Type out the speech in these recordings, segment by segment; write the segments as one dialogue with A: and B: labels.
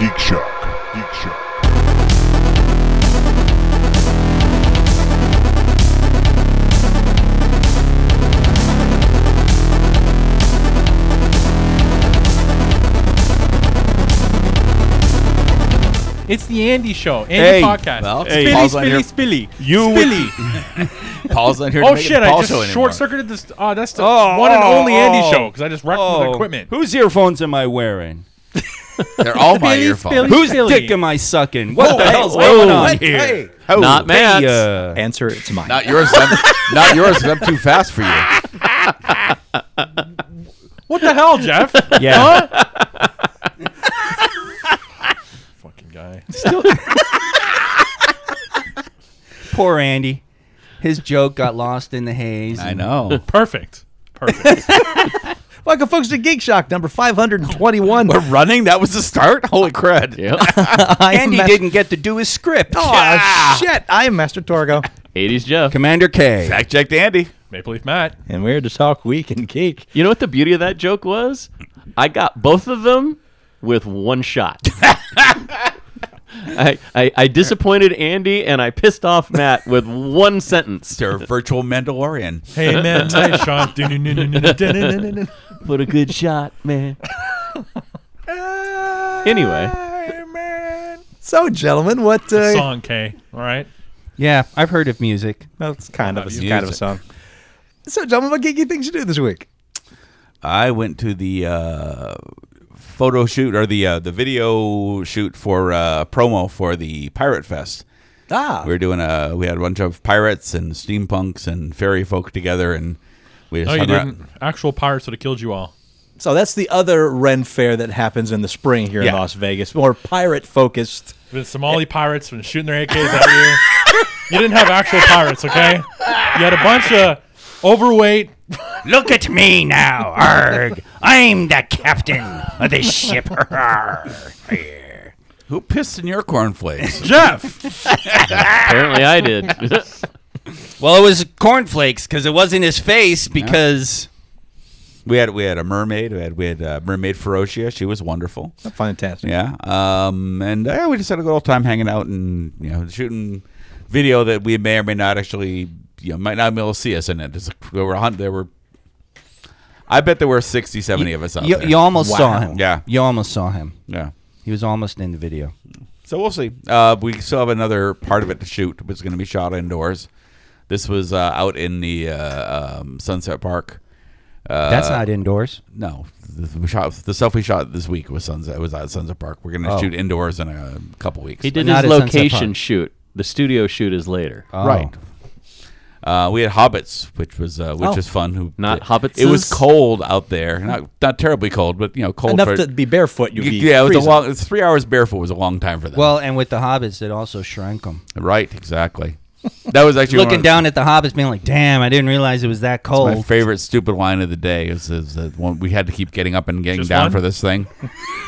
A: Geek Shock. Geek Shock.
B: It's the Andy Show. Andy
C: Hey.
B: podcast.
D: Well,
B: spilly,
D: hey. Paul's on
B: spilly,
D: here.
B: spilly.
C: You would-
B: spilly.
D: Paul's not here. To
B: oh
D: make it
B: shit!
D: the Paul
B: I
D: show
B: just
D: anymore.
B: short circuited this. Oh, that's the
C: Oh,
B: one and
C: oh,
B: only Andy
C: oh.
B: show because I just wrecked with equipment.
C: Whose earphones am I wearing?
D: They're all my
B: Billy,
D: earphones.
B: Billy.
C: Whose
B: Silly.
C: dick am I sucking? What the
D: hey,
C: hell's
D: wait,
C: going
D: wait,
C: on
D: wait,
C: here?
D: Not Matt's.
C: uh,
E: Answer it to mine.
D: Not yours. I'm, not yours. I'm too fast for you.
B: What the hell, Jeff?
C: yeah.
B: Fucking guy.
C: Poor Andy. His joke got lost in the haze.
D: I know.
B: Perfect. Perfect.
E: Welcome, folks, to Geek Shock number 521.
D: We're running. That was the start. Holy crud!
F: Yep.
E: I am
C: Andy
E: Mas-
C: didn't get to do his script.
E: Oh, shit. I am Master Torgo.
F: 80s Jeff.
C: Commander K.
D: Fact checked Andy.
B: Maple Leaf Matt.
E: and we're here to talk week and geek.
F: You know what the beauty of that joke was? I got both of them with one shot. I, I, I disappointed Andy and I pissed off Matt with one sentence.
D: They're virtual Mandalorian.
B: Hey man, nice Sean. Du-du-du-du-du-du-du-du-du-du.
F: What a good shot, man. anyway,
E: So, gentlemen, what. Uh,
B: Song K. All right.
C: Yeah, I've heard of music.
E: Well, it's kind of, a,
D: Music.
E: kind of a song. So, gentlemen, what geeky things you do this week?
D: I went to the uh, photo shoot or the uh, the video shoot for uh, promo for the Pirate Fest.
E: Ah.
D: We were doing a we had a bunch of pirates and steampunks and fairy folk together, and we just
B: No, you
D: hung around.
B: didn't. Actual pirates would have killed you all.
E: So, that's the other Ren Fair that happens in the spring here in
D: Yeah.
E: Las Vegas, more pirate focused.
B: The Somali pirates been shooting their AKs at you. You didn't have actual pirates, okay? You had a bunch of overweight.
C: Look at me now, Arg. I'm the captain of this ship. Arg.
D: Who pissed in your cornflakes?
B: Jeff.
F: apparently I did.
C: Well, it was cornflakes because it wasn't his face because
D: we had we had a mermaid. We had we had uh, mermaid Ferocia. She was wonderful.
E: Fantastic.
D: Yeah. Um, and uh, yeah, we just had a good old time hanging out and you know shooting video that we may or may not actually you know might not be able to see us in it. It's like, there were a hun- there were. I bet there were 60, 70 of us out
C: you,
D: there.
C: you almost saw
E: Wow.
C: him.
D: Yeah.
C: You almost saw him.
D: yeah.
C: He was almost in the video.
D: So we'll see. Uh, we still have another part of it to shoot. It's going to be shot indoors. This was uh, out in the uh, um, Sunset Park. Uh,
C: That's not indoors.
D: no. The, we shot, the stuff we shot this week was Sunset. Was at Sunset Park. We're going to
C: Oh.
D: shoot indoors in a couple weeks.
F: He did
C: Not
F: his
C: at Sunset
F: location
C: Park.
F: shoot. The studio shoot is later.
C: Oh.
D: Right. Uh, we had hobbits, which was uh, which
E: Oh.
D: was fun. Who
F: Not
D: it,
F: hobbitses?
D: It was cold out there, not not terribly cold, but you know, cold.
E: Enough
D: for-
E: to be barefoot, you'd be.
D: yeah, it was a
E: freezing.
D: long. It's three hours barefoot was a long time for them.
C: Well, and with the hobbits, it also shrank him.
D: right, exactly. That was actually
C: Looking
D: one of
C: down at the hobbits, being like, "Damn, I didn't realize it was that cold."
D: My favorite stupid line of the day is, is that one, we had to keep getting up and getting
B: Just
D: down
B: one?
D: for this thing.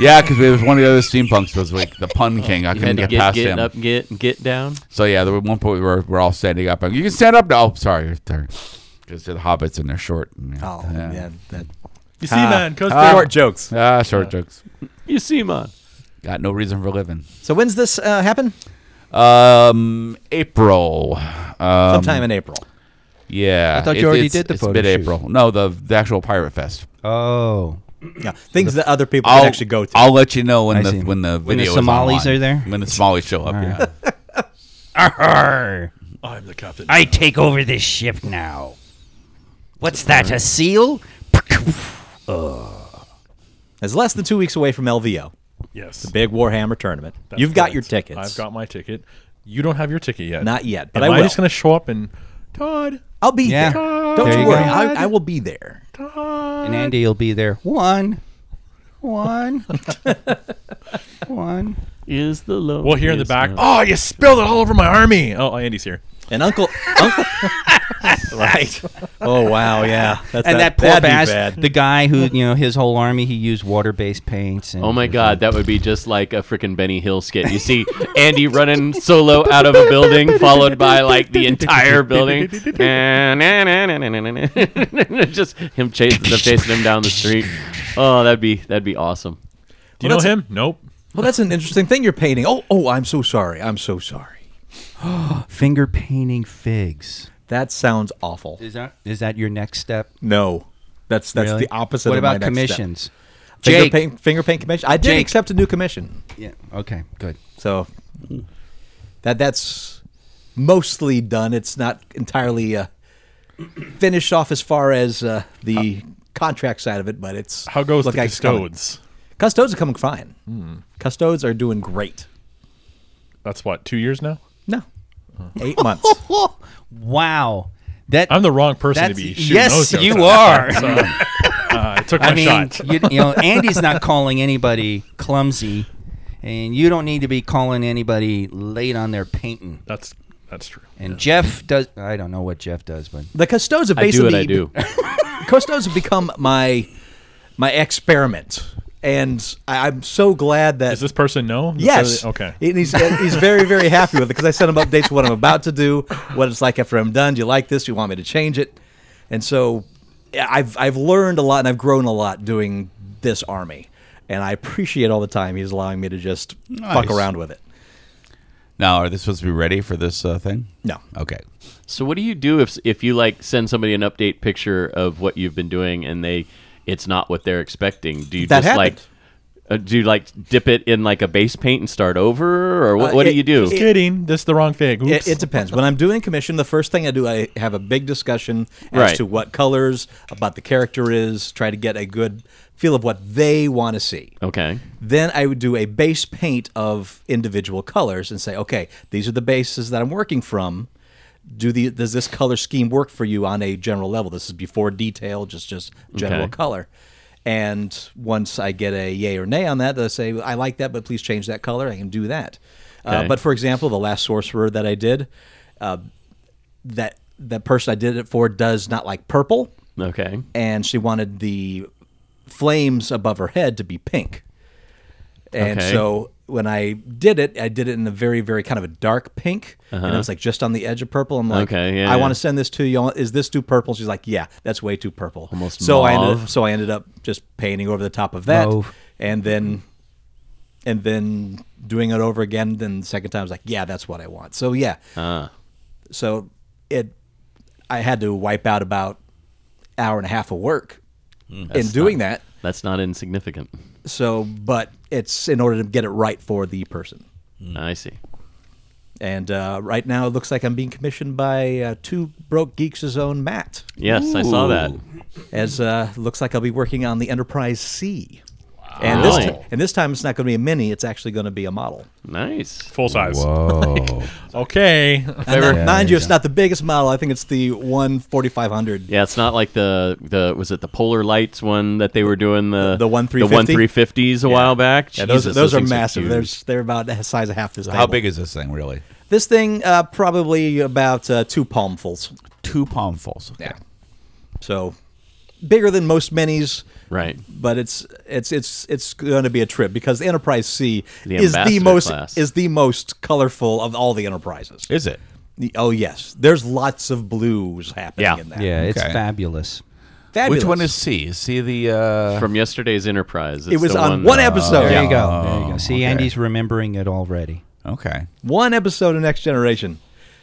D: yeah, because it was one of the other steampunks was like the pun king. I
F: Oh, You
D: couldn't get,
F: had to get,
D: past
F: get
D: him.
F: up, get, get down.
D: So yeah, there was one point we were, we're all standing up. and, you can stand up now. Oh, sorry, because the hobbits and they're short. and, yeah.
E: Oh,
D: Yeah.
E: yeah. That,
B: You see, man, because
E: short jokes.
D: Ah, short jokes.
F: You see, man.
D: Got no reason for living.
E: So, when's this uh, happen?
D: Um, April. Um,
E: Sometime in April.
D: Yeah.
C: I thought you
D: It's-
C: already
D: it's-
C: did the
D: It's
C: photo
D: mid-April. No, the the actual Pirate Fest.
C: oh,
E: Yeah, things that other people
D: I'll
E: can actually go to.
D: I'll let you know when
C: I
D: the
C: see.
D: when the video
C: When the
D: is
C: Somalis
D: online.
C: are there?
D: When the Somalis show up. Yeah.
C: Arr,
B: I'm the captain.
C: I take over this ship now. What's that? A seal?
E: It's less than two weeks away from LVO,
B: yes.
E: big Warhammer tournament.
B: That's
E: You've got your
B: correct.
E: tickets.
B: I've got my ticket. You don't have your ticket yet.
E: Not yet, but
B: Am
E: I
B: I,
E: will.
B: just going to show up and Todd,
E: I'll be
C: Yeah.
E: there. Don't
C: There
E: you
C: Ah, you
E: worry.
C: go.
E: I, I will be there.
B: Todd.
C: And Andy will be there. One, one, one.
F: Is the low.
B: We'll hear in the back. Oh, you spilled it all over my army. Oh, Andy's here.
E: And Uncle. Uncle right. Oh, wow. Yeah. That's
C: And that, poor
E: that'd be
C: bastard,
E: bad.
C: the guy who you know his whole army, he used water-based paints. And
F: Oh my god, that would be just like a freaking Benny Hill skit. You see Andy running solo out of a building, followed by like the entire building. just him chasing them, chasing him down the street. Oh, that'd be that'd be awesome.
B: Do you know
E: that's a-
B: him? Nope.
E: Well, that's an interesting thing you're painting. Oh, oh, I'm so sorry. I'm so sorry.
C: Finger painting figs.
E: That sounds awful.
C: Is that is that your next step?
E: No, that's that's
C: Really?
E: the opposite.
C: What
E: of my
C: about
E: next
C: commissions?
E: step. Finger
C: Jake.
E: paint, finger paint commission. I did
C: Jake.
E: accept a new commission,
C: Yeah. Okay. Good.
E: so that that's mostly done. It's not entirely uh, finished off as far as uh, the contract side of it, but it's
B: How goes
E: look
B: the
E: like it's coming.
B: custodes?
E: Custodes are coming fine. Custodes are doing great.
B: That's what two years now.
E: No, eight months.
C: Wow. That
B: I'm the wrong person to
C: That's-
B: be. Shooting
C: yes,
B: those jokes
C: you
B: at.
C: are.
B: So, uh, I took my
C: I mean,
B: shot.
C: you, you know, Andy's not calling anybody clumsy, and you don't need to be calling anybody late on their painting.
B: That's that's true.
C: And Jeff does. I don't know what Jeff does, but
E: The custodes have
F: I do what
E: basically
F: I do.
E: Costos have become my my experiment, and I, I'm so glad that
B: Does this person know? This
E: yes,
B: other- okay.
E: and he's and he's very very happy with it because I send him updates what I'm about to do, what it's like after I'm done. Do you like this? Do you want me to change it? And so, yeah, I've I've learned a lot and I've grown a lot doing this army, and I appreciate all the time he's allowing me to just fuck
D: Nice.
E: around with it.
D: Now, are they supposed to be ready for this uh, thing?
E: No.
D: Okay.
F: So what do you do if if you like send somebody an update picture of what you've been doing and they it's not what they're expecting? Do you
E: That
F: just like
E: happened.
F: uh, do you like dip it in like a base paint and start over or what,
E: Uh,
F: what
E: it-
F: do you do?
B: Just kidding. This is the wrong fig. Oops.
E: It, it depends. When I'm doing commission, the first thing I do, I have a big discussion as
F: Right.
E: to what colors, about the character is, try to get a good feel of what they want to see.
F: okay.
E: Then I would do a base paint of individual colors and say, okay, these are the bases that I'm working from. Do the does this color scheme work for you on a general level? This is before detail, just just general
F: Okay.
E: color. And once I get a yay or nay on that, I say I like that, but please change that color. I can do that. Uh,
F: Okay.
E: but for example, the last sorcerer that I did, uh, that that person I did it for does not like purple
F: Okay.
E: and she wanted the flames above her head to be pink. And
F: Okay.
E: so when I did it, I did it in a very, very kind of a dark pink, and it was like just on the edge of purple. I'm like,
F: Uh-huh. Okay, yeah,
E: I
F: yeah.
E: want to send this to you. Is this too purple? She's like, Yeah, that's way too purple.
F: Almost
E: so I ended
F: mauve.
E: so I ended up just painting over the top of that,
C: Mauve.
E: and then and then doing it over again. Then the second time, I was like, Yeah, that's what I want. So yeah,
F: Ah,
E: so it I had to wipe out about hour and a half of work in doing that.
F: Hmm. That's not insignificant.
E: So, but it's in order to get it right for the person.
F: I see.
E: And uh, right now, it looks like I'm being commissioned by uh, two broke geeks' own Matt.
F: Yes, I saw that.
E: As uh, looks like I'll be working on the Enterprise C. And this,
F: Really?
E: ti- and this time, it's not going to be a mini; it's actually going to be a model.
F: Nice.
B: Full size. Okay.
E: And then, mind you, it's not the biggest model. I think it's the one forty five hundred.
F: Yeah, it's not like the the was it the Polar Lights one that they were doing the
E: The one
F: the one
E: 350?
F: three fifties a while back.
E: Yeah, those,
F: Jesus,
E: those, are
F: things
E: massive.
F: huge.
E: They're, they're about the size of half this
D: How
E: table.
D: big is this thing, really?
E: This thing uh, probably about uh, two palmfuls.
D: Two palmfuls. Okay.
E: So bigger than most minis.
F: right.
E: But it's it's it's it's going to be a trip because the Enterprise C
F: The
E: is the
F: ambassador
E: most
F: class.
E: is the most colorful of all the Enterprises.
D: Is it?
E: The- oh yes, there's lots of blues happening
F: Yeah.
E: in that.
C: yeah, it's
D: Okay.
C: fabulous.
E: Fabulous.
D: Which one is C? Is C the uh,
F: From yesterday's Enterprise.
E: It
F: it's
E: was
F: the
E: on
F: one, uh,
E: one
F: that-
E: episode.
C: There you go. There you go.
E: Oh,
C: See,
D: okay.
C: Andy's remembering it already.
D: okay?
E: One episode of Next Generation,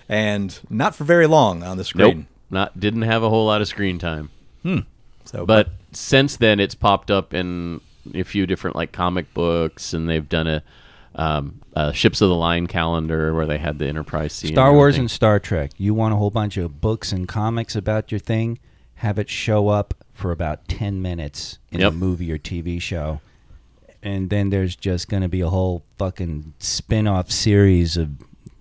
E: and not for very long on the
F: Nope.
E: screen. Hmm.
F: Not didn't have a whole lot of screen time.
E: So,
F: But since then it's popped up in a few different like comic books and they've done a um, uh, ships of the line calendar where they had the Enterprise C. and
C: Star Wars
F: everything.
C: and Star Trek. You want a whole bunch of books and comics about your thing? Have it show up for about 10 minutes in
F: Yep.
C: a movie or TV show. And then there's just going to be a whole fucking spin off series of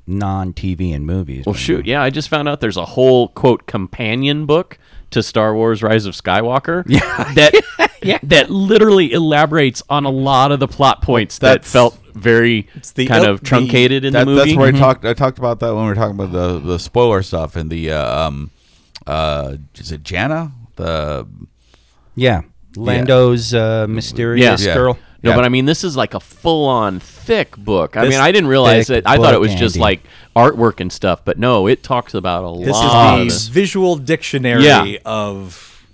C: non TV and movies.
F: Well, shoot, yeah, I just found out there's a whole quote companion book to Star Wars: Rise of Skywalker. Yeah, that that literally elaborates on a lot of the plot points that
D: That's-
F: felt very
E: the
F: kind
E: el-
F: of truncated in
D: That-
F: the movie.
D: That's
C: Mm-hmm.
D: where I talked. I talked about that when we were talking about the the spoiler stuff and the uh, um uh is it Jana the
C: Yeah. Lando's uh, mysterious
F: Yeah.
C: girl.
F: No,
D: Yeah.
F: but I mean, this is like a full-on thick book. I
D: This
F: mean, I didn't realize
C: thick
F: that. I thought it
C: book,
F: was just
C: Andy.
F: like artwork and stuff, but no, it talks about a
E: this
F: lot.
E: is
F: of
E: the visual dictionary
F: Yeah.
E: of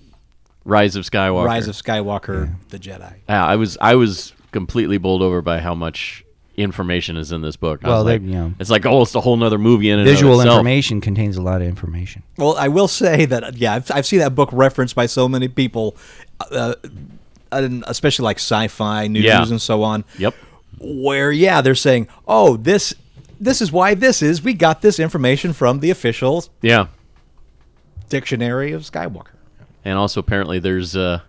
F: the Rise of Skywalker.
E: Rise of Skywalker, the Jedi.
F: Yeah, I was I was completely bowled over by how much information is in this book. I
C: Well,
F: was
C: they-
F: like,
C: you know.
F: it's like oh, it's a whole nother movie in and
C: Visual
F: of itself.
C: information contains a lot of information.
E: Well, I will say that yeah, I've, I've seen that book referenced by so many people, uh, and especially like sci-fi news
F: Yeah.
E: and so on.
F: Yep.
E: Where yeah, they're saying, oh, this this is why this is. We got this information from the official
F: Yeah,
E: dictionary of Skywalker.
F: and also apparently there's a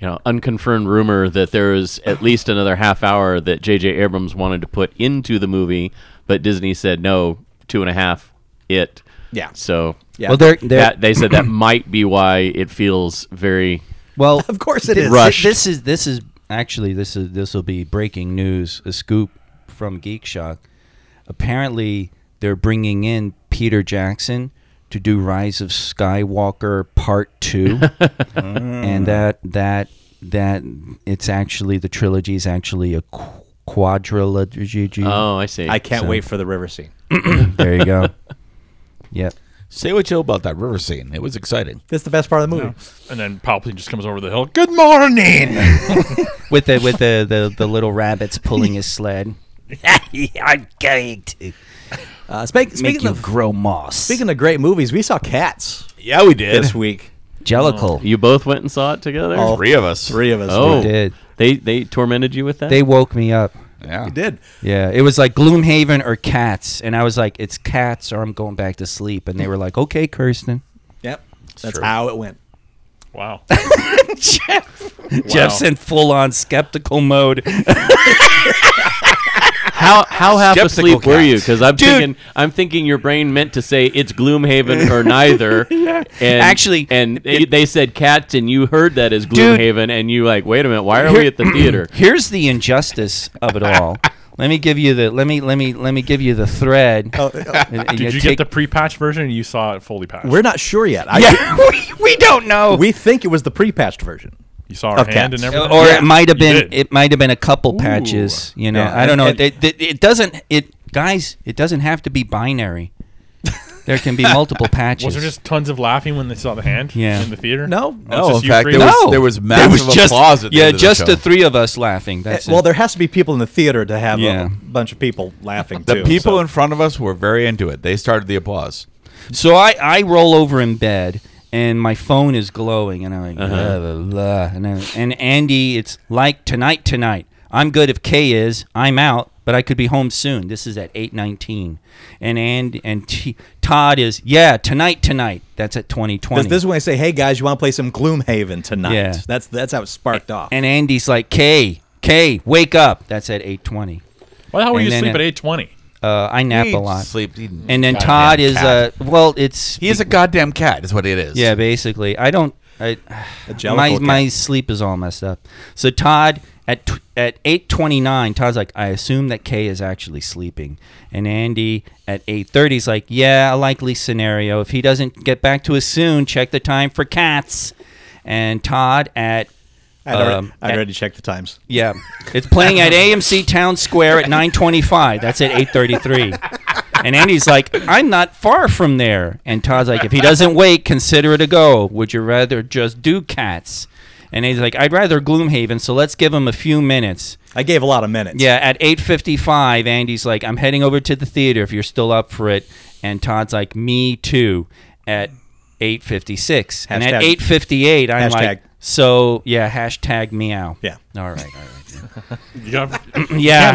F: you know unconfirmed rumor that there is at least another half hour that J.J. Abrams wanted to put into the movie, but Disney said no, two and a half. It.
E: Yeah.
F: So
E: Yeah.
C: Well, they're, they're,
F: that they said that might be why it feels very
C: well,
E: Of course it
C: thi-
E: is.
F: Rushed.
C: This is this is actually this is this will be breaking news, a scoop from Geek Shock. Apparently, they're bringing in Peter Jackson to do Rise of Skywalker Part Two, and that that that it's actually the trilogy is actually a qu- quadrilogy.
F: Oh, I see.
E: I can't
C: So-
E: wait for the river scene.
C: There you go. yep.
D: Say what you will about that river scene. It was exciting.
E: That's the best part of the movie.
B: And then Palpatine just comes over the hill. Good morning.
C: With the with the, the, the little rabbits pulling his sled. I'm going to
E: Uh, speak,
C: make
E: speaking
C: you
E: of
C: grow moss.
E: speaking of great movies, we saw Cats
D: Yeah, we did.
E: this week.
C: Jellicle.
F: you both went and saw it together.
E: Oh,
D: Three of us.
E: Three of us.
F: Oh.
E: did.
C: did.
F: They they tormented you with that.
C: They woke me up.
D: Yeah.
E: We did.
C: Yeah, it was like Gloomhaven or Cats, and I was like, "It's Cats, or I'm going back to sleep." And they were like, "Okay, Kirsten."
E: Yep. That's
D: true.
E: how it went.
B: wow.
C: Jeff's in full on skeptical mode.
F: how how half
D: Skeptical
F: asleep were you?
D: cats.
F: Because I'm thinking I'm thinking your brain meant to say it's Gloomhaven or neither. and,
C: Actually,
F: and they- they said cats, and you heard that as
C: Dude.
F: Gloomhaven, and you like, wait a minute, why are we at the theater?
C: Here's the injustice of it all. let me give you the let me let me let me give you the thread.
E: Oh,
C: And- and
B: Did you get
C: take-
B: the pre-patch version? and You saw it fully patched.
E: We're not sure yet. I,
C: Yeah, we, we don't know.
E: We think it was the pre-patched version.
B: you saw her
E: Of
B: hand
E: cats.
B: and everything.
C: or it might have
B: You
C: been
B: did.
C: it might have been a couple patches. You know,
E: Yeah,
C: I don't know.
E: and-
C: it, it, it doesn't. It guys, it doesn't have to be binary. There can be multiple patches.
B: Was there just tons of laughing when they saw the hand?
C: Yeah.
B: In the theater?
E: No.
B: Oh, it's
D: No, in
B: just you
D: fact,
B: three?
D: there was-
C: no,
D: massive applause at the
C: yeah,
D: end of the
C: just
D: show.
C: the three of us laughing. That's
E: Eh, well,
C: it.
E: there has to be people in the theater to have
C: Yeah.
E: a bunch of people laughing
D: The
E: too.
D: people
E: so-
D: in front of us were very into it. They started the applause.
C: So I, I roll over in bed and my phone is glowing and I'm like,
D: Uh-huh.
C: blah, blah, blah. And, I, and Andy, it's like tonight, tonight. I'm good if K is. I'm out, but I could be home soon. This is at eight nineteen, and and and T- Todd is yeah tonight, tonight. That's at twenty
E: this,
C: twenty.
E: this is when I say, "Hey guys, you want to play some Gloomhaven tonight?"
C: Yeah.
E: That's that's how it sparked off.
C: and Andy's like K K wake up. That's at eight twenty.
B: Why the hell were
C: And
B: you
C: then
B: asleep
C: it-
B: at eight twenty?
C: Uh, I nap
D: He
C: a lot.
D: Sleep. he didn't-
C: And then
D: Goddamn
C: Todd is uh
D: cat.
C: well, it's
D: He is a goddamn cat. Is what it is.
C: Yeah, basically. I don't. I,
E: jellicle
C: my
E: cat.
C: my sleep is all messed up. So Todd at tw- at eight twenty nine, Todd's like, I assume that Kay is actually sleeping, and Andy at eight thirty is like, Yeah, a likely scenario. If he doesn't get back to us soon, check the time for cats. And Todd at
E: I'd, already,
C: um,
E: I'd
C: at-
E: already checked the times.
C: yeah, it's playing at AMC Town Square at 9:25. That's at 8:33. And Andy's like, "I'm not far from there." And Todd's like, "If he doesn't wait, consider it a go. Would you rather just do cats?" And he's like, "I'd rather Gloomhaven, so let's give him a few minutes."
E: I gave a lot of minutes.
C: Yeah, at 8:55, Andy's like, "I'm heading over to the theater if you're still up for it." And Todd's like, "Me too." At 8:56, and at
E: Hashtag-
C: 8:58, I'm
E: Hashtag.
C: like, "So yeah, hashtag meow."
E: Yeah.
C: All right. All right.
B: You got
C: Yeah,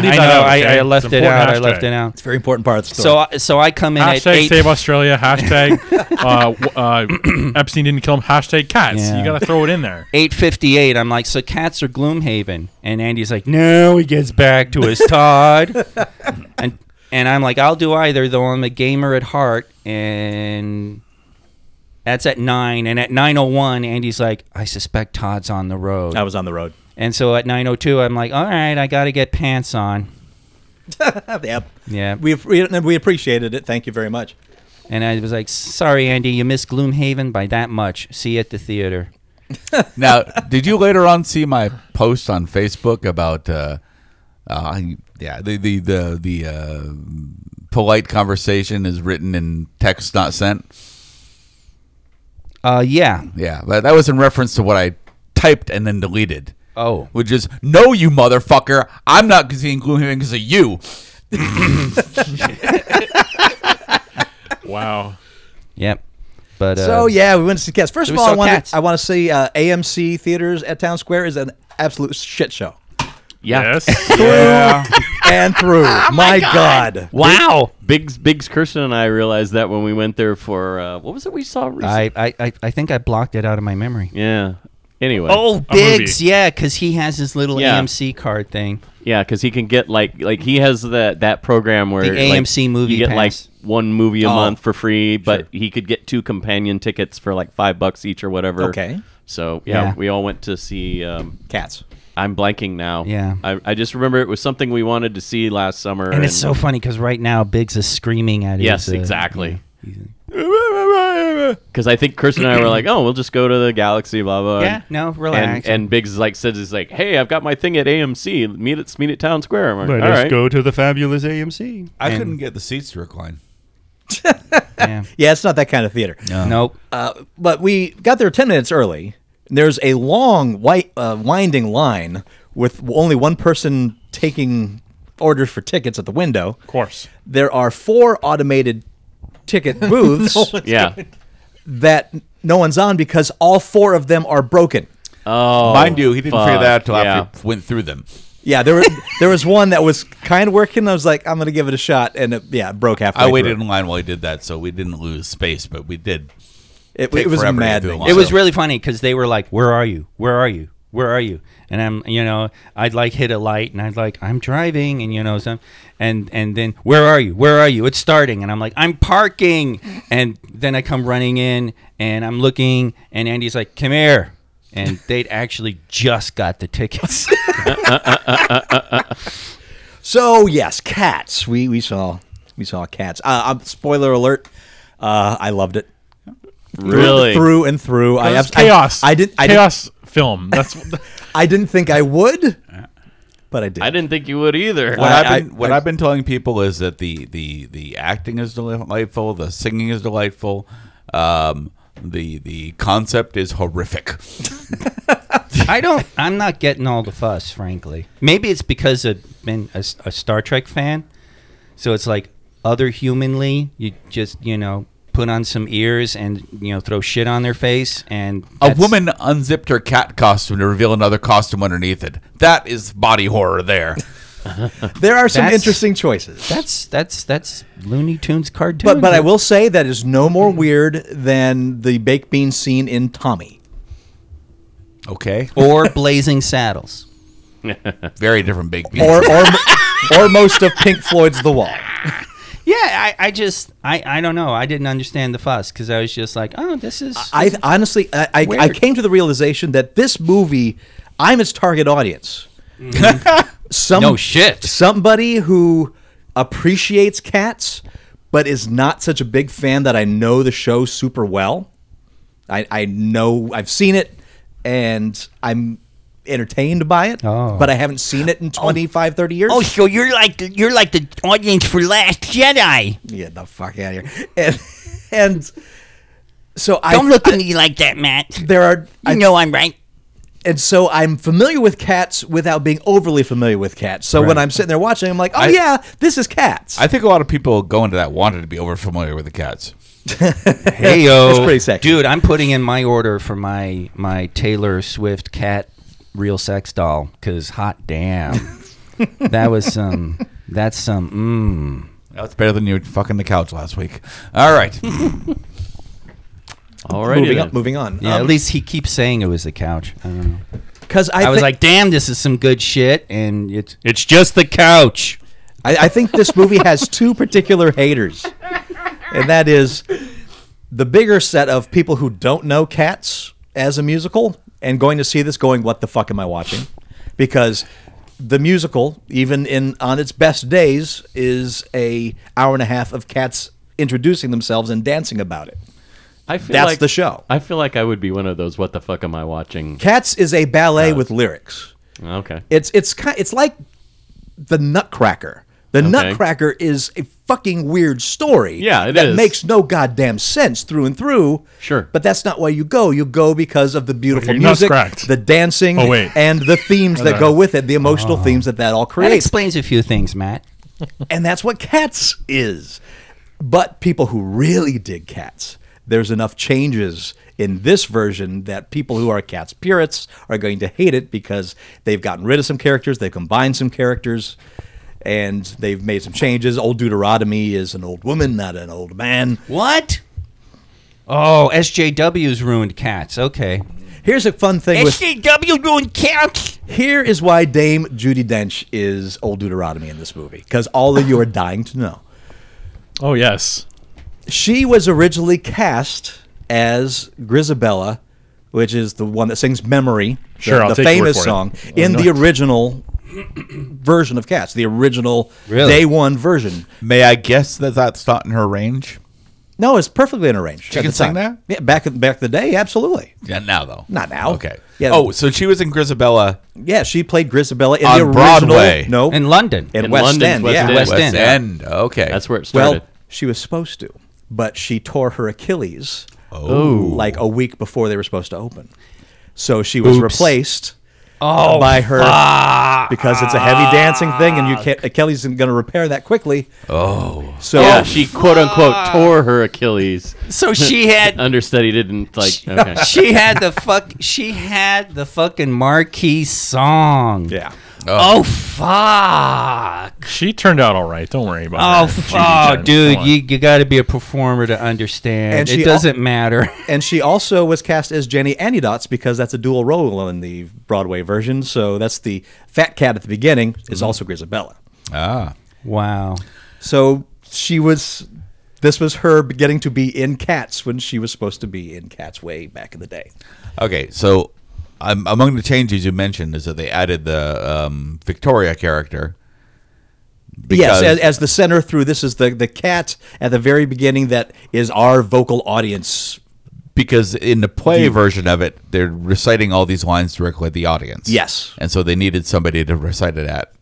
B: Can't leave
C: I know.
B: that out,
C: I,
B: okay?
C: I left
B: It's
C: it
B: important
C: out. I
B: hashtag.
C: left it out.
E: It's a very important part of the story.
C: So, I- so I come in at
B: hashtag
C: eight.
B: save Australia. Hashtag uh, w- uh, Epstein didn't kill him. Hashtag cats.
C: Yeah.
B: You got to throw it in there.
C: 858 i'm like so cats are gloomhaven and andy's like no he gets back to his todd and and i'm like i'll do either though i'm a gamer at heart and that's at 9 and at 901 andy's like i suspect todd's on the road
E: I was on the road.
C: and so at 902 i'm like all right i gotta get pants on
E: yep.
C: Ah, yeah
E: We, we we appreciated it. Thank you very much.
C: and i was like sorry andy you missed gloomhaven by that much see you at the theater
D: Now, did you later on see my post on Facebook about, uh, uh, yeah, the the the the uh, polite conversation is written in text not sent.
C: uh yeah Uh,
D: Yeah, but that was in reference to what I typed and then deleted.
C: Oh.
D: which is no, you motherfucker. I'm not seeing Gloomhaven because of you.
B: Wow.
C: Yep. But uh,
E: So yeah, we went to see cats. First
C: we
E: of all, I
C: saw
E: want
C: Cats.
E: to I want to say uh, AMC theaters at Town Square is an absolute shit show
F: Yeah.
B: Yes.
D: Yeah.
E: and through.
C: Oh
E: my God.
F: Wow. Biggs Biggs Kirsten and I realized that when we went there for uh, what was it we saw recently?
C: I, I, I, I think I blocked it out of my memory.
F: yeah. Anyway.
C: Oh,
B: A movie.
C: Biggs, yeah, because he has his little
F: Yeah.
C: AMC card thing.
F: Yeah, because he can get like like he has that that program where
C: The
F: like,
C: AMC movie
F: you get
C: pass.
F: like one movie a month for free, but he could get two companion tickets for like five bucks each or whatever.
E: Okay.
F: So yeah,
C: Yeah.
F: we all went to see. Um,
E: Cats.
F: I'm blanking now.
C: Yeah.
F: I, I just remember it was something we wanted to see last summer,
C: And it's so funny because right now Biggs is screaming at his.
F: Yes,
C: uh,
F: exactly. Because I think Chris and I were like, "Oh, we'll just go to the Galaxy, blah blah."
C: Yeah, no, relax.
F: And, and Biggs like says, "He's like, hey, I've got my thing at AMC. Meet at meet at Town Square." I'm like,
G: Let
F: all
G: us
F: right.
G: go to the fabulous AMC.
D: I
C: And-
D: couldn't get the seats to recline.
C: yeah.
E: Yeah, it's not that kind of theater.
C: Nope.
E: Uh, but we got there ten minutes early. There's a long white uh, winding line with only one person taking orders for tickets at the window.
B: Of course.
E: There are four automated ticket booths
F: Yeah.
E: that no one's on because all four of them are broken.
F: Oh,
D: Mind you, he didn't figure
F: fuck,
D: that out till
F: yeah.
D: after he went through them.
E: Yeah, there was there was one that was kind of working. I was like, I'm gonna give it a shot, and it, yeah, it broke halfway.
D: I waited
E: Through.
D: in line while he did that, so we didn't lose space, but we did.
E: It,
D: take
E: it was
D: forever to get
E: mad.
D: through the
C: It was
D: So-
C: really funny because they were like, "Where are you? Where are you? Where are you?" And I'm, you know, I'd like hit a light, and I'd like, "I'm driving," and you know, some, and and then, "Where are you? Where are you?" It's starting, and I'm like, "I'm parking," and then I come running in, and I'm looking, and Andy's like, "Come here," and they'd actually just got the tickets.
E: So yes, cats. We we saw we saw cats. Uh, um, spoiler alert. Uh, I loved it
F: really
E: through and through. I
B: That was
E: abs- I-
B: chaos.
E: I, didn't. I
B: chaos film. That's what-
E: Didn't, I didn't think I would, but I did.
F: I didn't think you would either.
D: What
E: I-
D: I, have been
E: I-
D: what
E: I-
D: I, have been telling people is that the the the acting is delightful, the singing is delightful, um, the the concept is horrific.
C: I don't. I'm not getting all the fuss, frankly. Maybe it's because I've been a, s- a Star Trek fan, so it's like other humanly. You just you know put on some ears and you know throw shit on their face and
D: A
C: that's-
D: woman unzipped her cat costume to reveal another costume underneath it. That is body horror. There,
E: There are some
C: That's-
E: interesting choices.
C: That's that's that's Looney Tunes cartoon.
E: but but I will say that is no more weird than the baked bean scene in Tommy.
D: okay,
C: or Blazing Saddles.
D: very different big beans.
E: Or or or most of Pink Floyd's The Wall.
C: Yeah, I, I just I I don't know. I didn't understand the fuss because I was just like, oh, this is
E: I honestly, I, I, I
C: Weird.
E: came to the realization that this movie, I'm its target audience.
C: Mm-hmm.
E: Some,
C: No shit.
E: Somebody who appreciates cats, but is not such a big fan that I know the show super well. I, I know I've seen it, and I'm entertained by it,
C: Oh.
E: but I haven't seen it in 25, 30 years.
C: so you're like you're like the audience for Last Jedi.
E: Get the fuck out of here. And, and so I
C: at me like that, Matt.
E: there are I
C: I'm right.
E: and so I'm familiar with cats without being overly familiar with cats. So when I'm sitting there watching, I'm like, oh yeah, this is cats.
D: I think a lot of people go into that wanted to be over familiar with the cats.
C: Hey yo,
E: That's pretty sexy.
C: dude. I'm putting in my order for my my Taylor Swift cat real sex doll because hot damn, that was some. That's some. Mm.
D: That's better than you fucking the couch last week. All right.
F: All
E: moving
F: right.
E: up, moving on. Um,
C: Yeah, at least he keeps saying it was the couch. I don't know.
E: because I,
C: Um, I, was
E: thi-
C: like, damn, this is some good shit, and it's it's just the couch.
E: I, I think this movie has two particular haters, and that is the bigger set of people who don't know cats as a musical and going to see this, going, what the fuck am I watching? Because the musical, even in on its best days, is a hour and a half of cats introducing themselves and dancing about it.
F: I feel
E: That's
F: like,
E: the show.
F: I feel like I would be one of those. What the fuck am I watching?
E: Cats is a ballet with lyrics.
F: Okay.
E: It's it's ki- it's like the Nutcracker, The
F: Okay.
E: Nutcracker is a fucking weird story.
F: Yeah, it
E: that
F: is.
E: makes no goddamn sense through and through.
F: Sure.
E: But that's not why you go. You go because of the beautiful
B: you're
E: music,
B: nuts-cracked.
E: the dancing,
B: Oh, wait.
E: and the themes that go with it, the emotional
F: Oh.
E: themes that that all
C: That
E: creates.
C: explains a few things, Matt.
E: and that's what Cats is. But people who really dig Cats, there's enough changes in this version that people who are Cats purists are going to hate it because they've gotten rid of some characters, they've combined some characters, and they've made some changes. Old Deuteronomy is an old woman, not an old man.
C: What? Oh, SJW's ruined cats. Okay.
E: Here's a fun thing with
C: SJW ruined cats.
E: Here is why Dame Judy Dench is old Deuteronomy in this movie, because all of you are dying to know.
B: Oh yes.
E: She was originally cast as Grisabella, which is the one that sings "Memory," the-
B: Sure,
E: the,
B: I'll take your word
E: famous
B: for it.
E: song in the original version of Cats, the original
C: Really?
E: day one version.
D: May I guess that that's not in her range?
E: No, it's perfectly in a range. She
D: can sing that?
E: Yeah, back back the day, absolutely.
D: Yeah, now though.
E: Not now.
D: Okay.
E: Yeah.
D: Oh, so she was in Grisabella
E: Yeah, she played Grisabella in
D: On
E: the original.
D: Broadway.
E: No,
C: In London.
E: in,
F: In
E: West
F: London's
E: End.
F: West
E: yeah,
F: End.
C: West
D: West
C: End.
D: End. Okay.
F: That's where it started.
E: Well, she was supposed to, but she tore her Achilles
F: Oh.
E: like a week before they were supposed to open. So she was replaced by her because it's a heavy dancing thing, and you can't. Achilles isn't going to repair that quickly. Oh, so
F: yeah, she quote unquote tore her Achilles.
C: So she had
F: Understudy didn't like. Okay.
C: she had the fuck she had the fucking marquee song.
E: yeah.
C: Oh fuck.
B: She turned out all right. Don't worry about
C: Oh
B: her. She
C: fuck,
B: did.
C: dude,
B: Come on.
C: you, you got to be a performer to understand.
E: And she
C: it
E: al-
C: doesn't matter.
E: And she also was cast as Jenny Anydots because that's a dual role in the Broadway version. So that's the fat cat at the beginning
F: Mm-hmm.
E: is also Grisabella.
D: ah.
C: wow.
E: So she was. This was her getting to be in Cats when she was supposed to be in Cats way back in the day.
D: Okay. So um, among the changes you mentioned is that they added the um, Victoria character.
E: yes, as, as the center through. This is the the cat at the very beginning that is our vocal audience.
D: because in the play version of it, they're reciting all these lines directly at the audience.
E: Yes.
D: And so they needed somebody to recite it at.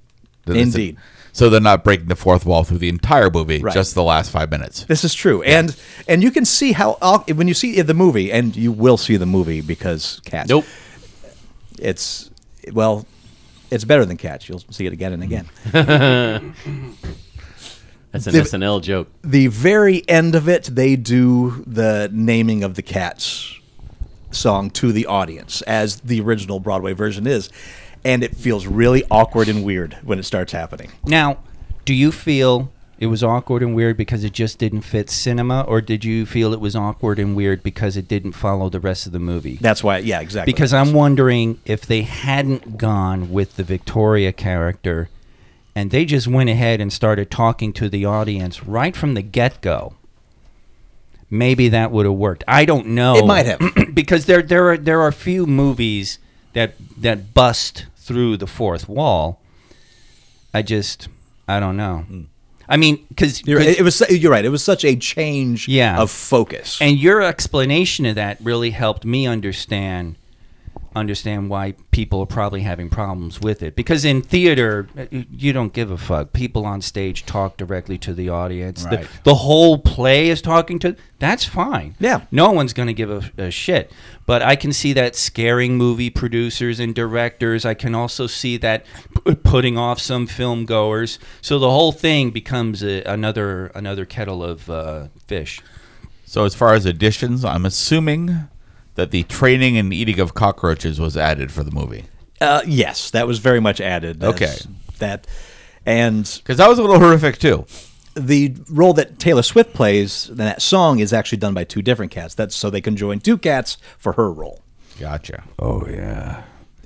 E: Indeed.
D: So they're not breaking the fourth wall through the entire movie,
E: Right.
D: just the last five minutes.
E: This is true, and and you can see how au- when you see the movie, and you will see the movie because cat.
F: nope.
E: It's well, it's better than cats. You'll see it again and again.
F: That's an
E: The-
F: SNL joke.
E: the very end of it, they do the naming of the cats song to the audience as the original Broadway version is, and it feels really awkward and weird when it starts happening.
C: Now, do you feel it was awkward and weird because it just didn't fit cinema or did you feel it was awkward and weird because it didn't follow the rest of the movie?
E: That's why, yeah, exactly.
C: because I'm wondering if they hadn't gone with the Victoria character and they just went ahead and started talking to the audience right from the get go. Maybe that would have worked. I don't know.
E: It might have.
C: because there there are there are few movies that that bust through the fourth wall. I just I don't know. I mean, because
E: Hmm. You're, it was you're right. It was such a change
C: Yeah.
E: of focus.
C: and your explanation of that really helped me understand understand why people are probably having problems with it because in theater uh, you don't give a fuck people on stage talk directly to the audience
E: Right.
C: the, the whole play is talking to that's fine
E: Yeah.
C: no one's going to give a, a shit but i can see that scaring movie producers and directors i can also see that p- uh, putting off some film goers so the whole thing becomes a, another another kettle of uh, fish
D: So as far as additions, I'm assuming that the training and eating of cockroaches was added for the movie.
E: uh, yes, that was very much added. as
D: Okay.
E: that and
D: Because that was a little horrific, too.
E: the role that Taylor Swift plays in that song is actually done by two different cats. That's so they can join two cats for her role.
D: Gotcha.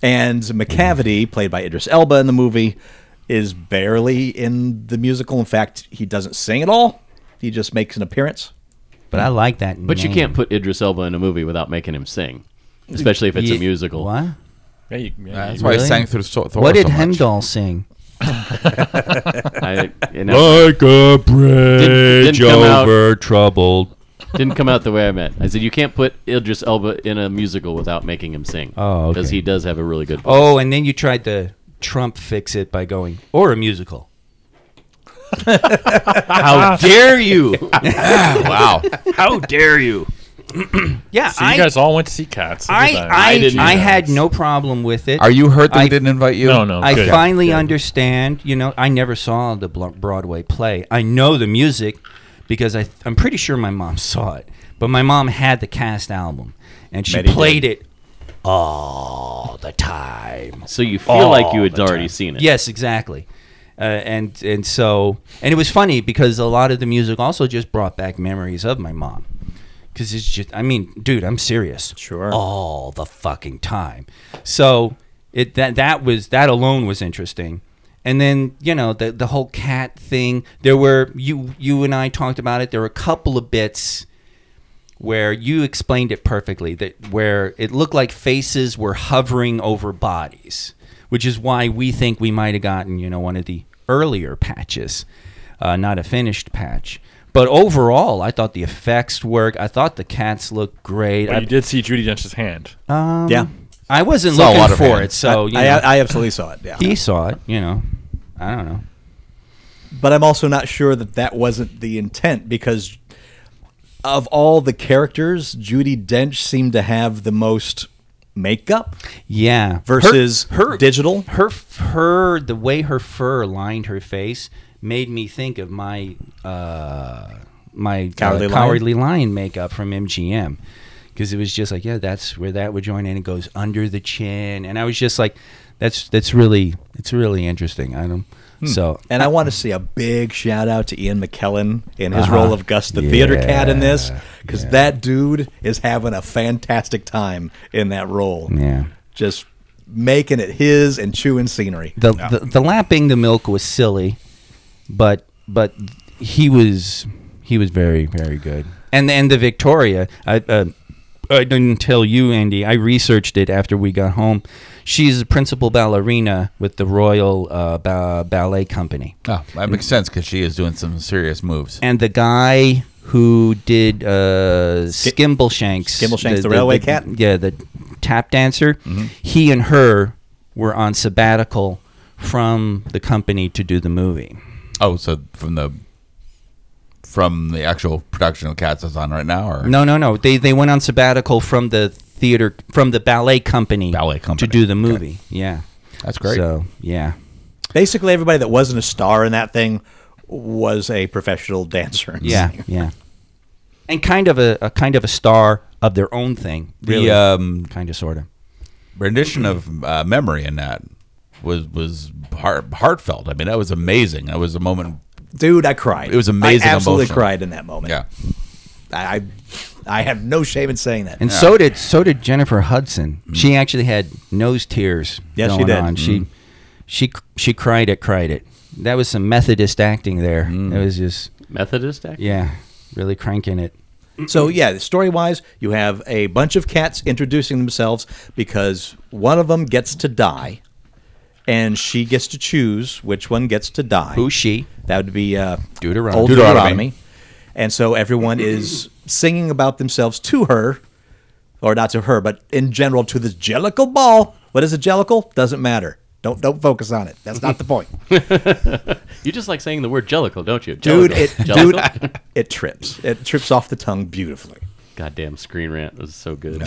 E: And McCavity, played by Idris Elba in the movie, is barely in the musical. In fact, he doesn't sing at all. He just makes an appearance.
C: But I like that.
F: But you
C: name.
F: can't put Idris Elba in a movie without making him sing, especially if it's
C: Ye-
F: a musical.
C: What?
B: Yeah, you, yeah,
C: Uh,
B: you-
D: That's why I sang through so- Thor
C: what did
D: so much.
C: Hemdall sing?
F: I, you know,
B: like a
F: didn't,
B: bridge
F: didn't come out,
B: over troubled.
F: didn't come out the way I meant. I said you can't put Idris Elba in a musical without making him sing.
C: Oh, okay.
F: because he does have a really good. Voice.
C: Oh, and then you tried to Trump fix it by going or a musical.
F: How dare you?
D: wow.
F: How dare you?
C: Yeah,
B: So you guys all went to see cats. Look at
C: I,
B: that.
C: I,
F: didn't
C: I,
F: either.
C: had no problem with it.
D: Are you hurt that
C: I-
D: they didn't invite you?
B: no, no.
C: I
B: good.
C: finally understand. You know, I never saw the Blo- Broadway play. I know the music because I, I'm pretty sure my mom saw it. But my mom had the cast album, and she
D: Betty did.
C: played it all the time.
F: So you feel like you had already seen it.
C: Yes, exactly. Uh, and and so and it was funny because a lot of the music also just brought back memories of my mom. Cause it's just, I mean, dude, I'm serious.
E: Sure.
C: All the fucking time. So it that that was that alone was interesting. And then you know the the whole cat thing. There were you you and I talked about it. There were a couple of bits where you explained it perfectly that where it looked like faces were hovering over bodies which is why we think we might have gotten you know one of the earlier patches uh, not a finished patch but overall i thought the effects worked i thought the cats looked great
B: But
C: I,
B: you did see Judy Dench's hand.
C: um,
E: Yeah.
C: i wasn't
D: Saw a lot
C: looking
D: of
C: for it
D: hands.
C: so you
E: I,
C: know,
E: I absolutely saw it. Yeah.
C: he saw it you know i don't know
E: but I'm also not sure that that wasn't the intent because of all the characters, Judy Dench seemed to have the most makeup.
C: Yeah.
E: Versus digital?
C: Her f- her the way her fur lined her face made me think of my uh my uh,
E: Cowardly Lion?
C: cowardly lion makeup from MGM. Because it was just like, yeah, that's where that would join in. It goes under the chin, and I was just like, that's that's really it's really interesting. I don't
E: Hmm.
C: so
E: And I want to say a big shout out to Ian McKellen in
D: Uh-huh.
E: his role of Gus the theater cat in this because that dude is having a fantastic time in that role.
C: yeah.
E: Just making it his and chewing scenery.
C: The, the the lapping the milk was silly, but but he was he was very very good. And and the Victoria, I uh, I didn't tell you, Andy. I researched it after we got home. She's a principal ballerina with the Royal uh, ba- Ballet Company,
D: Oh, that makes sense because she is doing some serious moves.
C: and the guy who did uh, Skimbleshanks,
E: Skimbleshanks, the railway cat?
C: yeah, the tap dancer. He and her were on sabbatical from the company to do the movie.
D: Oh, so from the from the actual production of Cats that's on right now, or
C: No, no, no. They they went on sabbatical from the theater from the ballet company,
D: Ballet company.
C: to do the
D: Okay.
C: movie. Yeah,
D: That's great.
C: So yeah,
E: Basically, everybody that wasn't a star in that thing was a professional dancer.
C: yeah, yeah, and kind of a, a kind of a star of their own thing. Really,
D: the um,
C: kind of sort of.
D: rendition of uh, memory in that was was heart, heartfelt. I mean, that was amazing. That was a moment.
E: Dude, I cried.
D: It was amazing
E: I absolutely
D: emotion.
E: cried in that moment.
D: Yeah,
E: I, I I have no shame in saying that.
C: And so did so did Jennifer Hudson. She actually had nose tears.
E: Yes, Mm-hmm. she
C: going
E: did. Mm-hmm.
C: On. She she she cried it, cried it. That was some Methodist acting there.
E: Mm.
C: It was just
F: Methodist act?
C: yeah, really cranking it.
E: So yeah, story wise, you have a bunch of cats introducing themselves because one of them gets to die, and she gets to choose which one gets to die.
C: Who's she?
E: That would be uh,
C: Deuteronomy.
E: Old
D: Deuteronomy.
E: Deuteronomy. And so everyone is singing about themselves to her, or not to her, but in general to the jellicle ball. What is a jellicle? Doesn't matter. Don't don't focus on it. That's not the point,
F: You just like saying the word jellicle, don't you?
E: dude.
F: Jellicle.
E: It dude,
F: Jellicle?
E: it trips. It trips off the tongue beautifully.
F: Goddamn screen rant was so good.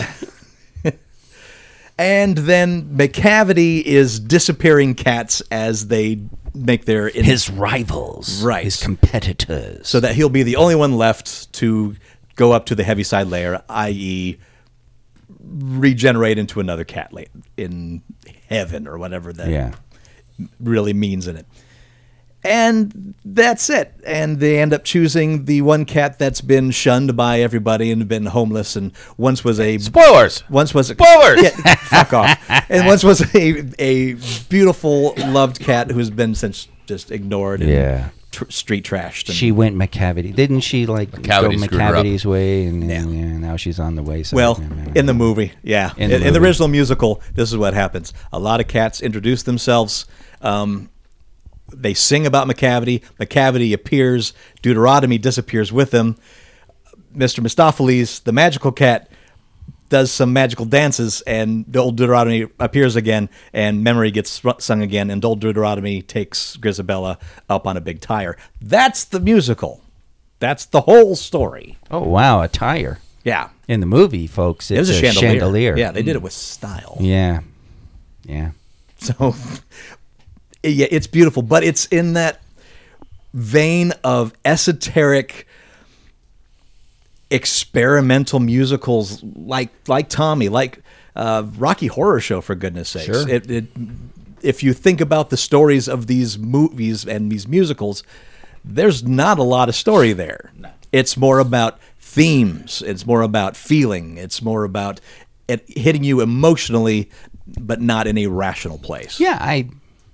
E: And then McCavity is disappearing cats as they make their
C: His rivals,
E: Right.
C: His competitors.
E: so that he'll be the only one left to go up to the heaviside layer, i.e., regenerate into another cat la- in heaven or whatever that
C: yeah.
E: really means in it. And that's it. And they end up choosing the one cat that's been shunned by everybody and been homeless and once was a
D: spoilers.
E: once was a
D: Spoilers!
E: Yeah, fuck off. And once was a a beautiful loved cat who has been since just ignored and
C: Yeah.
E: tr- street trashed. And,
C: She went McCavity. Didn't she like
D: McCavity
C: go
D: screwed her up.
C: McCavity's way and, and,
E: Yeah.
C: yeah, now she's on the way. So
E: well
C: yeah, man, I
E: in the
C: don't know.
E: movie, yeah,
C: In
E: in,
C: the
E: in the
C: movie.
E: original musical, this is what happens. A lot of cats introduce themselves. Um, they sing about McCavity. McCavity appears. Deuteronomy disappears with them. Mr. Mistopheles, the magical cat, does some magical dances, and the old Deuteronomy appears again, and memory gets ru- sung again, and old Deuteronomy takes Grisabella up on a big tire. That's the musical. That's the whole story.
C: Oh wow, a tire
E: Yeah,
C: in the movie, folks. It's
E: it was a, chandelier.
C: chandelier. Mm.
E: Yeah, they did it with style.
C: yeah, yeah.
E: So yeah, it's beautiful, but it's in that vein of esoteric experimental musicals like like Tommy, like uh, Rocky Horror Show for goodness sakes.
C: Sure.
E: It, it, if you think about the stories of these movies and these musicals, there's not a lot of story there. It's more about themes. It's more about feeling. It's more about it hitting you emotionally, but not in a rational place.
C: Yeah, I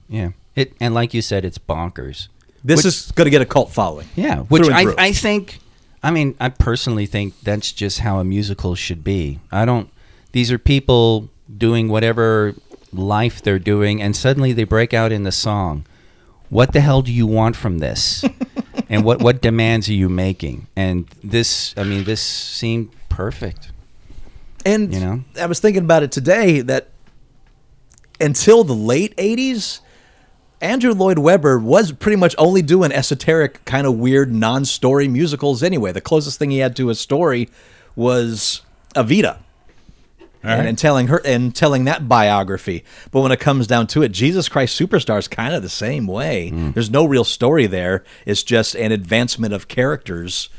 C: yeah. It and like you said, it's bonkers.
E: This
C: Which-
E: is going to get a cult following.
C: yeah, which
E: through and
C: I
E: through.
C: I think I mean I personally think that's just how a musical should be. I don't. These are people doing whatever life they're doing, and suddenly they break out into song. What the hell do you want from this? and what what demands are you making? And this, I mean, this seemed perfect.
E: And
C: You know?
E: I was thinking about it today that until the late '80s, Andrew Lloyd Webber was pretty much only doing esoteric, kind of weird, non-story musicals. Anyway, the closest thing he had to a story was Evita, and, and telling her and telling that biography. But when it comes down to it, Jesus Christ Superstar is kind of the same way.
D: Hmm.
E: There's no real story there. It's just an advancement of characters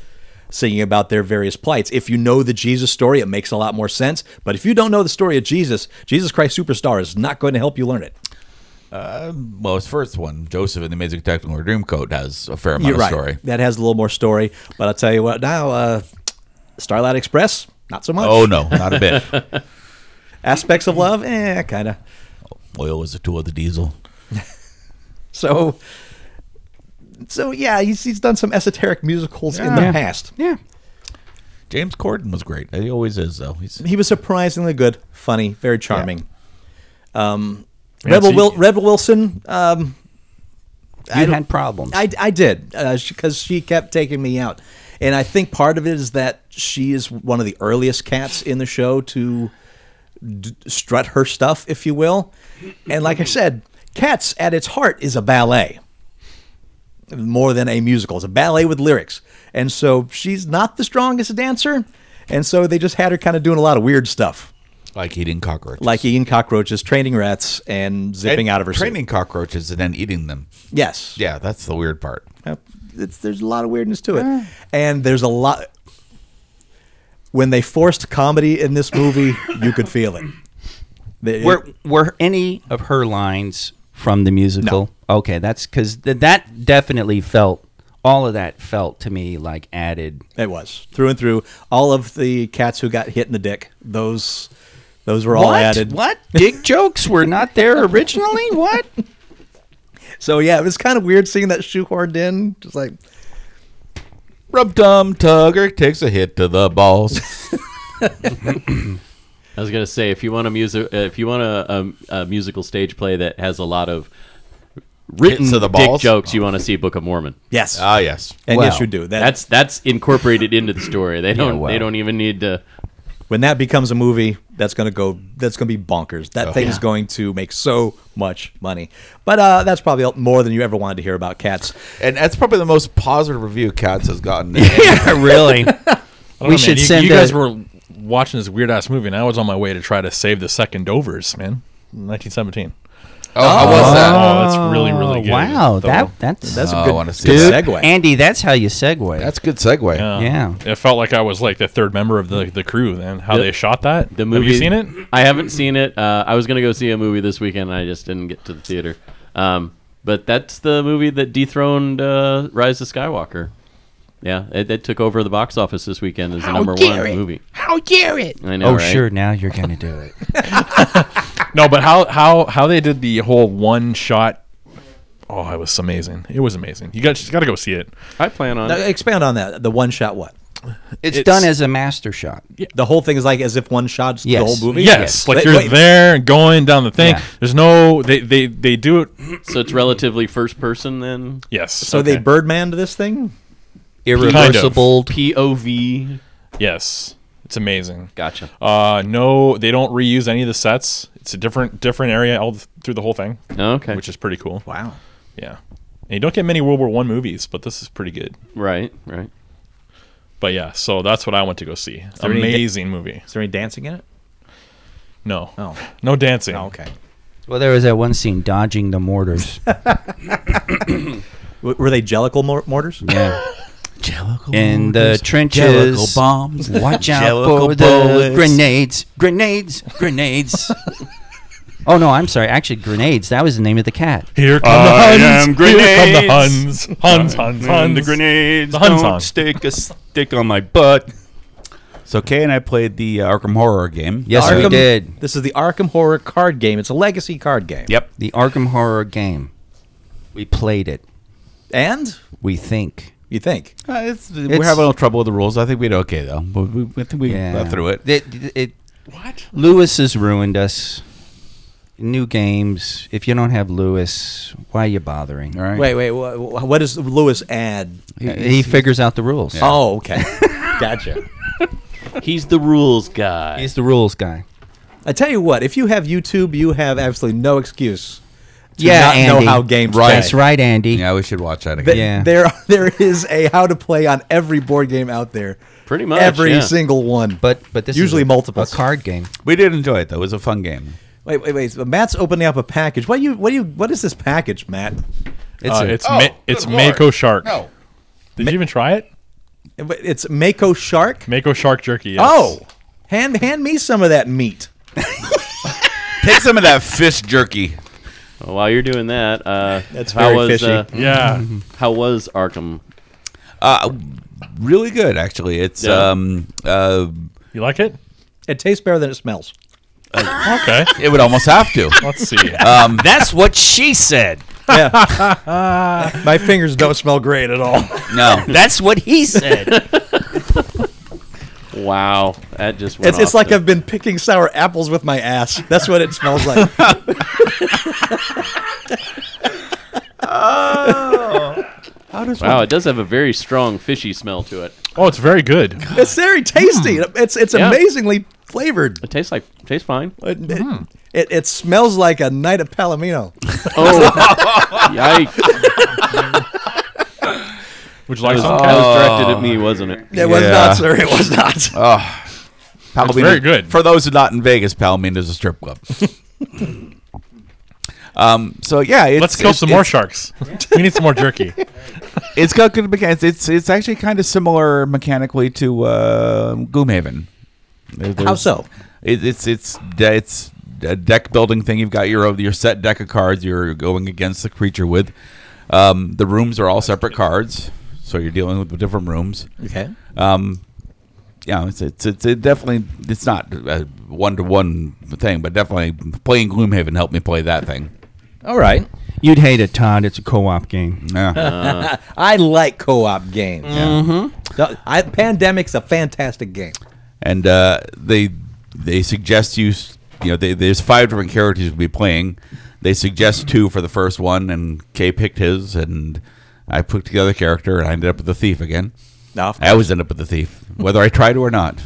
E: singing about their various plights. If you know the Jesus story, it makes a lot more sense. But if you don't know the story of Jesus, Jesus Christ Superstar is not going to help you learn it.
D: Well, his first one, Joseph and the Amazing Technicolor Dreamcoat, has a fair amount
E: You're
D: of
E: right.
D: story.
E: That has a little more story. But I'll tell you what now, uh, Starlight Express, not so much.
D: Oh no, not a bit.
E: Aspects of Love, eh, kind of.
D: Oil was the tool of the diesel.
E: So, so yeah, he's, he's done some esoteric musicals in the
C: Yeah.
E: past.
C: Yeah,
D: James Corden was great. He always is, though. He's
E: He was surprisingly good, funny, very charming. Um,
B: Yeah,
E: Rebel,
B: see-
E: Wil- Rebel Wilson, um,
C: you had problems.
E: I, I did because she kept taking me out, and I think part of it is that she is one of the earliest cats in the show to d- strut her stuff, if you will. And like I said, Cats at its heart is a ballet more than a musical. It's a ballet with lyrics. And so she's not the strongest dancer. And so they just had her kind of doing a lot of weird stuff,
D: like eating cockroaches,
E: like eating cockroaches, training rats, and zipping
D: And
E: out of her suit.
D: training cockroaches and then eating them.
E: Yes.
D: Yeah, that's the weird part.
E: Uh, It's, there's a lot of weirdness to it. And there's a lot. When they forced comedy in this movie, you could feel it. The-
C: Were were any of her lines from the musical? Okay, that's because th- that definitely felt all of that felt to me like added.
E: It was through and through. All of the cats who got hit in the dick, those those were all
C: what?
E: added.
C: What dick jokes were not there originally? What?
E: So yeah, it was kind of weird seeing that shoehorned in. Just like
D: Rub dum tugger takes a hit to the balls.
F: I was gonna say if you want a music, uh, if you want a, a, a musical stage play that has a lot of written
D: Hits to the
F: dick
D: balls?
F: jokes, you want to see Book of Mormon.
E: yes,
D: ah, yes.
E: and yes,
C: well,
E: you do. That,
F: That's that's incorporated into the story. They don't
C: well.
F: they don't even need to.
E: when that becomes a movie, that's gonna go. That's gonna be bonkers. That thing is
F: yeah.
E: going to make so much money. But uh, that's probably more than you ever wanted to hear about cats.
D: And that's probably the most positive review Cats has gotten.
C: really?
B: I don't
C: We
B: know, man.
C: should
B: you,
C: send
B: You guys
C: a-
B: were watching this weird ass movie, and I was on my way to try to save the second Dovers, man. 1917.
D: Oh, how was that?
B: Oh, that's really really good.
C: Wow,
B: Though,
C: that that's,
E: That's
D: Oh,
E: a
D: I
E: good,
D: wanna see
E: good
D: that.
E: segue.
C: Andy. That's how you segue.
D: That's a good segue.
B: uh,
C: yeah.
B: It felt like I was like the third member of the, the crew. Then how they shot that.
F: The movie.
B: Have you seen it?
F: I haven't seen it. Uh, I was gonna go see a movie this weekend, and I just didn't get to the theater. Um, but that's the movie that dethroned uh, Rise of Skywalker. Yeah, it, it took over the box office this weekend as the number one movie. How dare it? I know.
C: oh
F: right?
C: sure, now you're gonna do it.
B: No, but how how how they did the whole one shot. Oh, it was amazing. It was amazing. You got got to go see it.
F: I plan on.
E: Now,
F: it.
E: expand on that. The one shot what?
C: It's, done as a master shot.
E: The whole thing is like as if one shot
C: Yes.
E: the whole movie.
B: Yes, like
E: Wait,
B: you're
E: wait.
B: there and going down the thing.
C: Yeah.
B: There's no they they they do it.
F: So it's relatively first person then.
B: Yes.
E: So they Birdman to this thing.
C: Irreversible.
F: POV.
B: yes. It's amazing.
F: Gotcha.
B: Uh, no, they don't reuse any of the sets. It's a different different area all th- through the whole thing,
F: Okay.
B: which is pretty cool.
E: Wow.
B: Yeah, and you don't get many World War One movies, but this is pretty good.
F: right. Right.
B: But yeah, so that's what I went to go see.
E: there any da-
B: Amazing movie.
E: Is there any dancing in it?
B: No,
E: Oh.
B: no dancing.
E: Oh, okay.
C: Well, there was that one scene dodging the mortars.
E: W- were they jellicle mor- mortars?
C: Yeah.
D: Jellicle
C: In the
D: mortars, jellicle
C: trenches.
D: bombs.
C: Watch out
D: Jellicle
C: for the
D: bullets.
C: grenades. Grenades. Grenades. oh, no, I'm sorry. Actually, grenades. That was the name of the cat.
B: Here come
G: I
B: the
G: am
B: Huns. Here come the
G: grenades.
B: Huns. Huns, Huns, Huns.
G: the grenades
B: The Hun
G: don't
B: song.
G: stick a stick on my butt.
D: So Kay and I played the uh, Arkham Horror game.
C: Yes, we
E: Arkham-
C: did.
E: This is the Arkham Horror card game. It's a legacy card game.
D: Yep.
C: The Arkham Horror game. We played it.
E: And
C: We think.
E: you think
D: Uh, it's, we're
C: It's-
D: having a little trouble with the rules. I think we did okay though. But we, I think we got through it.
C: It, it. What? Lewis has ruined us. New games. If you don't have Lewis, why are you bothering?
D: All right.
E: Wait, wait. wha- wha- What does Lewis add?
C: He, he figures out the rules.
E: Oh, okay. gotcha.
F: He's the rules guy.
C: He's the rules guy.
E: I tell you what, if you have YouTube, you have absolutely no excuse to
C: Yeah,
E: not
C: Andy.
E: know how games
D: Right.
E: play.
C: That's right, Andy.
D: Yeah, we should watch that
E: Th-
D: again.
C: Yeah.
E: There, there is a how to play on every board game out there.
F: Pretty much,
E: every
F: yeah.
E: single one.
C: But but this
E: Usually
C: is a,
E: multiples.
C: a card game.
D: We did enjoy it though. It was a fun game.
E: wait, wait, wait. So Matt's opening up a package. What do you, what do you, what is this package, Matt?
C: It's
B: Uh,
C: a,
D: Oh,
B: it's Ma- it's Mako Shark. Did you even try it?
E: It's Mako Shark.
B: Mako Shark Jerky. Yes.
E: Oh, hand, hand me some of that meat.
D: Take some of that fish jerky.
F: Well, while you're doing that, uh,
E: That's
F: how
E: very
F: was,
E: fishy.
F: Uh,
B: yeah.
F: how was Arkham?
D: Uh, really good actually. It's
F: Yeah.
D: um uh
B: You like it?
E: It tastes better than it smells.
B: Okay.
D: it would almost have to. Um,
B: Let's see.
H: That's what she said.
E: Yeah. My fingers don't smell great at all.
D: No.
H: That's what he said.
F: Wow, that just went
E: It's, it's
F: off
E: like
F: the-
E: I've been picking sour apples with my ass. That's what it smells like.
F: Oh. wow. It does have a very strong fishy smell to it.
B: Oh, it's very good.
E: it's very tasty. It's it's
F: Hmm. Yeah.
E: amazingly flavored.
F: It hmm. tastes like tastes fine.
E: It, it- it, it smells like a night at Palomino.
F: Oh, yikes!
B: Would you like
F: That was,
B: some?
D: Uh,
F: that
B: Kat?
F: was directed at me, wasn't it?
E: It was
D: Yeah. Oh.
E: not, sir. It was not.
D: Palomino-
B: very good.
D: For those who not in Vegas, Palomino is a strip club. um. So yeah, it's,
B: Let's kill
D: it's-
B: some more
D: it's-
B: sharks. we need some more jerky.
D: It's got good mechanics. It's it's actually kind of similar mechanically to uh, Gloomhaven. There-
E: How
D: there's-
E: so?
D: It, it's it's de- it's a deck building thing. You've got your your set deck of cards you're going against the creature with. Um, the rooms are all separate cards, so you're dealing with different rooms.
E: Okay.
D: Um, yeah, it's it's, it's it definitely it's not a one to one thing, but definitely playing Gloomhaven helped me play that thing.
E: All right.
C: you'd hate it, Todd. It's a co-op game.
D: Yeah.
E: I like co-op games.
D: Yeah.
F: Mm-hmm.
E: The- I, Pandemic's a fantastic game.
D: and uh, they they suggest you s- you know they, there's five different characters you'll be playing. They suggest two for the first one, and Kay picked his, and I picked the other character, and I ended up with the thief again.
E: Now,
D: I always end up with the thief, whether I try to or not.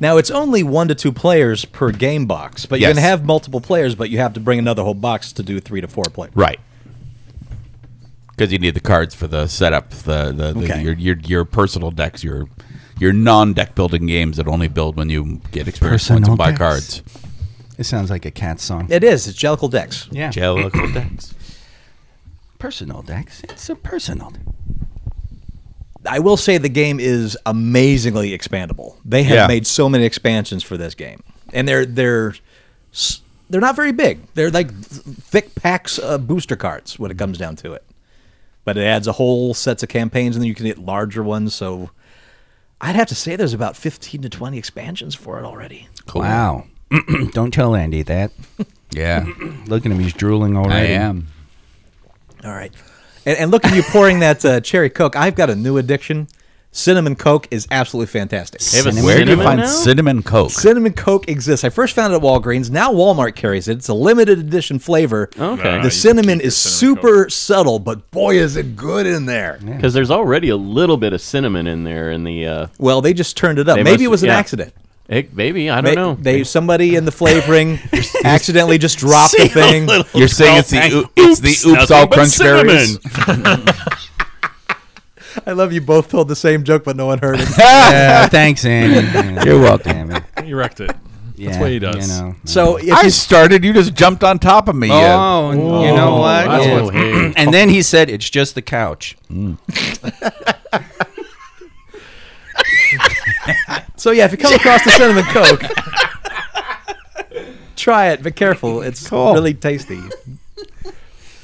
E: now it's only one to two players per game box, but you
D: Yes.
E: can have multiple players, but you have to bring another whole box to do three to four players.
D: Right. Because you need the cards for the setup, the, the, the
E: Okay.
D: your, your your personal decks, your your non deck building games that only build when you get experience points
C: Personal
D: and buy
C: decks.
D: cards.
C: It sounds like a cat song.
E: It is. It's Jellicle Dex.
C: yeah.
D: Jellicle decks.
C: personal decks. It's a personal.
E: I will say the game is amazingly expandable. They have
D: Yeah.
E: made so many expansions for this game, and they're they're s- they're not very big. They're like th- thick packs of booster cards when it comes down to it. But it adds a whole sets of campaigns, and then you can get larger ones. So I'd have to say there's about fifteen to twenty expansions for it already.
D: Cool.
C: Wow. Don't tell Andy that.
D: Yeah,
C: Look at him. He's drooling
D: I
C: already.
D: am.
E: All right, and, and look at you pouring that uh, cherry coke. I've got a new addiction. Cinnamon coke is absolutely fantastic.
F: have a
C: Cinnamon.
D: Where do you
F: Cinnamon
D: find
F: now?
D: cinnamon coke?
E: Cinnamon Coke exists. I first found it at Walgreens. Now Walmart carries it. It's a limited edition flavor.
F: Okay.
E: The
B: you can
E: cinnamon
B: keep your
E: is
B: cinnamon
E: super subtle, but boy, is it good in there.
F: Because there's already a little bit of cinnamon in there in the. Uh,
E: Well, they just turned it up.
F: They
E: Maybe
F: must-
E: it was an
F: yeah.
E: accident.
F: It, maybe I
E: They,
F: don't know.
E: they somebody in the flavoring accidentally just dropped the thing.
D: You're saying it's the oo- it's the oops all crunch berries.
E: I love you both told the same joke, but no one heard it.
C: yeah, thanks, Andy. You're welcome. Damn it.
B: He wrecked it.
C: Yeah,
B: what he does.
C: You know.
E: So if
D: I
E: you,
D: started. You just jumped on top of me.
C: Oh,
D: yeah.
C: and you know what?
B: that's
C: Yeah.
B: what's- hey.
C: and then he said, "It's just the couch."
E: so yeah, if you come across the cinnamon coke, try it. Be careful; it's really tasty.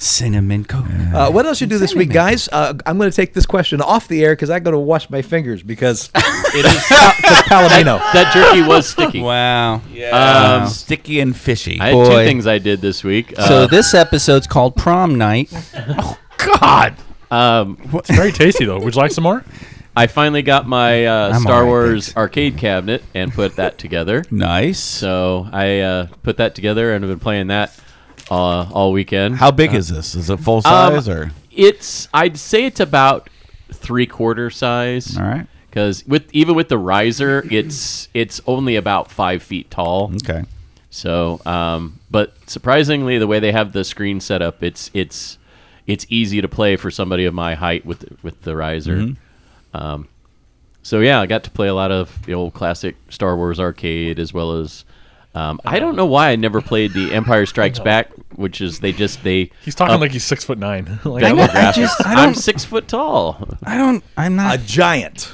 C: Cinnamon coke.
E: Uh, what else you do this week,
C: Cinnamon.
E: guys? Uh, I'm going to take this question off the air because I go to wash my fingers because
F: it is
E: because Palomino.
F: that jerky was sticky.
C: wow.
F: Um,
D: Sticky and fishy.
F: I had
C: Boy.
F: two things I did this week.
C: So
F: Uh,
C: this episode's called Prom Night.
D: Oh, God.
F: um,
B: It's very tasty though. Would you like some more?
F: I finally got my uh,
C: I'm
F: Star
C: all right,
F: Wars
C: thanks.
F: arcade cabinet and put that together.
D: Nice.
F: So I uh, put that together and have been playing that uh, all weekend.
D: How big is this? Is it
C: um,
D: full size or?
F: It's I'd say it's about three quarter size.
D: All right.
F: Because with even with the riser, it's it's only about five feet tall.
D: Okay.
F: So, um, but surprisingly, the way they have the screen set up, it's it's it's easy to play for somebody of my height with with the riser.
D: Mm-hmm.
F: Um, so yeah, I got to play a lot of the old classic Star Wars arcade as well as. Um, I don't know why I never played the Empire Strikes Back, which is they just they.
B: He's talking
D: Um,
F: up
B: like he's six foot nine. like,
F: the
C: know, I
F: graphics.
C: just- I
F: I'm
C: don't-
F: six foot tall.
C: I don't. I'm
E: A
C: not.
E: giant.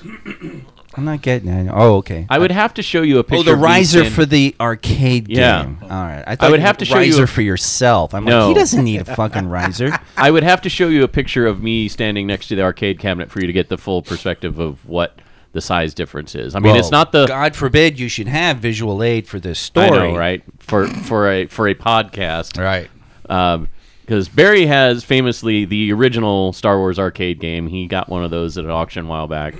C: I'm not getting it. Oh, okay.
F: I would have to show you a picture.
C: Oh, the
F: of me
C: riser
F: in-
C: for the arcade
F: Yeah.
C: game. All right. I, thought
F: would
C: you
F: have to
C: meant
F: show you
C: riser
F: a-
C: for yourself. I'm
F: No.
C: like, he doesn't need a fucking riser.
F: I would have to show you a picture of me standing next to the arcade cabinet for you to get the full perspective of what the size difference is. I mean, it's
C: Well,
F: not the
C: God forbid you should have visual aid for this story.
F: I know, right for for a for a podcast,
D: Right.
F: Because Barry has famously the original Star Wars arcade game. He got one of those at an auction a while back,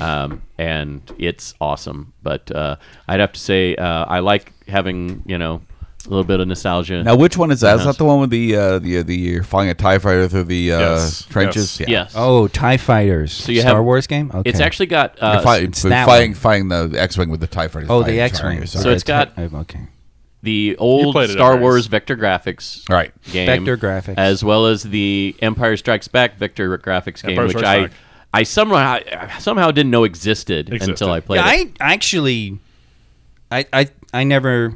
F: um, and it's awesome. But uh, I'd have to say uh, I like having you know a little bit of nostalgia.
D: Now, which one is that? Is that the one with the uh, the the you're flying a Tie Fighter through the uh,
B: Yes.
D: trenches?
B: Yes.
F: yes.
C: Oh, Tie Fighters.
F: So you
C: Star
F: have-
C: Wars game. Okay.
F: It's actually got uh,
D: You're fight-
C: it's
D: you're
C: that
D: fighting,
C: one.
D: fighting the X-wing with the Tie Fighter.
C: Oh,
D: fighting
C: the
D: Tie
C: X Wing.
D: Fighters.
F: So it's got-
C: okay.
F: the old
B: played it at
F: Star
B: Barry's.
F: Wars vector graphics
D: Right.
F: game,
C: Vector graphics.
F: as well as the Empire Strikes Back vector graphics game,
B: Empire
F: which
B: Strikes
F: I
B: Back.
F: I somehow I somehow didn't know existed,
B: Existed.
F: until I played
C: Yeah,
F: it.
C: I actually, I, I, I never,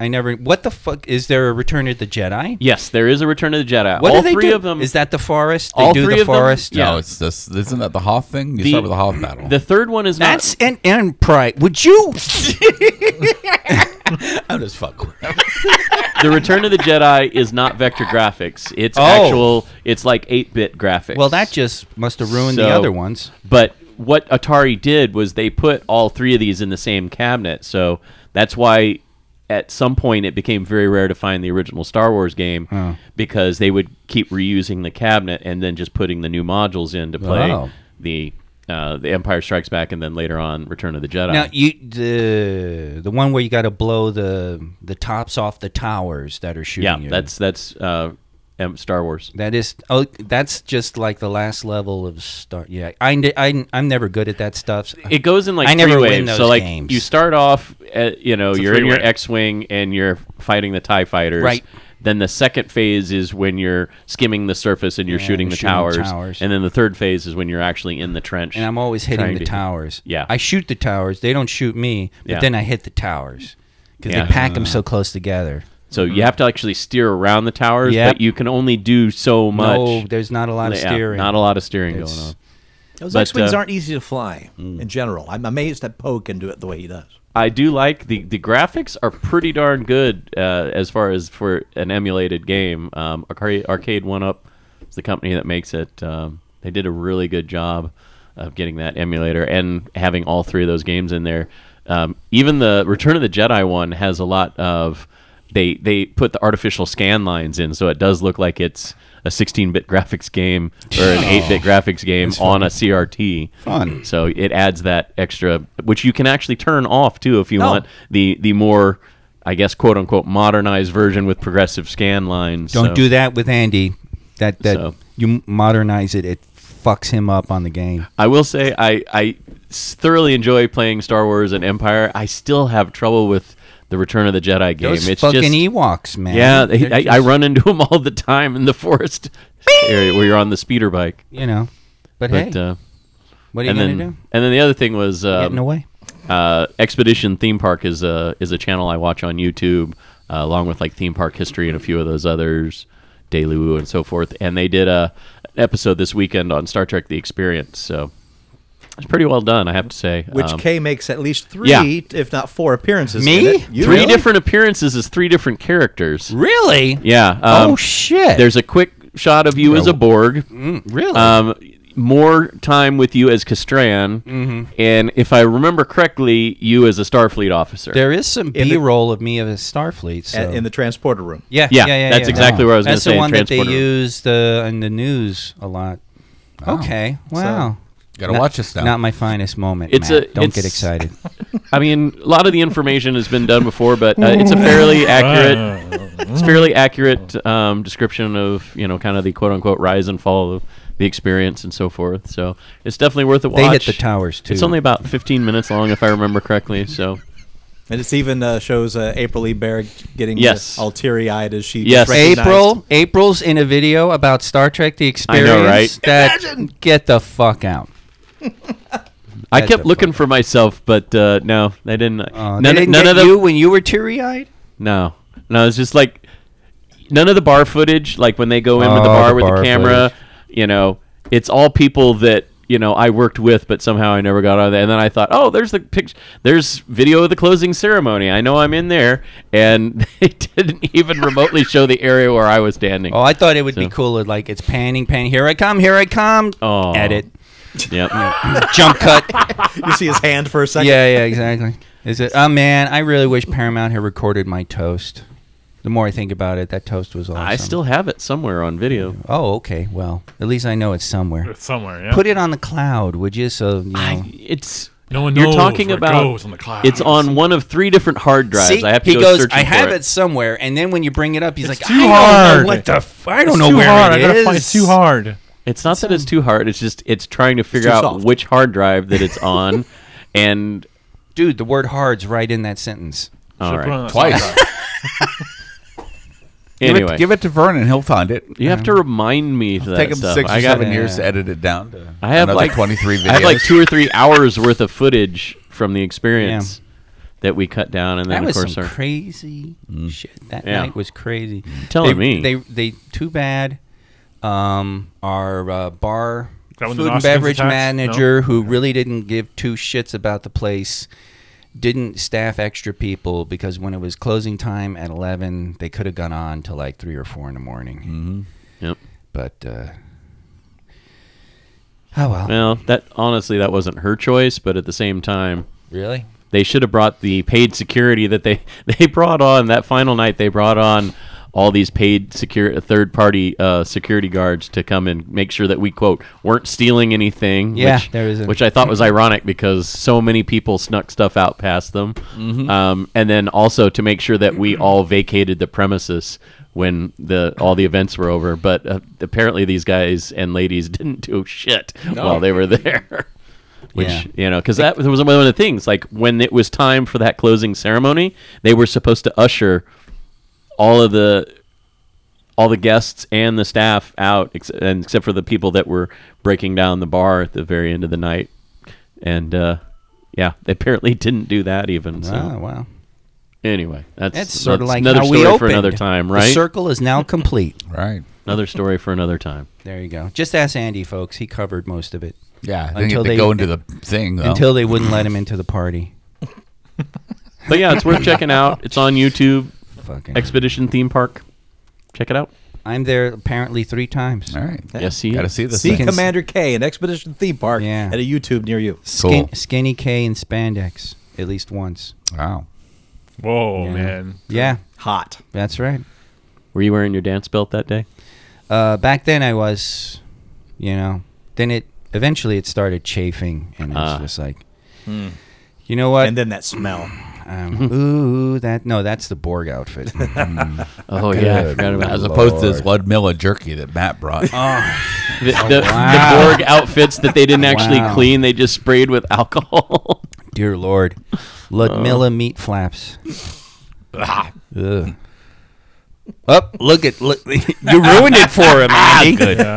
C: I never. What the fuck is there a Return of the Jedi?
F: Yes, there is a Return of the Jedi.
C: What
F: all
C: do they
F: three
C: do?
F: of them.
C: Is that the forest? They
F: all
C: do
F: three
C: the
F: of them?
C: forest.
F: Yeah.
D: No, it's this. Isn't that the Hoth thing? You
F: The-
D: start with the Hoth battle.
F: the third one is not.
C: That's an empire. Would you?
D: I'm just fuck.
F: the Return of the Jedi is not vector graphics. It's
C: Oh.
F: actual. It's like eight bit graphics.
C: well, that just must have ruined the
F: So-
C: other ones.
F: But what Atari did was they put all three of these in the same cabinet. So that's why at some point it became very rare to find the original Star Wars game
C: Oh.
F: because they would keep reusing the cabinet and then just putting the new modules in to play
C: Oh.
F: the uh, the Empire Strikes Back and then later on Return of the Jedi.
C: Now you the the one where you got to blow the the tops off the towers that are shooting
F: yeah,
C: you.
F: that's that's uh, um, Star Wars.
C: that is oh that's just like the last level of star. Yeah, I, ne- I I'm never good at that stuff. so-
F: It goes in like
C: I
F: three
C: never win
F: waves. so
C: those
F: like
C: games.
F: you start off, at, you know,
B: a
F: you're in your
B: three-way.
F: X-wing and you're fighting the Tie fighters.
C: Right.
F: Then the second phase is when you're skimming the surface and you're shooting,
C: you're
F: the,
C: shooting the
F: towers.
C: towers.
F: And then the third phase is when you're actually in the trench.
C: and I'm always hitting
F: trying
C: the
F: to-
C: towers.
F: Yeah.
C: I shoot the towers. They don't shoot me, but
F: Yeah.
C: then I hit the towers because
F: Yeah. Uh.
C: they pack them so close together.
F: So you have to actually steer around the towers,
C: Mm-hmm. Yep.
F: but you can only do so much.
C: No, there's not a lot of
F: Yeah,
C: steering.
F: Not a lot of steering
C: It's-
F: going on.
E: Those
F: But,
E: X wings
F: uh, Hmm.
E: aren't easy to fly in general. I'm amazed that Poe can do it the way he does.
F: I do like the the graphics are pretty darn good uh, as far as for an emulated game. Um, Arcade, Arcade One Up is the company that makes it. Um, they did a really good job of getting that emulator and having all three of those games in there. Um, even the Return of the Jedi one has a lot of they they put the artificial scan lines in, so it does look like it's a 16-bit graphics game or
C: Oh.
F: an 8-bit graphics game on a CRT.
D: Fun.
F: So it adds that extra, which you can actually turn off too if you
E: Oh.
F: want the the more, I guess, quote unquote, modernized version with progressive scan lines.
C: Don't
F: So-
C: do that with Andy. That that
F: So-
C: you modernize it at fucks him up on the game.
F: I will say I I s- thoroughly enjoy playing Star Wars and Empire. I still have trouble with the Return of the Jedi game.
C: Those
F: it's
C: fucking
F: just
C: Ewoks, man.
F: yeah.
C: They're
F: I, I
C: just-
F: run into them all the time in the forest area where you're on the speeder bike.
C: you know. But,
F: But
C: hey,
F: uh,
C: what are you
F: and
C: gonna
F: then
C: do?
F: and then the other thing was
C: Get in the
F: um,
C: way.
F: uh, Expedition Theme Park is a is a channel I watch on YouTube, uh, along with like Theme Park History and a few of those others, Daily Woo and so forth. And they did a an episode this weekend on Star Trek: The Experience, so it's pretty well done, I have to say.
E: Which
F: Um,
E: K makes at least three,
F: yeah.
E: if not four appearances.
C: Me?
E: in it. You
F: three
E: really?
F: different appearances is three different characters.
C: Really?
F: Yeah. um,
C: oh shit. Mm,
F: There's a quick shot of you as a Borg.
C: really.
F: Um, more time with you as Castran,
C: Mm-hmm.
F: and if I remember correctly, you as a Starfleet officer.
C: there is some B-roll of me of a Starfleet. So.
E: A- in the transporter room.
C: yeah,
F: Yeah, that's exactly where I was
C: That's
F: gonna
C: the
F: say,
C: one that they
F: transporter.
C: used uh, in the news a lot. Okay. Wow.
D: Gotta
C: Not-
D: watch this now.
C: Not my finest moment.
F: It's
C: Matt.
F: a-
C: Don't
F: it's-
C: get excited.
F: I mean, a lot of the information has been done before, but uh, it's a fairly accurate,
B: Mm-hmm.
F: it's fairly accurate um, description of you know kind of the quote unquote rise and fall of the experience and so forth. So it's definitely worth a watch.
C: They hit the towers too.
F: It's only about 15 minutes long, if I remember correctly. So
E: And it's even uh, shows uh, April E. Barrick getting
F: Yes.
E: uh, all teary eyed as she
F: Yes.
E: recognized-
C: April. April's in a video about Star Trek: The
F: I
C: Experience.
F: know, right?
C: That get the fuck out.
F: I
C: That's
F: kept
C: a
F: looking for myself, but uh, no, they didn't.
C: Uh,
F: none
C: they
F: of-
C: didn't
F: none
C: get
F: of them-
C: you when you were teary-eyed.
F: No, no, it's just like none of the bar footage. Like when they go in with the
C: Oh,
F: bar
C: the
F: with
C: bar
F: the camera,
C: footage.
F: you know, it's all people that you know I worked with, but somehow I never got out of there. And then I thought, oh, there's the picture, there's video of the closing ceremony. I know I'm in there, and they didn't even remotely show the area where I was standing.
C: Oh, I thought it would be
F: So-
C: cooler. Like it's panning, panning. Here I come. Here I come.
F: Oh.
C: Edit.
F: Yep.
C: Jump cut.
E: You see his hand for a second.
C: yeah, yeah, exactly. Is it? Oh man, I really wish Paramount had recorded my toast. The more I think about it, that toast was awesome.
F: I still have it somewhere on video.
C: Oh, okay. Well, at least I know it's somewhere.
B: uh, somewhere. Yeah.
C: Put it on the cloud, would you? So you know.
F: I, it's
B: No one
F: you're
B: knows
F: talking
B: where it
F: about.
B: goes on the cloud.
F: It's on one of three different hard drives.
C: See,
F: I have to
C: he
F: go
C: goes.
F: searching
C: I have
F: for
C: it. somewhere, and then when you bring it up, he's like,
B: too
C: "I don't
B: hard.
C: know what the. F- I don't
B: It's
C: know
B: too
C: where
B: hard.
C: it
B: I gotta
C: is."
B: find it's too hard.
F: It's not that
D: um,
F: it's too hard. It's just it's trying to figure
E: too
F: out
E: soft.
F: which hard drive that it's on, and
C: dude. The word "hard's" right in that sentence.
F: all
B: Should put it on
F: right.
B: a
D: Twice. Give it-
F: Anyway,
D: give it to Vernon. He'll find it.
F: you have to remind me of that
D: Take him
F: stuff.
D: six or
F: I got
D: seven years
C: yeah.
D: to edit it down. To
F: I have
D: another
F: like
D: 23 videos.
F: I have like two or three hours worth of footage from the experience that we cut down, and then
C: That was
F: of course
C: some
F: our- Mm.
C: crazy shit. That
F: Yeah.
C: night was crazy.
F: telling
C: they,
F: me.
C: they they too bad. Um, our uh, bar
B: That when
C: food
B: the
C: and
B: Nostans
C: beverage
B: attacked?
C: manager, who really didn't give two shits about the place, didn't staff extra people because when it was closing time at eleven, they could have gone on till like three or four in the morning.
F: Mm-hmm. Yep.
C: But uh, oh well,
F: Well, that honestly that wasn't her choice, but at the same time,
C: really.
F: they should have brought the paid security that they they brought on that final night they brought on all these paid secure third party uh, security guards to come and make sure that we quote weren't stealing anything
C: Yeah,
F: which,
C: there is a-
F: which I thought was ironic because so many people snuck stuff out past them
C: Mm-hmm.
F: um, and then also to make sure that we all vacated the premises when the all the events were over but uh, apparently these guys and ladies didn't do shit while they were there which
C: Yeah.
F: you know because that was one of the things like when it was time for that closing ceremony they were supposed to usher all of the all the guests and the staff out ex- and except for the people that were breaking down the bar at the very end of the night and uh yeah they apparently didn't do that even so
C: Oh wow.
F: anyway that's,
C: That's sort of
F: that's
C: like
F: another
C: how
F: story
C: we opened.
F: for another time
C: The
F: right
C: circle is now complete.
D: Right.
F: another story for another time
C: There you go. Just ask Andy, folks. He covered most of it
D: Yeah.
C: Until
D: Then until they
C: they-
D: go into the thing though.
C: until they wouldn't let him into the party.
F: but yeah it's worth checking out it's on youtube
C: Fucking.
F: expedition theme park check it out
C: I'm there apparently three times.
D: all right.
F: yes see
D: Gotta see this.
E: See
D: thing.
E: Commander K, an expedition theme park
C: Yeah.
E: at a YouTube near you.
C: Skin,
D: Cool.
C: Skinny K and spandex at least once.
D: Wow.
B: Whoa,
C: Yeah.
B: man.
C: Yeah,
E: Hot.
C: that's right.
F: were you wearing your dance belt that day
C: Uh, back then I was, you know. Then it eventually it started chafing, and it's
F: Ah.
C: just like, you know what?
E: Hmm. And then that smell.
C: um, ooh, that no, that's the Borg outfit. Mm-hmm.
F: oh yeah i
C: Good
F: forgot about
D: As
F: that Um,
D: opposed to this Lud Miller jerky that Matt brought.
C: oh,
F: The, the,
C: wow.
F: the Borg outfits that they didn't actually
C: Wow.
F: clean; they just sprayed with alcohol.
C: Dear Lord. Ludmilla meat flaps. Ugh. Ah. Oh, look at look, you ruined it Ah, for him,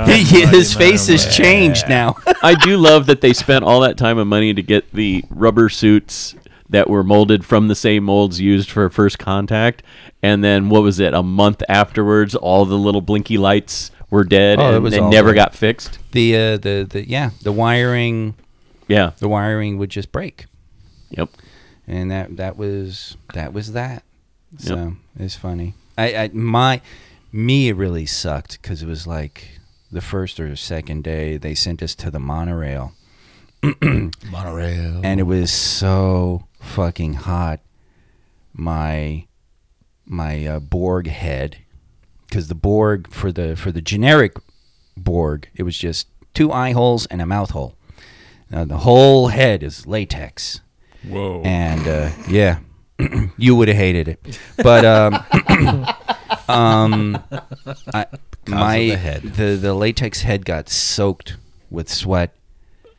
C: Andy. His face has changed now.
F: I do love that they spent all that time and money to get the rubber suits that were molded from the same molds used for First Contact, and then what was it? A month afterwards, all the little blinky lights were dead
C: Oh, it
F: and,
C: was
F: and
C: all
F: never
C: dead.
F: got fixed.
C: The uh, the the yeah, the wiring
F: Yeah.
C: the wiring would just break,
F: Yep.
C: and that that was that was that. So it's funny. I, I my me it really sucked because it was like the first or second day they sent us to the monorail,
D: Monorail.
C: and it was so fucking hot. My my uh, Borg head, because the Borg for the for the generic Borg, it was just two eye holes and a mouth hole. Now the whole head is latex.
B: Whoa.
C: and uh, yeah, you would have hated it. But um, um, I, my
D: the head.
C: the the latex head got soaked with sweat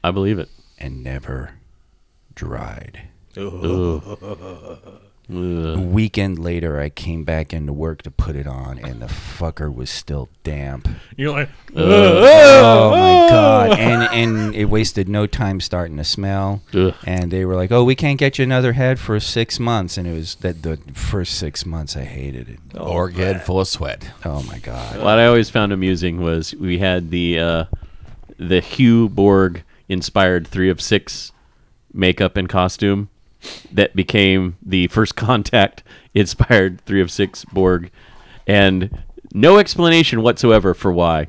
F: I believe it.
C: and never dried.
F: Ugh.
C: A weekend later, I came back into work to put it on, and the fucker was still damp.
B: You're like,
C: Oh my god! And and it wasted no time starting to smell.
F: Ugh.
C: And they were like, "Oh, we can't get you another head for six months." And it was that the first six months I hated it.
D: Borg head full of sweat.
C: Oh my god!
F: What I always found amusing was we had the uh, the Hugh Borg inspired three of six makeup and costume that became the first contact inspired three of six Borg, and no explanation whatsoever for why.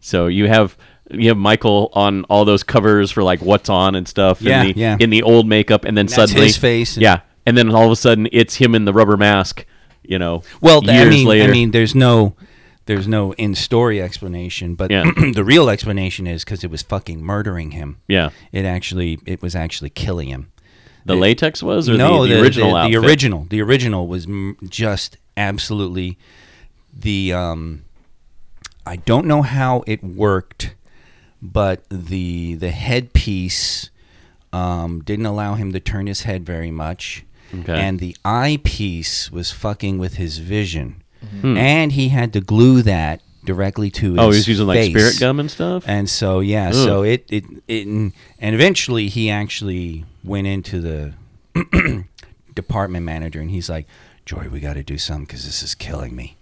F: So you have you have Michael on all those covers for like what's on and stuff.
C: Yeah,
F: in the,
C: yeah.
F: In the old makeup, and then
C: that's
F: suddenly
C: his face and-
F: yeah, and then all of a sudden it's him in the rubber mask. You know,
C: Well, th-
F: years
C: I mean,
F: later.
C: I mean, there's no, there's no in story explanation, but
F: Yeah.
C: the real explanation is because it was fucking murdering him.
F: yeah.
C: It actually, it was actually killing him.
F: The
C: It-
F: latex was, or
C: no,
F: the, the, original
C: the,
F: outfit?
C: original, the original was m- just absolutely the. Um, I don't know how it worked, but the the headpiece um, didn't allow him to turn his head very much,
F: Okay.
C: and the eyepiece was fucking with his vision, and he had to glue that directly to.
F: Oh, he
C: his
F: was using like
C: face.
F: spirit gum and stuff.
C: And so yeah, so it, it it and eventually he actually went into the department manager and he's like, "Joy, we got to do something because this is killing me."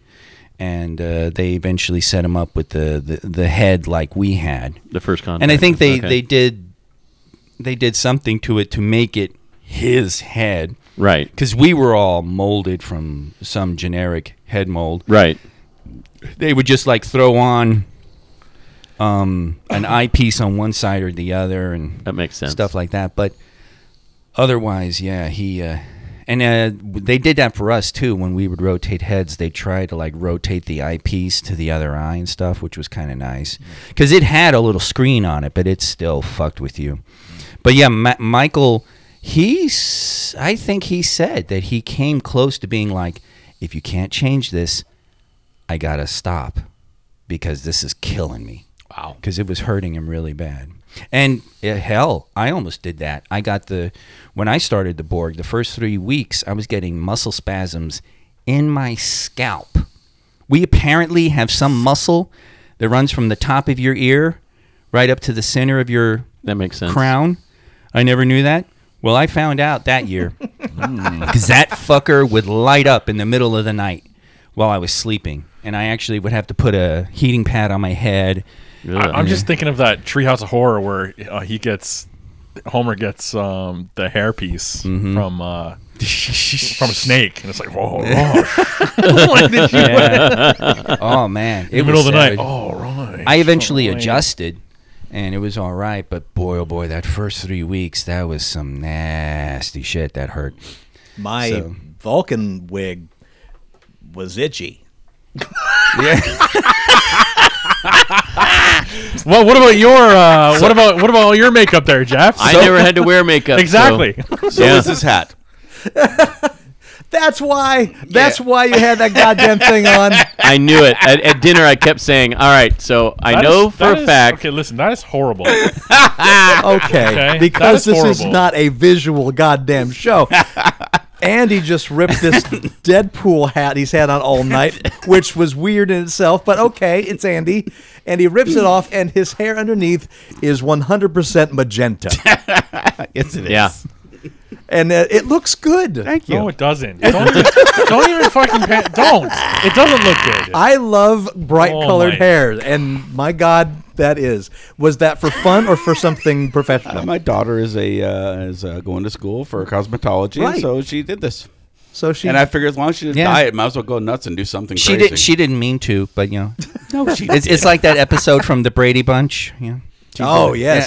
C: And uh, they eventually set him up with the, the, the head like we had,
F: the first contact.
C: and I think they,
F: Okay.
C: they did they did something to it to make it his head
F: right,
C: because we were all molded from some generic head mold
F: right.
C: they would just like throw on um, an eyepiece on one side or the other and
F: That makes sense.
C: stuff like that. But otherwise, yeah, he uh, and uh, they did that for us too. When we would rotate heads, they try to like rotate the eyepiece to the other eye and stuff, which was kind of nice
F: Mm.
C: because it had a little screen on it, but it still fucked with you. But yeah, Ma- Michael, he's I think he said that he came close to being like, if you can't change this, I gotta stop because this is killing me. Wow. Because it was hurting him really bad. And eh, hell, I almost did that. I got the, when I started the Borg, the first three weeks, I was getting muscle spasms in my scalp. We apparently have some muscle that runs from the top of your ear right up to the center of your
F: That makes sense.
C: crown. I never knew that. Well, I found out that year
B: Hmm.
C: because that fucker would light up in the middle of the night while I was sleeping, and I actually would have to put a heating pad on my head.
F: Ugh.
B: I, am just thinking of that Treehouse of Horror where uh, he gets Homer gets um, the hairpiece from uh, from a snake, and it's like, whoa, Ron. like, did you
C: oh man, it
B: in the middle of
C: was
B: the night?
C: savage.
B: Oh, right.
C: I eventually
B: Right.
C: adjusted, and it was all right. But boy, oh boy, that first three weeks, that was some nasty shit. That hurt.
E: My
C: So-
E: Vulcan wig was itchy.
B: Well, what about your uh, what about what about all your makeup there, Jeff?
F: I
B: So-
F: never had to wear makeup. so-
B: exactly.
D: So is his hat.
E: That's why. That's why you had that goddamn thing on.
F: I knew it. At, at dinner, I kept saying, "All right, so I
B: That
F: know
B: is-
F: for
B: that
F: a
B: is-
F: fact."
B: Okay, listen, that is horrible.
E: Okay,
B: Okay,
E: because
B: that is
E: this is
B: horrible.
E: not a visual goddamn show. Andy just ripped this Deadpool hat he's had on all night, which was weird in itself, but okay, it's Andy. And he rips it off, and his hair underneath is 100% magenta.
D: Yes, it is.
F: Yeah,
E: And uh, it looks good.
D: Thank you.
B: no, Oh, it doesn't. Don't even, don't even fucking pa- don't. It doesn't look good.
E: I love bright
B: Oh,
E: colored
B: my.
E: hair, and my God, that is. Was that for fun or for something
D: Uh,
E: professional?
D: my daughter is a uh, is uh, going to school for cosmetology,
E: Right.
D: so she did this.
E: So she
D: And I figured as long as she didn't
C: Yeah.
D: diet, might as well go nuts and do something.
C: She
D: crazy.
C: did. She didn't mean to, but you know,
D: No, she.
C: it's, it's like that episode from the Brady Bunch. Yeah.
E: Oh yes,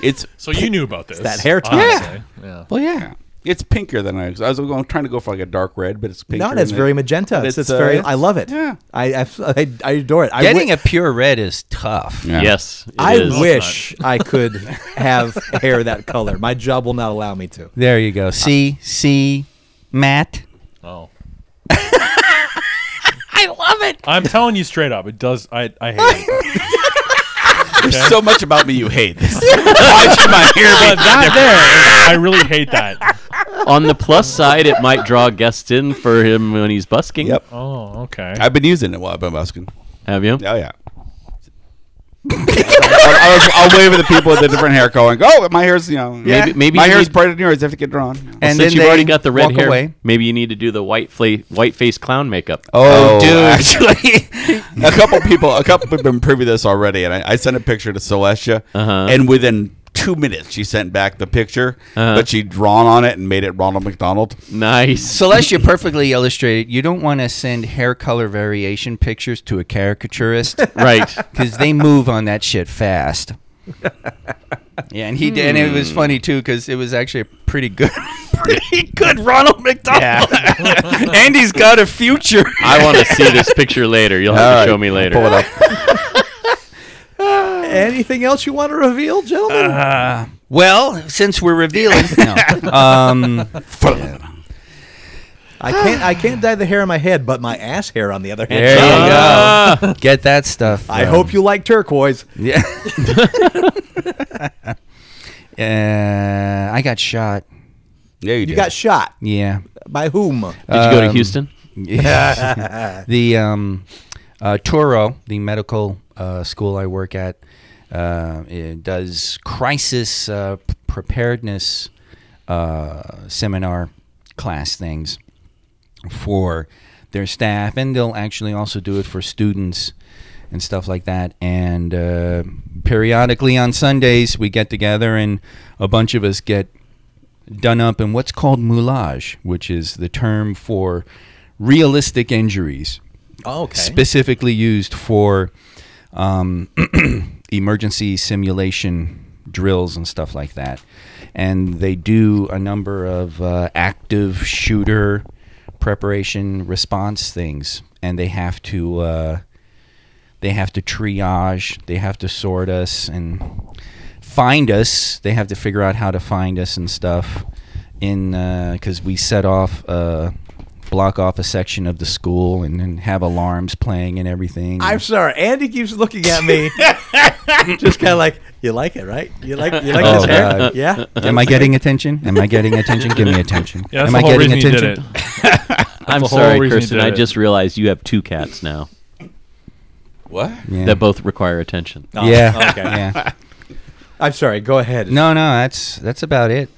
D: it's
B: so you knew about this.
E: that hair tie.
B: honestly. Yeah.
D: well, yeah. It's pinker than I. I was going trying to go for like a dark red, but it's pinker.
E: no, that's
D: and
E: very
D: it-
E: magenta.
D: but
E: It's, it's very.
D: uh,
E: I love it.
D: Yeah.
E: I I, I, I adore it. I
C: Getting
E: wi-
C: a pure red is tough.
D: Yeah.
F: yes. it
E: I
F: is.
E: wish I could have hair that color. My job will not allow me to.
C: There you go. See, see, Matt.
B: Oh.
H: I love it.
B: I'm telling you straight up, it does. I, I hate it.
D: There's so much about me you hate. Why should my hair
B: But
D: be?
B: that there, is- I really hate that.
F: On the plus side, it might draw guests in for him when he's busking.
D: Yep.
B: Oh, okay.
D: I've been using it while I've been busking.
F: Have you?
D: Oh yeah. I, I was, I'll wave at the people with the different hair color and go, oh, my hair's, you know,
F: Maybe- maybe
D: my
F: you
D: hair's
F: need-
D: brighter than yours. I have to get drawn. you know.
C: And
F: Since
C: then
F: you've
C: they
F: already got the red
C: walk
F: hair,
C: away.
F: maybe you need to do the white fla- white face clown makeup.
D: Oh,
C: dude.
D: Actually, a couple people, a couple have been privy to this already, and I, I sent a picture to Celestia, and within two minutes she sent back the picture, but she drawn on it and made it Ronald McDonald.
F: Nice.
C: Celestia perfectly illustrated. You don't want to send hair color variation pictures to a caricaturist
F: right.
C: because they move on that shit fast. Yeah, and he did, and it was
E: Hmm.
C: funny too because it was actually a pretty good, pretty good Ronald McDonald. Andy's got a future.
F: I want to see this picture later. You'll have to show me later.
D: Pull it up.
E: Anything else you want to reveal, gentlemen?
C: Uh, Well, since we're revealing, no. um,
E: I can't. I can't dye the hair on my head, but my ass hair on the other hand.
C: there you go.
F: Ah.
C: Get that stuff.
E: I
C: um,
E: hope you like turquoise.
C: Yeah. uh, I got shot.
D: Yeah, you,
E: You
D: did.
E: got shot
C: Yeah.
E: by whom?
F: Did you go to
C: Um,
F: Houston?
C: the um, uh, Toro, the medical uh, school I work at, uh, it does crisis uh, p- preparedness uh, seminar class things for their staff, and they'll actually also do it for students and stuff like that. And uh, periodically on Sundays, we get together and a bunch of us get done up in what's called moulage, which is the term for realistic injuries
E: Oh, okay.
C: specifically used for um, emergency simulation drills and stuff like that. And they do a number of uh, active shooter preparation response things, and they have to uh, they have to triage, they have to sort us and find us. They have to figure out how to find us and stuff. In because we set off, uh, block off a section of the school and, and have alarms playing and everything.
E: I'm sorry. Andy keeps looking at me, just kind of like you like it, right? You like you like
C: Oh,
E: this hair?
C: God.
E: Yeah.
C: Am I getting attention? Am I getting attention? Give me attention.
B: yeah, that's
C: Am
B: the
C: I
B: whole
C: getting
B: reason
C: attention?
B: you did it.
F: I'm
B: the whole
F: sorry,
B: reason you
F: Kirsten.
B: did
F: I
B: it.
F: just realized you have two cats now
D: what?
C: Yeah. Uh,
F: that both require attention.
E: Oh,
C: yeah.
E: okay.
C: yeah.
E: I'm sorry. Go ahead.
C: No, no, that's that's about it.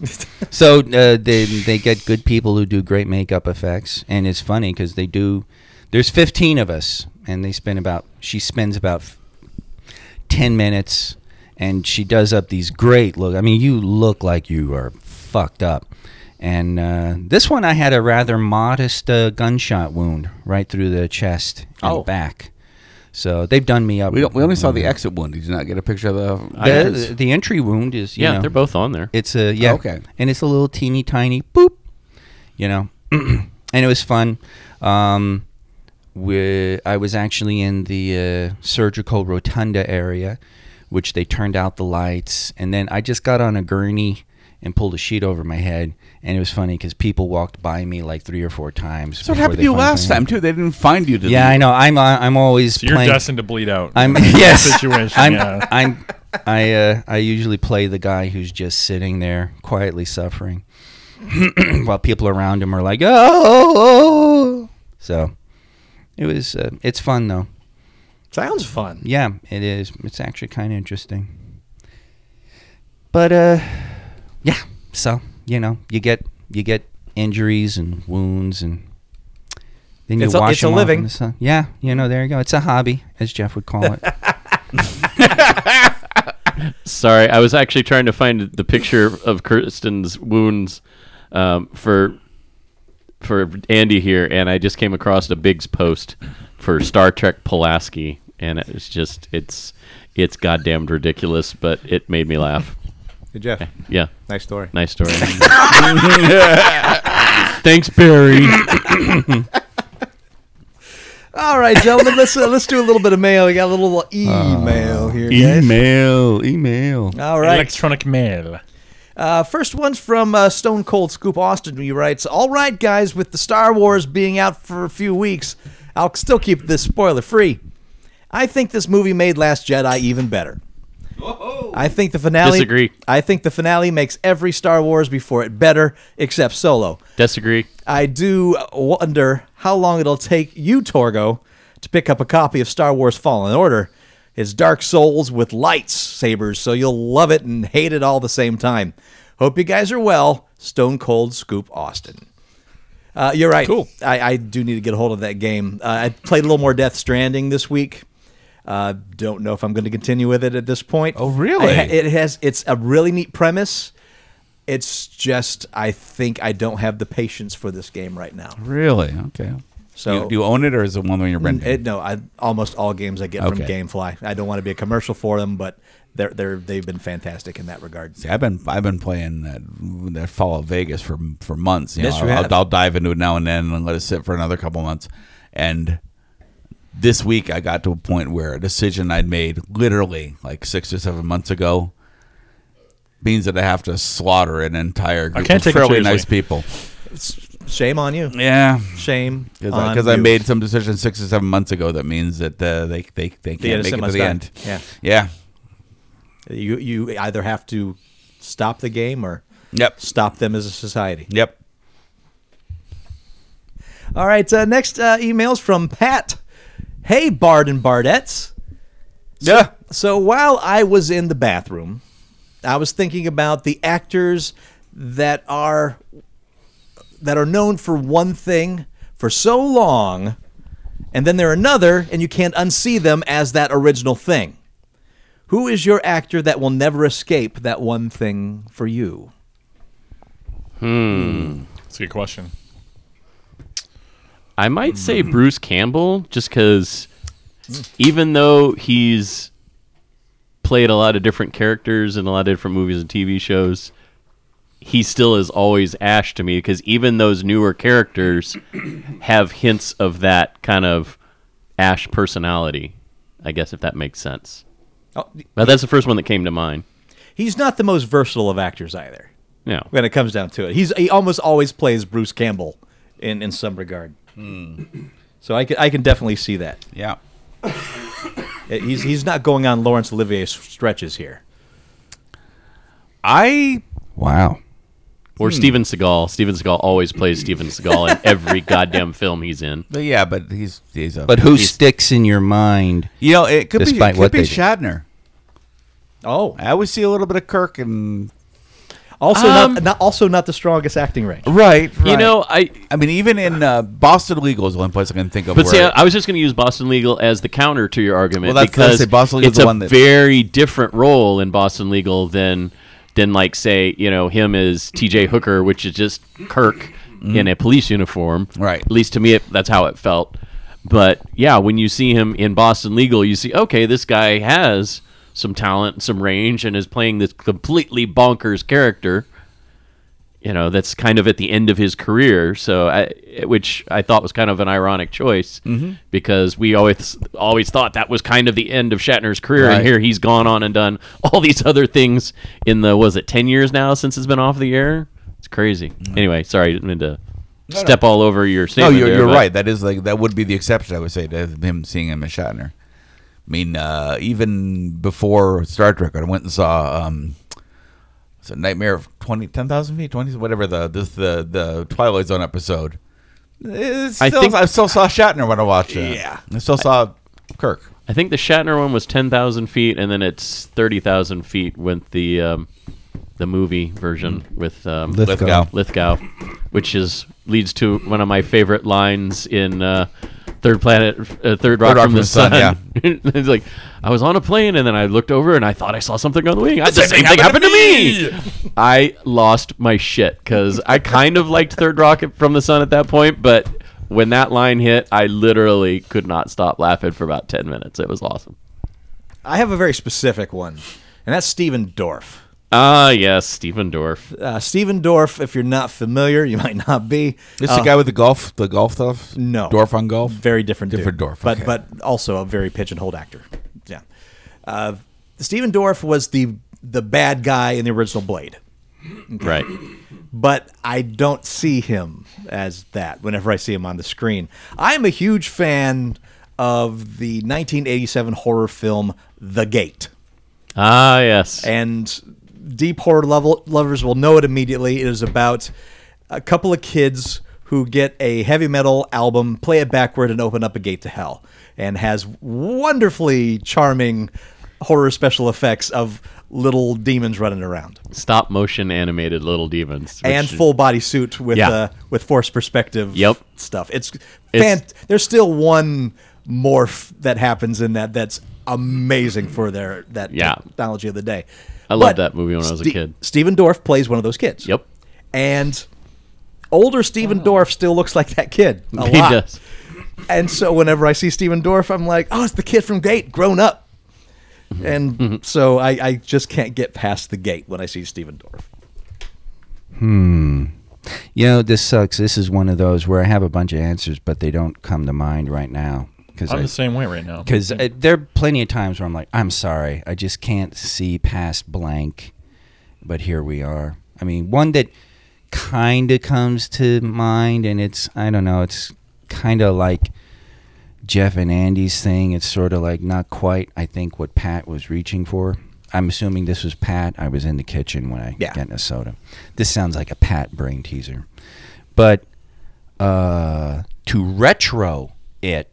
C: So uh, they they get good people who do great makeup effects, and it's funny because they do. There's 15 of us, and they spend about she spends about f- 10 minutes, and she does up these great look. I mean, you look like you are fucked up. And uh, this one, I had a rather modest uh, gunshot wound right through the chest and
E: Oh.
C: back. So they've done me up. Mm-hmm.
D: We, don't, we only saw the exit one. Did you not get a picture of the?
C: The, the entry wound is you
F: Yeah,
C: know,
F: they're both on there.
C: it's a yeah.
D: Oh, okay.
C: And it's a little teeny tiny boop, you know. and it was fun. Um, we, I was actually in the uh, surgical rotunda area, which they turned out the lights, and then I just got on a gurney and pulled a sheet over my head. And it was funny because people walked by me like three or four times.
D: So what
C: before
D: happened to
C: they
D: you
C: finally
D: last
C: found
D: time
C: me.
D: too? They didn't find you. Did
C: Yeah,
D: they?
C: I know. I'm uh, I'm always
B: So you're
C: playing.
B: destined to bleed out.
C: I'm
B: in that
C: yes.
B: Situation.
C: I'm,
B: yeah.
C: I'm I uh, I usually play the guy who's just sitting there quietly suffering, while people around him are like, "Oh, oh, oh." So it was. Uh, it's fun though.
E: Sounds fun.
C: Yeah, it is. It's actually kind of interesting. But uh, yeah. So you know, you get you get injuries and wounds and. Then you
E: It's a-
C: wash
E: it's a
C: them off in
E: living.
C: the sun. Yeah, you know, there you go. It's a hobby, as Jeff would call it.
F: Sorry, I was actually trying to find the picture of Kirsten's wounds um, for for Andy here, and I just came across a Biggs post for Star Trek Pulaski, and it was just it's it's goddamned ridiculous, but it made me laugh.
E: Hey, Jeff,
F: Yeah,
E: nice story.
F: nice story. Thanks, Barry.
E: All right, gentlemen, let's uh, let's do a little bit of mail. We got a little email here. guys.
C: Email, email.
E: All right.
B: Electronic mail.
E: Uh, first one's from uh, Stone Cold Scoop Austin. He writes, "All right, guys, with the Star Wars being out for a few weeks, I'll still keep this spoiler free. I think this movie made Last Jedi even better. I think the finale.
F: Disagree.
E: I think the finale makes every Star Wars before it better, except Solo.
F: Disagree.
E: I do wonder how long it'll take you, Torgo, to pick up a copy of Star Wars Fallen Order. It's Dark Souls with lights sabers, so you'll love it and hate it all the same time. Hope you guys are well. Stone Cold Scoop Austin. Uh, you're right. Cool. I, I do need to get a hold of that game. Uh, I played a little more Death Stranding this week. Uh, don't know if I'm going to continue with it at this point. Oh,
D: really?
E: it has. It's a really neat premise. It's just I think I don't have the patience for this game right now.
D: Really? Okay.
E: So-
D: you, do you own it, or is it one when you're renting?
E: It, no, I almost all games I get from
D: Okay.
E: GameFly. I don't want to be a commercial for them, but they're they're they've been fantastic in that regard.
D: See, I've been I've been playing that that Fallout Vegas for for months. You know,
E: Yes, you have.
D: I'll, I'll dive into it now and then and let it sit for another couple months. And this week, I got to a point where a decision I'd made literally like six or seven months ago means that I have to slaughter an entire group
B: can't
D: of
B: take it
D: fairly
B: seriously.
D: nice people.
E: Shame on you.
D: Yeah,
E: Shame on
D: because I,
E: you.
D: made some decisions six or seven months ago. That means that uh, they they they can't make
E: innocent
D: it to
E: must
D: the
E: die.
D: end.
E: Yeah.
D: yeah.
E: you you either have to stop the game or
D: Yep.
E: stop them as a society.
D: Yep.
E: All right, uh, next uh, emails from Pat. Hey, Bard and Bardettes.
D: yeah.
E: So while I was in the bathroom, I was thinking about the actors that are that are known for one thing for so long and then they're another and you can't unsee them as that original thing. Who is your actor that will never escape that one thing for you?
B: That's a good question.
F: I might say Bruce Campbell just because even though he's played a lot of different characters in a lot of different movies and TV shows, he still is always Ash to me because even those newer characters have hints of that kind of Ash personality, I guess, if that makes sense.
E: Oh,
F: But that's the first one that came to mind.
E: he's not the most versatile of actors either.
F: No.
E: When it comes down to it, he's he almost always plays Bruce Campbell in in some regard. So I can, I can definitely see that.
D: Yeah.
E: Uh, He's he's not going on Laurence Olivier stretches here.
D: I
C: Wow.
F: Or
D: Hmm.
F: Steven Seagal. Steven Seagal always plays Steven Seagal in every goddamn film he's in.
D: but yeah, but he's he's a
C: But who sticks in your mind?
D: You know, it could be
C: Despite
D: it could
C: what
D: be
C: they do.
D: Shatner.
E: Oh,
D: I always see a little bit of Kirk and
E: also
F: Um,
E: not, not also not the strongest acting range.
D: right.
F: You know, I
D: I mean, even in uh, Boston Legal is the one place I can think of.
F: But
D: where
F: see, I, I was just going to use Boston Legal as the counter to your
D: Well,
F: argument
D: that's-
F: because
D: that's it. Boston Legal's
F: it's
D: the
F: a
D: one that-
F: very different role in Boston Legal than than like say you know him as T.J. Hooker, which is just Kirk in a police uniform.
D: Mm-hmm. Right.
F: At least to me, it, that's how it felt. But yeah, when you see him in Boston Legal, you see okay, this guy has some talent, some range, and is playing this completely bonkers character. you know that's kind of at the end of his career so I, which i thought was kind of an ironic choice
D: Mm-hmm.
F: because we always always thought that was kind of the end of shatner's career
D: Right.
F: and here he's gone on and done all these other things in the was it 10 years now since it's been off the air it's crazy anyway sorry i didn't mean to step all over your
D: Mm-hmm. No,
F: statement
D: you're,
F: there,
D: you're
F: but-
D: right. That is like that would be the exception. I would say to him seeing him as Shatner. I mean, uh, even before Star Trek, I went and saw um, it's a Nightmare of 20, 10,000 feet, twenty whatever the this the the Twilight Zone episode. It's
F: I
D: still, I
F: think-
D: still saw Shatner when I watched it.
E: Yeah.
D: I still saw Kirk.
F: I think the Shatner one was ten thousand feet, and then it's thirty thousand feet with the um, the movie version with um,
C: Lithgow.
D: Lithgow.
F: Lithgow, which is leads to one of my favorite lines in uh, Third Planet, uh, Third Rock, from, the, Sun. it's like I was on a plane, and then I looked over, and I thought I saw something on the wing. I, the same thing happened to me. I lost my shit because I kind of liked Third Rock from the Sun at that point, but. When that line hit, I literally could not stop laughing for about 10 minutes. It was awesome.
E: I have a very specific one, and that's Steven Dorff.
F: Ah, yes, Stephen Dorff.
E: Uh, Steven Dorff, if you're not familiar, you might not be.
D: This
E: uh,
D: the guy with the golf, the golf stuff.
E: No.
D: Dorf on golf.
E: Very different, dude.
D: Different Dorff, okay.
E: but but also a very pigeonholed actor. Yeah, uh, Steven Dorff was the the bad guy in the original Blade,
F: Right.
E: but I don't see him as that. Whenever I see him on the screen, I'm a huge fan of the 1987 horror film The Gate.
F: Ah, yes.
E: and deep horror level lovers will know it immediately. It is about a couple of kids who get a heavy metal album, play it backward, and open up a gate to hell, and has wonderfully charming horror special effects of little demons running around
F: Stop motion animated little demons. which
E: and
F: is-
E: full body suit with
F: Yeah.
E: uh, with forced perspective
F: Yep.
E: stuff. It's,
F: It's-
E: fant- there's still one morph that happens in that that's amazing for their that
F: Yeah.
E: technology of the day.
F: I loved that movie when I was a kid.
E: Steven Dorff plays one of those kids.
F: Yep.
E: And older Steven Dorff still looks like that kid a
F: He
E: lot.
F: does.
E: And so whenever I see Steven Dorff, I'm like, oh, it's the kid from Gate, grown up.
F: Mm-hmm.
E: And so I, I just can't get past the gate when I see Steven Dorff.
C: You know, this sucks. This is one of those where I have a bunch of answers, but they don't come to mind right now because
B: I'm the same way right now.
C: because uh, there are plenty of times where I'm like, I'm sorry, I just can't see past blank, but here we are. I mean, one that kind of comes to mind, and it's I don't know, it's kind of like Jeff and Andy's thing. It's sort of like not quite, I think, what Pat was reaching for. I'm assuming this was Pat. I was in the kitchen when I
E: Yeah.
C: got a soda. This sounds like a Pat brain teaser, but uh, to retro it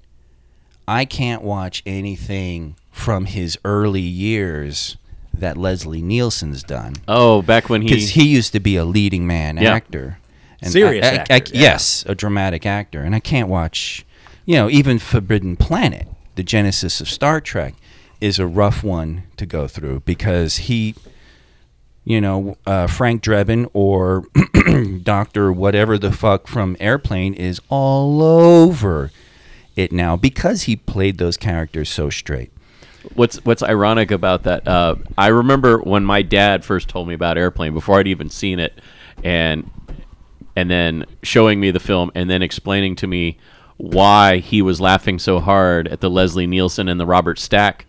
C: I can't watch anything from his early years that Leslie Nielsen's done
F: Oh, back when he.
C: because he used to be a leading man
F: Yeah.
C: actor, and
E: Serious
C: I- I-
E: actor,
C: I-
E: yeah.
C: Yes, a dramatic actor, and I can't watch, you know, even Forbidden Planet, the genesis of Star Trek, is a rough one to go through because he, you know, uh, Frank Drebin or Doctor whatever the fuck from Airplane is all over it now because he played those characters so straight.
F: what's What's ironic about that? Uh, I remember when my dad first told me about Airplane before I'd even seen it, and and then showing me the film and then explaining to me why he was laughing so hard at the Leslie Nielsen and the Robert Stack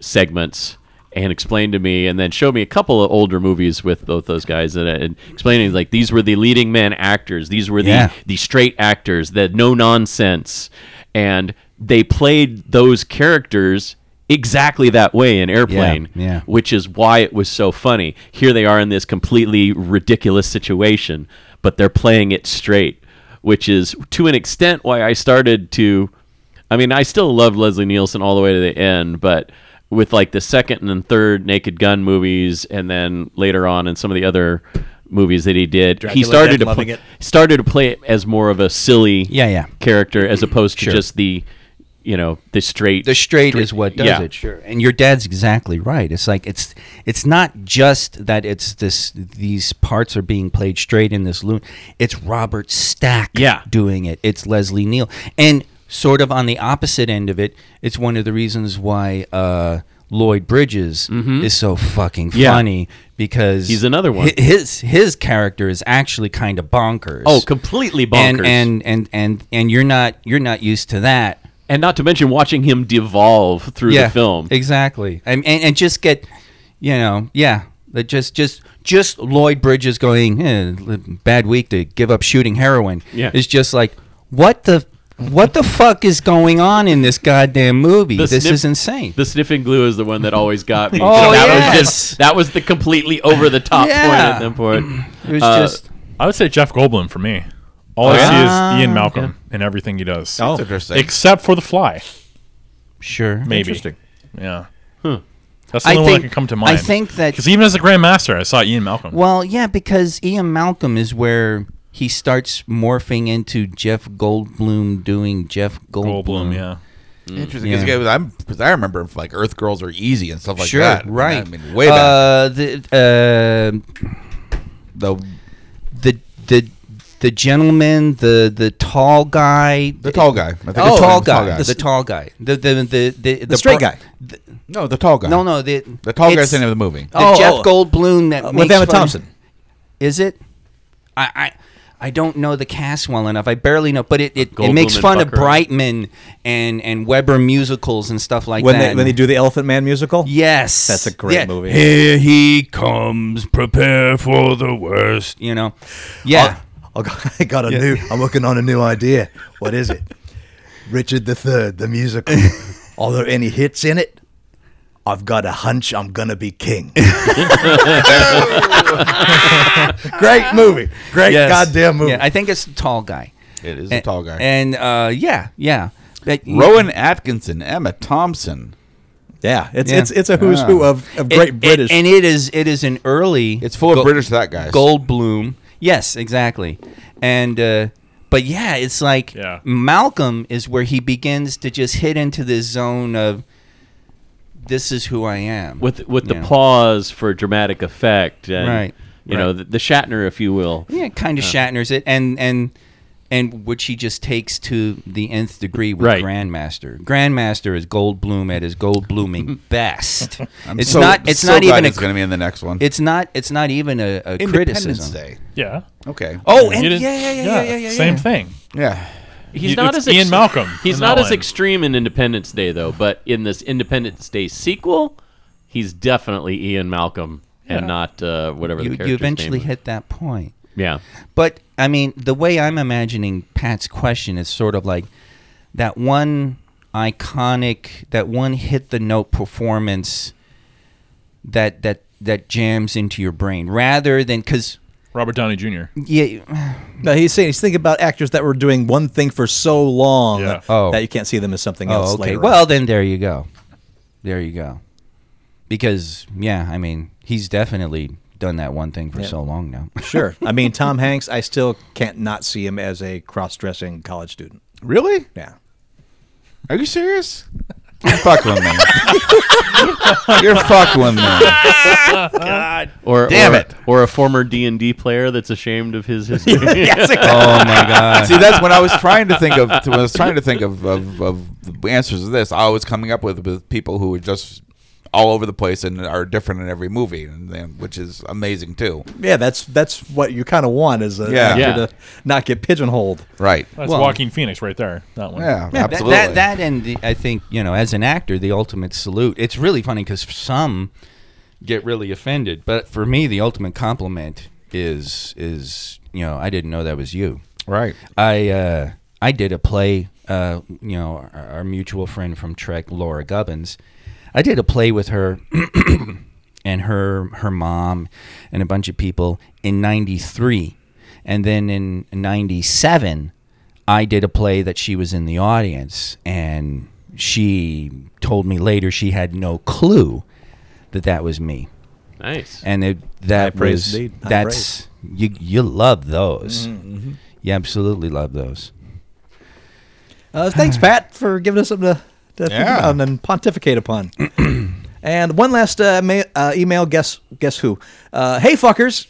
F: segments and explained to me and then showed me a couple of older movies with both those guys in it and explaining like these were the leading men actors these were the
C: Yeah.
F: the straight actors the no nonsense and they played those characters exactly that way in airplane
C: yeah.
F: which is why it was so funny here they are in this completely ridiculous situation but they're playing it straight which is to an extent why i started to I mean, I still love Leslie Nielsen all the way to the end, but with like the second and third Naked Gun movies, and then later on in some of the other movies that he did, he
E: Dracula
F: started
E: Dead
F: to
E: Loving
F: pl-
E: It.
F: started to play it as more of a silly
C: Yeah, yeah.
F: character as opposed to
C: Sure.
F: just the you know the straight
C: the straight is what does
F: yeah.
C: it sure and your dad's exactly right it's like it's it's not just that it's this these parts are being played straight in this loon it's robert stack
F: Yeah.
C: doing it it's leslie neal and sort of on the opposite end of it it's one of the reasons why uh Lloyd Bridges is so fucking
F: Mm-hmm. Yeah.
C: funny because
F: He's another one.
C: hi- His his character is actually kind of bonkers.
F: Oh, completely bonkers.
C: And, and and and and you're not you're not used to that.
F: And not to mention watching him devolve through the film.
C: Exactly. And, and and just get you know, yeah. That just just just Lloyd Bridges going, eh, li- bad week to give up shooting heroin.
F: Yeah.
C: It's just like what the what the fuck is going on in this goddamn movie?
F: The
C: this
F: sniff-
C: is insane.
F: The sniffing glue is the one that always got me.
C: Oh,
F: that
C: yes.
F: was just that was the completely over the top
C: Yeah.
F: point at them for
C: it was
F: uh,
C: just
B: I would say Jeff Goldblum for me. All I
C: Oh, yeah? Oh.
B: see is Ian Malcolm in everything he does.
D: That's interesting.
B: Except for The Fly,
C: sure.
B: maybe.
D: Interesting.
B: Yeah. That's the
C: Hmm. I
B: only one
C: think-
B: that can come
C: I
B: to mind.
C: think that-
B: Because even as a Grandmaster, I saw Ian Malcolm.
C: Well, yeah, because Ian Malcolm is where he starts morphing into Jeff Goldblum doing Jeff Goldblum.
B: Goldblum, yeah.
D: Interesting. Because
C: Mm. Yeah.
D: I'm because I remember him from, like Earth Girls Are Easy and stuff like
C: sure,
D: that.
C: right.
D: I mean, way back.
C: uh, the uh,
D: the
C: the the the gentleman, the the tall guy,
D: the Oh, tall guy. I think it's
C: the tall
D: the
C: guy, the tall guy, the the the the, the
E: straight
C: bro-
E: guy.
C: the-
D: no, the tall guy.
C: no, no, the
D: the tall guy's
C: it's
D: the name of the movie.
C: the
E: Oh,
C: Jeff
E: oh.
C: Goldblum that
E: Uh, with
C: makes
E: Emma
C: fun of-
E: Thompson.
C: Is it? I, I I don't know the cast well enough. I barely know, but it, it, it
F: Goldblum
C: makes
F: and
C: fun of
F: Bucker.
C: Brightman and and Weber musicals and stuff like
E: when
C: that.
E: they when they do the Elephant Man musical.
C: yes,
E: That's a great
C: Yeah.
E: movie.
C: Here he comes, prepare for the worst. You know, yeah.
E: Oh,
I: I got, I got a new. I'm working on a new idea. What is it? Richard the Third, the musical. Are there any hits in it? I've got a hunch. I'm gonna be king. Great movie. Great
C: Yes.
I: goddamn movie.
C: Yeah, I think it's the tall guy.
D: It is the
C: A-
D: tall guy.
C: And uh, yeah, yeah. But-
D: Rowan Atkinson, Emma Thompson.
E: Yeah, it's
C: Yeah.
E: it's it's a who's
D: Ah.
E: who of, of
C: it-
E: great
C: it-
E: British.
C: and it is it is an early.
D: It's full of
C: Go-
D: British that guys.
C: Goldblum. Yes, exactly. And uh, but yeah, it's like
B: Yeah.
C: Malcolm is where he begins to just hit into this zone of this is who I am.
F: with with the
C: Yeah.
F: pause for dramatic effect and
C: Right,
F: you know the, the Shatner if you will.
C: yeah, it kind of shatters it, and and and which he just takes to the nth degree with
F: Right.
C: Grandmaster. Grandmaster is Goldblum at his Goldbluming best.
D: I'm
C: it's
D: so-
C: not. It's
D: so
C: not
D: glad
C: even a.
D: It's going to be in the next one.
C: It's not. It's not even a, a
D: Independence
C: criticism.
D: Day.
B: Yeah.
D: Okay.
C: Oh,
B: You
C: and yeah,
B: didn't-
C: yeah, yeah, yeah, yeah, yeah,
B: Same
C: yeah.
B: thing.
D: yeah.
F: He's
B: You-
F: not
B: it's
F: as
B: Ian Malcolm
F: He's
B: in
F: not
B: that
F: as
B: one.
F: extreme in Independence Day though, but in this Independence Day sequel, he's definitely Ian Malcolm and not uh, whatever
C: You,
F: the character's
C: you eventually
F: name is.
C: hit that point.
F: Yeah.
C: But I mean, the way I'm imagining Pat's question is sort of like that one iconic, that one hit the note performance that that that jams into your brain, rather than because
B: Robert Downey Jr.
C: yeah,
E: no, he's saying he's thinking about actors that were doing one thing for so long
B: Yeah.
C: Oh.
E: that you can't see them as something else
C: oh okay.
E: later. on.
C: Well, then there you go, there you go. Because yeah, I mean, he's definitely done that one thing for so long now.
E: sure. I mean, Tom Hanks, I still can't not see him as a cross-dressing college student.
D: Really?
E: Yeah.
D: Are you serious? You're fucking with me. You're fucking with me.
F: Or
D: Damn
F: or,
D: it.
F: or a former D and D player that's ashamed of his history.
E: Um,
C: oh my god.
D: See, that's when I was trying to think of. When I was trying to think of, of, of the answers to this, I was coming up with with people who are just all over the place and are different in every movie, and, and which is amazing too.
E: Yeah, that's that's what you kind of want is a,
D: Yeah.
E: actor
F: Yeah.
E: to not get pigeonholed.
D: Right.
B: That's
C: Well-
B: Joaquin Phoenix right there. That one.
D: Yeah.
C: Yeah, that-
D: absolutely.
C: That, that, and the, I think you know, as an actor, the ultimate salute. It's really funny because some get really offended, but for me, the ultimate compliment is is you know, I didn't know that was you.
D: right.
C: I uh, I did a play. Uh, you know, our, our mutual friend from Trek, Laura Gubbins. I did a play with her and her her mom and a bunch of people in '93, and then in '97, I did a play that she was in the audience, and she told me later she had no clue that that was me
F: nice.
C: and it, that
E: praise
C: was
E: indeed. High Mm-hmm,
C: that's you you love those you absolutely love those
E: Uh, thanks, Pat, for giving us something to, to think
D: Yeah.
E: about and pontificate upon. and one last uh, ma- uh, email. Guess guess who? Uh, hey, fuckers.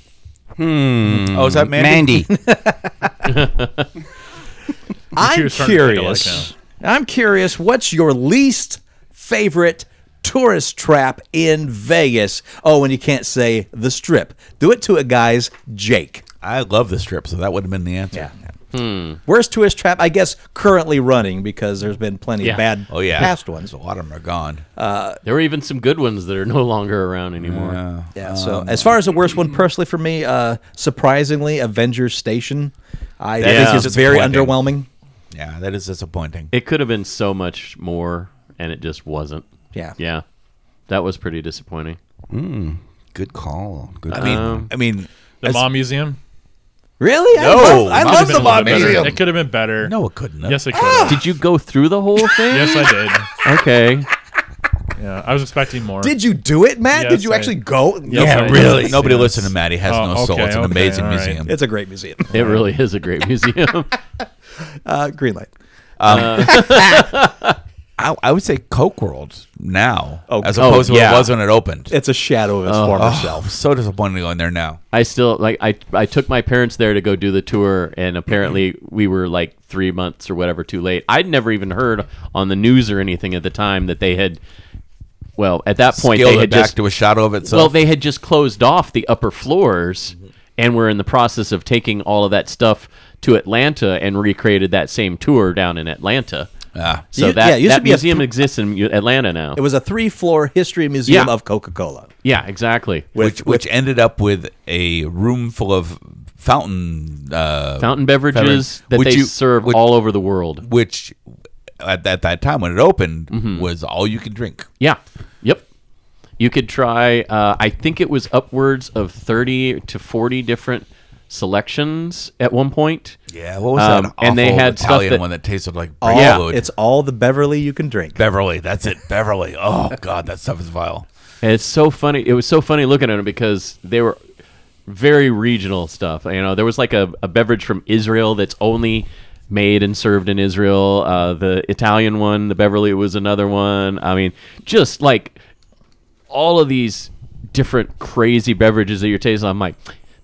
D: Oh, is that Mandy?
C: Mm. mandy,
E: I'm
B: was starting to take a look
E: curious. I'm curious. What's your least favorite tourist trap in Vegas. Oh, and you can't say the strip. Do it to it, guys. Jake.
D: I love the strip, so that would have been the answer.
E: Worst tourist trap, I guess, currently running because there's been plenty
F: Yeah.
E: of bad
D: Oh yeah,
E: past ones.
D: A lot of them are gone.
F: There were even some good ones that are no longer around anymore.
D: Uh,
E: Yeah. so as far as the worst one personally for me, uh, surprisingly, Avengers Station. I
D: Yeah.
E: think is very
D: Disappointing.
E: underwhelming.
D: yeah, that is disappointing.
F: It could have been so much more, and it just wasn't.
E: Yeah.
F: Yeah. That was pretty disappointing.
C: Good call. Good
D: I mean, I mean,
B: The
D: as-
B: Mom Museum.
E: Really? I
D: No,
E: love, I
D: Mom
E: love
B: Could've
E: the
B: been a
E: Bob
B: little bit better.
E: Museum.
B: It could have been better.
D: no, it couldn't. Have.
B: Yes, it could. have.
C: Oh.
F: Did you go through the whole thing?
B: Yes, I did.
F: Okay.
B: Yeah, I was expecting more.
E: Did you do it, Matt? Did
B: Yes,
E: you
B: I-
E: actually go?
B: Yeah,
D: yeah,
B: I
D: really.
B: did.
D: Nobody
B: Yes.
D: listened to Matt. He has
B: Oh,
D: no soul.
B: okay,
D: It's an
B: okay,
D: amazing
B: all right.
D: museum.
E: It's a great museum.
F: It really is a great museum.
E: Uh, green light.
D: I, I would say Coke World now,
E: Oh,
D: as
E: oh,
D: opposed to
F: yeah.
D: what it was when it opened.
E: It's a shadow of its
F: Oh.
E: former
D: I'm
E: self.
D: so disappointed going there now.
F: I still like I I took my parents there to go do the tour and apparently we were like 3 months or whatever too late. I'd never even heard on the news or anything at the time that they had well, at that point
D: Scaled
F: they
D: it
F: had
D: back
F: just
D: to a shadow of itself.
F: Well, they had just closed off the upper floors
E: Mm-hmm.
F: and were in the process of taking all of that stuff to Atlanta and recreated that same tour down in Atlanta.
D: Ah.
F: So
E: You-
F: that,
E: yeah, it used
F: that
E: to be a
F: museum
E: th-
F: exists in U- Atlanta now.
E: It was a three-floor history museum
F: Yeah.
E: of Coca-Cola.
F: yeah, exactly.
D: which which ended up with a room full of fountain
E: Oh.
D: uh,
F: Fountain beverages that
D: Would
F: they
D: you-
F: serve
D: would-
F: all over the world.
D: which at, at that time when it opened was all you could drink.
F: Yeah. Yep. You could try. Uh, I think it was upwards of thirty to forty different selections at one point.
D: Yeah, what was
F: Um,
D: that? Awful
F: and they had stuff
D: Italian
F: that-
D: one that Oh, tasted like
E: All,
D: yeah,
E: It's all the Beverly you can drink.
D: Beverly. That's it, Beverly. Oh God, that stuff is vile.
F: And it's so funny. It was so funny looking at them because they were very regional stuff. You know, there was like a, a beverage from Israel that's only made and served in Israel. Uh, the Italian one, the Beverly was another one. I mean, just like all of these different crazy beverages that you're tasting. I'm like,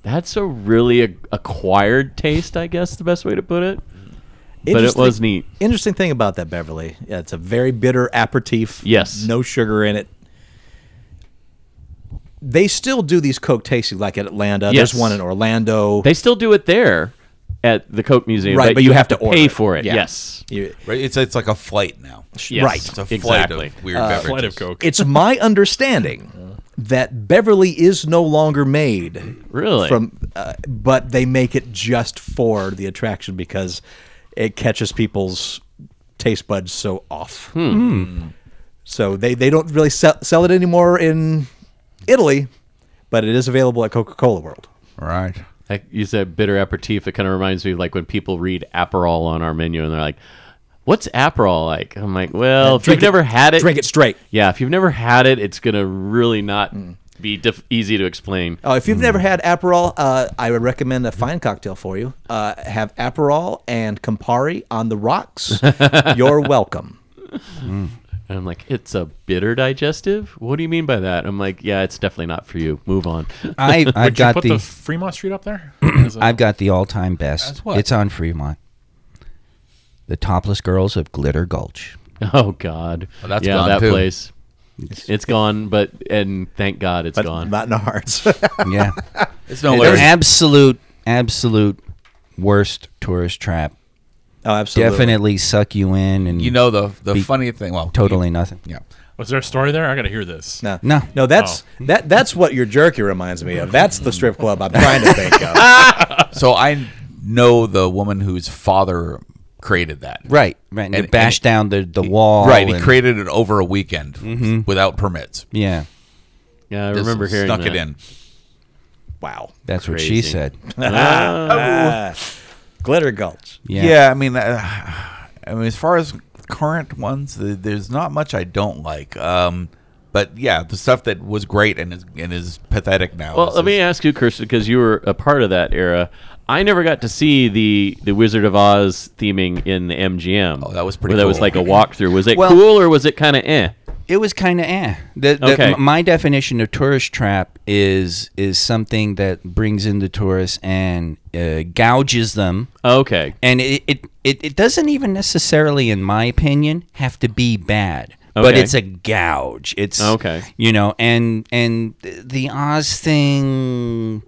F: that's a really a- acquired taste, I guess, the best way to put it. But it
E: Interesting-
F: was neat.
E: Interesting thing about that Beverly, yeah, it's a very bitter aperitif.
F: Yes.
E: no sugar in it. They still do these Coke tasting like at Atlanta.
F: Yes.
E: There's one in Orlando.
F: They still do it there at the Coke Museum,
E: right, but, you, have, to order
F: pay for it.
E: Yeah.
F: Yes.
E: You-
D: Right? It's it's like a flight now.
F: Yes,
E: Right.
D: It's a flight
F: exactly.
D: Uh, of weird beverages.
B: Flight of Coke.
E: it's my understanding that Beverly is no longer made.
F: Really?
E: From, uh, but they make it just for the attraction because it catches people's taste buds so off. So they they don't really sell, sell it anymore in Italy, but it is available at Coca Cola World.
D: Right.
F: Like you said bitter aperitif. It kind of reminds me of like when people read Aperol on our menu and they're like, "What's Aperol like?" I'm like, "Well, if you've
E: Drink it-
F: never had it,
E: Drink it straight. Mm.
F: Yeah, if you've never had it, it's gonna really not be diff- easy to explain.
E: Oh, if you've never had Aperol, uh, I would recommend a fine cocktail for you. Uh, have Aperol and Campari on the rocks. You're welcome.
F: And I'm like, "It's a bitter digestive. What do you mean by that?" I'm like, "Yeah, it's definitely not for you. Move on."
E: Uh.
C: I I've
B: Would you
C: got
B: put
C: the,
B: the, Fremont Street up there? Is it-
C: I've got the all time best.
D: what?
C: It's on Fremont. The topless girls of Glitter Gulch.
F: oh God,
D: Well, that's
F: yeah,
D: gone,
F: that
D: too.
F: place. it's gone, but and thank God it's
E: But
F: gone.
E: not in our hearts. Oh,
C: Yeah.
D: It's no
C: They're
D: way.
C: absolute absolute worst tourist trap.
E: oh, absolutely.
C: Definitely suck you in and
D: You know the the
C: Be-
D: funny thing. Well,
C: totally nothing.
D: Yeah.
B: Was there a story there? I gotta hear this.
E: No.
C: No.
E: No, that's
F: Oh.
E: that that's what your jerky reminds me of. That's the strip club I'm trying to think of.
D: So I know the woman whose father created that.
C: Right. Right. And,
D: And-
C: they bash
D: and-
C: down the, the wall.
D: Right.
C: and-
D: He
C: Mm-hmm.
D: created it over a weekend without permits.
C: Yeah.
F: yeah, I
D: Just
F: remember hearing
D: Snuck
F: that.
D: it in.
E: wow. Ah.
C: That's what she
F: Crazy.
C: said.
F: Ah.
E: Glitter Gulch.
C: Yeah.
D: I mean, uh, I mean, as far as current ones, th- there's not much I don't like. Um, but yeah, the stuff that was great and is and is pathetic now.
F: Well,
D: is-
F: let me
D: is-
F: ask you, Kirsten, because you were a part of that era. I never got to see the the Wizard of Oz theming in the MGM.
D: Oh, that was pretty
F: Where That was
D: cool.
F: like a walkthrough. Was it
C: Well-
F: cool or was it kind of eh?
C: It was kind of eh. The, the,
F: Okay.
C: m- My definition of tourist trap is is something that brings in the tourists and uh, gouges them,
F: Okay.
C: and it, it it it doesn't even necessarily, in my opinion, have to be bad. but
F: Okay.
C: it's a gouge. It's
F: Okay.
C: you know, and and the Oz thing,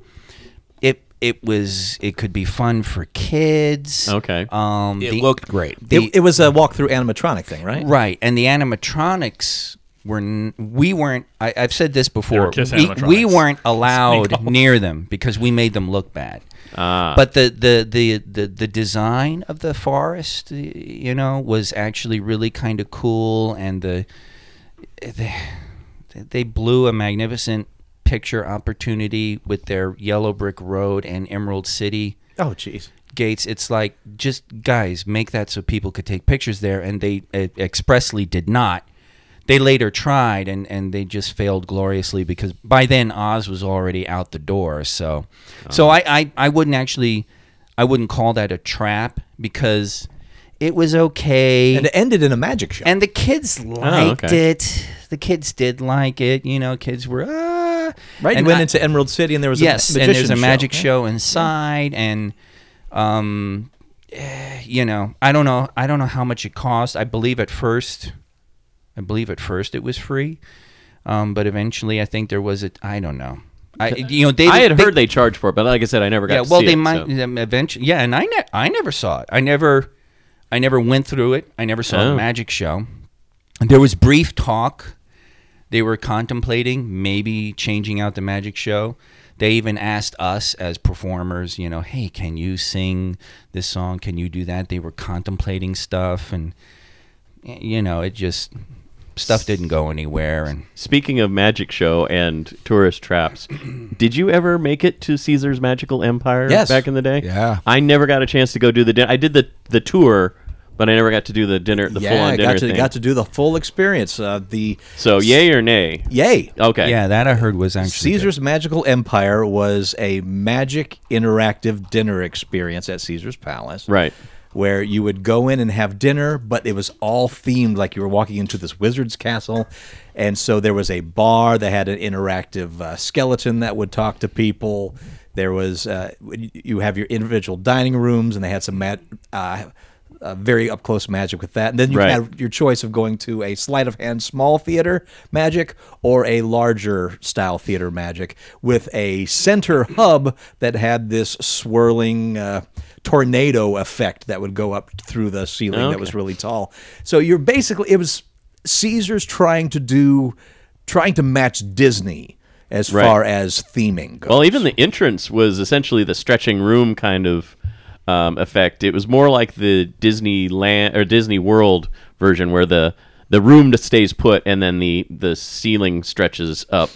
C: it it was it could be fun for kids.
F: Okay.
C: um,
D: It
C: the-
D: looked great.
C: the-
E: it, it was a walkthrough animatronic thing, right?
C: Right, and the animatronics were n- we weren't. I, I've said this before.
B: were kiss
C: we, we
B: animatronics.
C: weren't allowed near them because we made them look bad.
F: Ah.
C: But the, the, the, the, the design of the forest, y- you know, was actually really kind of cool, and the they, they blew a magnificent picture opportunity with their yellow brick road and Emerald City
E: Oh, jeez.
C: gates it's like just guys make that so people could take pictures there and they uh, expressly did not they later tried and, and they just failed gloriously because by then oz was already out the door so
E: Oh.
C: so I, I i wouldn't actually i wouldn't call that a trap because it was okay
E: And Oh, it ended in a magic show.
C: and the kids liked
F: okay.
C: it the kids did like it you know kids were ah.
E: right,
C: and
E: you went
C: I-
E: into Emerald City, and there was
C: yes,
E: a
C: and there's a
E: magician
C: magic
E: Yeah.
C: show, inside, and um, eh, you know, I don't know, I don't know how much it cost. I believe at first, I believe at first it was free, um, but eventually I think there was a, I don't know, I you know, they
F: I had heard they charge for it, but like I said, I never got.
C: yeah,
F: to
C: well,
F: see
C: they
F: it,
C: might
F: so-
C: um, eventually. Yeah, and I ne- I never saw it. I never, I never went through it. I never saw the
F: Oh.
C: magic show. There was brief talk. They were contemplating maybe changing out the magic show. They even asked us as performers, you know, hey, can you sing this song? Can you do that? They were contemplating stuff, and y- you know, it just stuff didn't go anywhere. And
F: Speaking of magic show and tourist traps, did you ever make it to Caesar's Magical Empire
E: Yes.
F: back in the day?
D: Yeah.
F: I never got a chance to go do the dinner. I did the the tour, but I never got to do the dinner, the full
E: Yeah,
F: on
E: I
F: dinner
E: got to
F: thing.
E: got to do the full experience. Uh, the
F: so yay or nay?
E: yay,
F: Okay.
C: yeah, that I heard was actually
E: Caesar's Magical Empire was a magic interactive dinner experience at Caesar's Palace.
F: Right.
E: Where you would go in and have dinner, but it was all themed like you were walking into this wizard's castle. And so there was a bar that had an interactive uh, skeleton that would talk to people. There was, uh, you- you have your individual dining rooms, and they had some ma- uh, uh, very up close magic with that. And then you
F: Right.
E: had your choice of going to a sleight of hand small theater magic or a larger style theater magic with a center hub that had this swirling uh, tornado effect that would go up through the ceiling that was really tall. So you're basically, it was Caesar's trying to do, trying to match Disney as
F: Right.
E: far as theming goes.
F: Well, even the entrance was essentially the stretching room kind of um, effect. It was more like the Disneyland or Disney World version, where the the room just stays put and then the the ceiling stretches up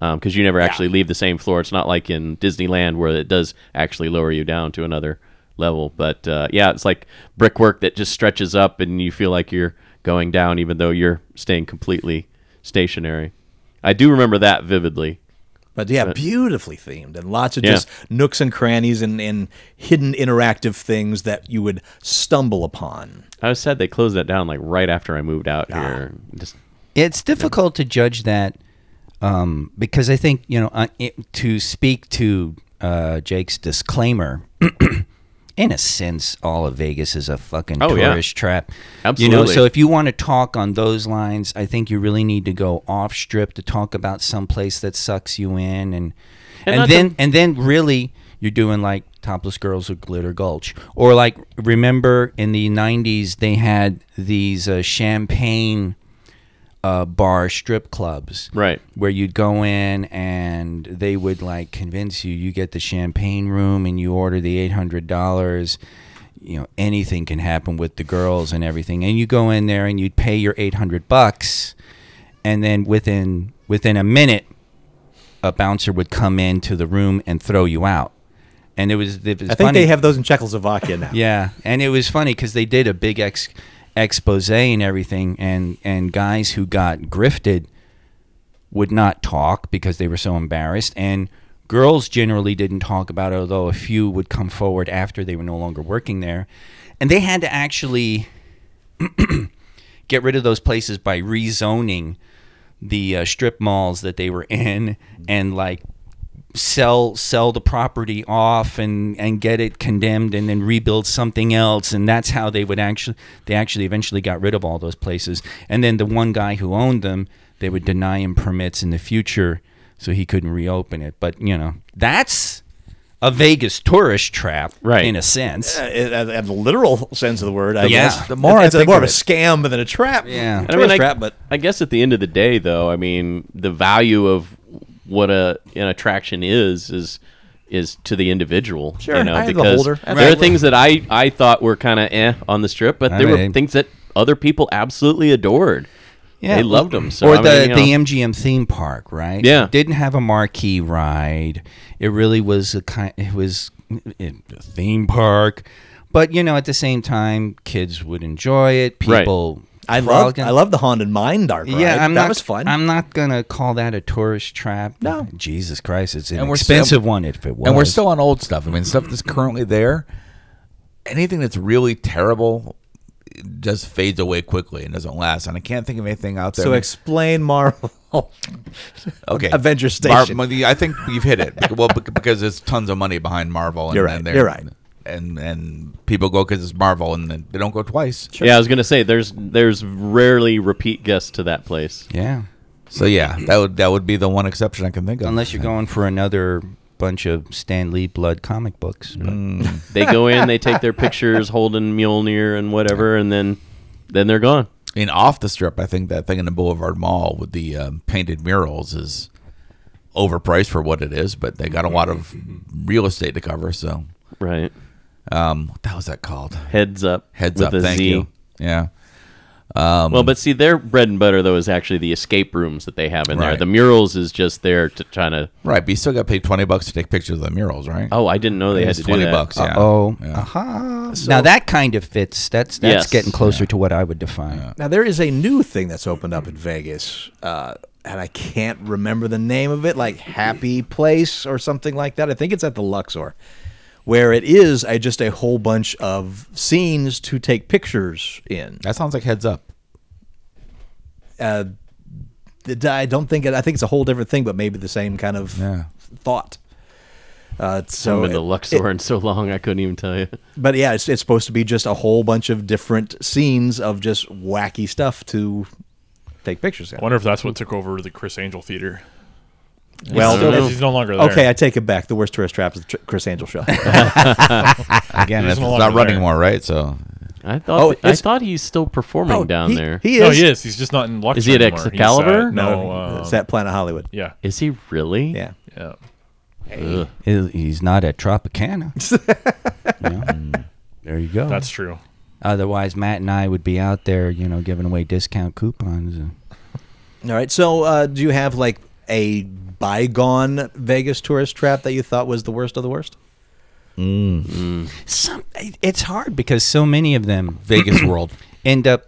F: because you never actually leave the same floor. It's not like in Disneyland where it does actually lower you down to another level. But uh, yeah, it's like brickwork that just stretches up and you feel like you're going down, even though you're staying completely stationary. I do remember that vividly.
E: But yeah, beautifully themed and lots of
F: Yeah.
E: just nooks and crannies and, and hidden interactive things that you would stumble upon.
F: I was sad they closed that down like right after I moved out here. Just
C: It's difficult to judge that um, because I think you know uh, it, to speak to uh, Jake's disclaimer. in a sense, all of Vegas is a fucking
F: Oh, yeah.
C: tourist trap. You know,
F: Absolutely.
C: so if you want to talk on those lines, I think you really need to go off strip to talk about some place that sucks you in, and and,
F: not
C: then
F: to-
C: and then really you're doing like topless girls with glitter gulch, or like remember in the '90s they had these uh, champagne uh, bar strip clubs.
F: Right.
C: Where you'd go in and they would like convince you you get the champagne room and you order the $800. You know, anything can happen with the girls and everything. And you go in there and you'd pay your 800 bucks and then within within a minute a bouncer would come into the room and throw you out. And it was, it was
E: I think
C: funny.
E: they have those in Czechoslovakia now.
C: Yeah, and it was funny because they did a big ex expose and everything, and and guys who got grifted would not talk because they were so embarrassed, and girls generally didn't talk about it, although a few would come forward after they were no longer working there, and they had to actually get rid of those places by rezoning the uh, strip malls that they were in and like sell sell the property off and and get it condemned and then rebuild something else and that's how they would actually they actually eventually got rid of all those places and then the one guy who owned them they would deny him permits in the future so he couldn't reopen it but you know that's a Vegas tourist trap
F: Right.
C: in a sense
E: in, in- in the literal sense of the word, I
C: Yeah.
E: guess.
C: The
I: more I
E: it's a-
I: think
E: more
I: of
E: of
I: it-
E: a scam than a trap.
C: Yeah.
E: It's
F: And
E: a
F: I,
E: trap, but
F: I guess at the end of the day, though, I mean, the value of what a an attraction is is is to the individual.
E: Sure,
F: you know,
E: I have the
F: because
E: holder.
F: there are things that I I thought were kind of eh on the strip, but
C: I
F: there were
C: mean-
F: things that other people absolutely adored. they loved them. So
C: or
F: I mean,
C: the
F: you know.
C: the MGM theme park, right?
F: Yeah.
C: It didn't have a marquee ride. It really was a kind. It was a theme park, but you know, at the same time, kids would enjoy it.
F: Right.
C: People,
E: I
C: were all
E: love
C: gonna-
E: I love the haunted mine dark ride.
C: Yeah, I'm
E: that
C: not,
E: was fun.
C: I'm not gonna call that a tourist trap.
D: No.
C: Jesus Christ, it's an
D: And we're still-
C: expensive one. If it was,
D: And we're still on old stuff. I mean, stuff that's currently there. Anything that's really terrible just fades away quickly and doesn't last. And I can't think of anything out there.
E: so explain Marvel.
D: okay,
E: Avenger
D: Mar-
E: Station.
D: money- I think you've hit it. Bec- well, bec- because there's tons of money behind Marvel. And,
E: You're right.
D: And they're-
E: You're right.
D: And and people go because it's Marvel, and then they don't go twice.
F: yeah, I was gonna say there's there's rarely repeat guests to that place.
C: yeah.
D: So yeah, that would that would be the one exception I can think of.
C: Unless you're going for another bunch of Stan Lee blood comic books, but
F: Mm-hmm. They go in, they take their pictures holding Mjolnir and whatever, and then then they're gone.
D: I mean, off the strip, I think that thing in the Boulevard Mall with the um, painted murals is overpriced for what it is, but they got a lot of real estate to cover. So,
F: Right.
D: um, what the hell is that called?
F: Heads up.
D: Heads
F: with
D: up,
F: a
D: thank
F: Z.
D: you. Um, Yeah,
F: Well, but see, their bread and butter though is actually the escape rooms that they have in there.
D: Right.
F: The murals is just there to try to.
D: right. But you still got to pay twenty bucks to take pictures of the murals, right?
F: Oh, I didn't know they had
D: it's
F: to do
D: twenty
F: that.
D: bucks. Yeah.
C: oh,
D: Yeah.
C: aha! now that kind of fits. That's that's
F: Yes.
C: getting closer to what I would define.
E: Now there is a new thing that's opened up in Vegas, uh, and I can't remember the name of it, like Happy Place or something like that. I think it's at the Luxor, where it is a, just a whole bunch of scenes to take pictures in.
D: that sounds like heads up.
E: Uh, the- I don't think it. I think it's a whole different thing, but maybe the same kind of
D: Yeah.
E: thought. Uh,
F: I
E: so
F: haven't been to
E: it-
F: Luxor in so long, I couldn't even tell you.
E: but yeah, it's, it's supposed to be just a whole bunch of different scenes of just wacky stuff to take pictures
B: I
E: of.
B: wonder if that's what took over the Chris Angel Theater.
E: Well,
B: He's- he's no longer there.
E: Okay, I take it back. The worst tourist trap is the Tr- Chris Angel show.
D: Again,
B: He's
D: it's
B: no
D: not
B: longer
D: running
B: there.
D: more, right? So,
F: I thought
E: Oh,
F: I
E: it's-
F: thought he's still performing down
E: Oh, he,
F: there. Is
E: He is.
B: No, he is. He's just not in Luxor.
F: Is he at
B: anymore. He's
F: Excalibur?
B: at-
E: No,
B: no. um,
E: it's at Planet Hollywood.
B: yeah.
F: he really?
E: Yeah.
B: Yeah.
F: Ugh.
C: He- He's not at Tropicana. You know?
F: Hmm.
C: There you go.
B: That's true.
C: Otherwise, Matt and I would be out there, you know, giving away discount coupons. and-
E: All right. So, uh, do you have like a bygone Vegas tourist trap that you thought was the worst of the worst?
C: Some, it- it's hard because so many of them
D: Vegas World.
C: end up,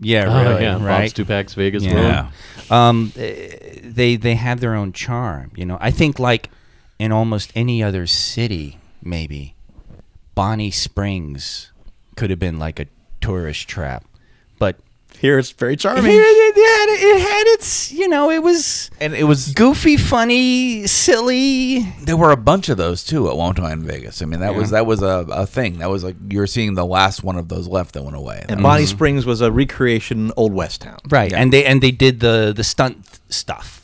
C: yeah,
F: Oh
C: really,
F: yeah,
C: right?
F: Bob's Tupac's Vegas
C: Yeah.
F: World.
C: Um, eh, they they have their own charm, you know. I think like in almost any other city, maybe Bonnie Springs could have been like a tourist trap, but
E: Here, it's very charming.
C: Here it, it had, it had its, you know, it was
D: And it was
C: goofy, funny, silly.
D: there were a bunch of those too at one time in Vegas. I mean, that was
C: Yeah.
D: that was a, a thing. That was like you were seeing the last one of those left that went away.
E: and Bonnie
F: Mm-hmm.
E: Springs was a recreation Old West town.
C: Right, and they and they did the the stunt th- stuff.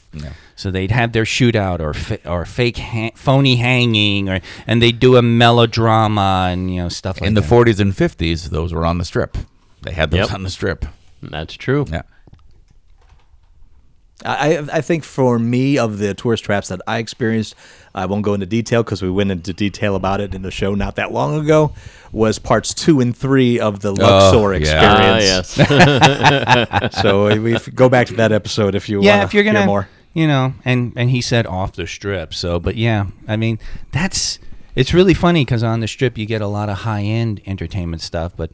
C: So they'd have their shootout or fa- or fake ha- phony hanging, or and they would do a melodrama and you know stuff like
D: in the
C: that.
D: 40s and 50s, those were on the strip. They had those
F: Yep.
D: on the strip.
F: That's true.
D: Yeah.
E: I, I- I think for me, of the tourist traps that I experienced, I won't go into detail because we went into detail about it in the show not that long ago, was parts two and three of the Luxor
D: yeah.
F: Ah,
E: experience.
F: yes.
E: So we f- go back to that episode if you
C: yeah,
E: want
C: if you're
E: to
C: gonna,
E: hear more.
C: you know, and and he said off the strip. So, but yeah, I mean that's it's really funny because on the strip you get a lot of high end entertainment stuff, but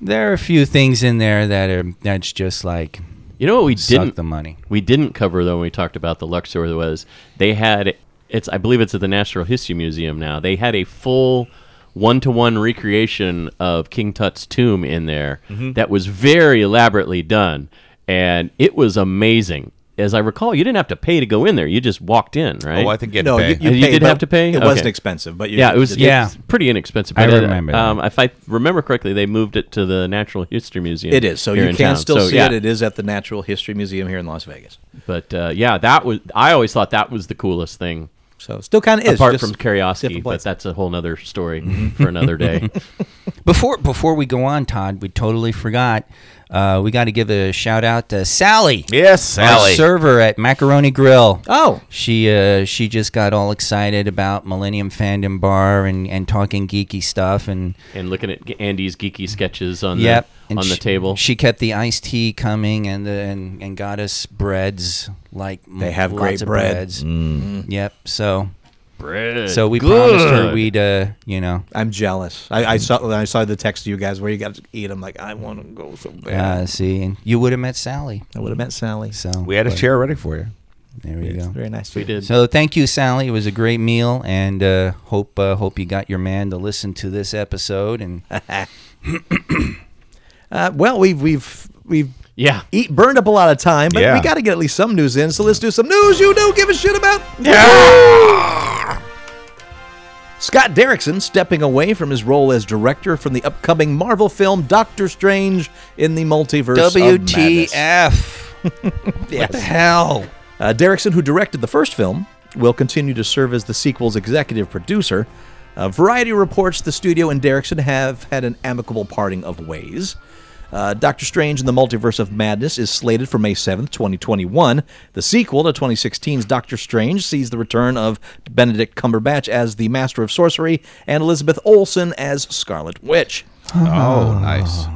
C: there are a few things in there that are that's just like
F: You know what we
C: Suck
F: didn't
C: the money.
F: We didn't cover though when we talked about the Luxor was they had it's I believe it's at the National History Museum now. They had a full one to one recreation of King Tut's tomb in there that was very elaborately done and it was amazing. as I recall, you didn't have to pay to go in there. You just walked in, right?
D: Oh, I think you had
E: No,
D: to pay.
E: you, you,
F: You
E: paid,
F: did
E: but
F: have to pay?
E: It
F: Okay.
E: wasn't expensive, but you,
F: yeah, it was
C: Yeah.
F: it's pretty inexpensive.
C: I
F: But it-
C: remember that.
F: Um, if I remember correctly, they moved it to the Natural History Museum.
E: It is. So
F: here
E: you
F: in
E: can
F: town.
E: still
F: So,
E: see
F: yeah.
E: it. It is at the Natural History Museum here in Las Vegas.
F: But uh, yeah, that was I always thought that was the coolest thing.
E: So it still kind of is.
F: apart
E: just
F: from curiosity,
E: different
F: but
E: place. Mm-hmm.
F: that's a whole nother story for another day.
C: Before before we go on, Todd, we totally forgot. Uh, we got to give a shout out to Sally,
D: yes,
C: our
D: Sally.
C: server at Macaroni Grill.
E: Oh,
C: She uh, she just got all excited about Millennium Fandom Bar and, and talking geeky stuff and
F: and looking at G- Andy's geeky sketches on
C: yep
F: the
C: and
F: on the
C: she-
F: table.
C: She kept the iced tea coming and the, and and got us breads like
E: They have
C: lots
E: great
C: of
E: bread. Mm.
C: breads. Mm-hmm. Yep. So
F: Bread.
C: so we promised her we'd uh, you know
E: I'm jealous. I, I saw I saw the text to you guys where you got to eat. I'm like, I want to go so bad.
C: uh, see and you would have met Sally.
E: I would have met Sally.
C: So
D: we had a
C: but
D: chair ready for you.
C: There we go.
E: Very nice.
F: we did.
C: So thank you, Sally. It was a great meal, and uh, hope uh, hope you got your man to listen to this episode. And
E: Uh, well, we've we've we've
F: yeah.
E: eat, burned up a lot of time, but
D: Yeah.
E: we got to get at least some news in. So let's do some news you don't give a shit about. Scott Derrickson stepping away from his role as director from the upcoming Marvel film Doctor Strange in the Multiverse of Madness.
C: What the hell?
E: Uh, Derrickson, who directed the first film, will continue to serve as the sequel's executive producer. Uh, Variety reports the studio and Derrickson have had an amicable parting of ways. Uh, Doctor Strange and the Multiverse of Madness is slated for May 7th, 2021. The sequel to 2016's Doctor Strange sees the return of Benedict Cumberbatch as the Master of Sorcery and Elizabeth Olsen as Scarlet Witch.
D: Oh, nice.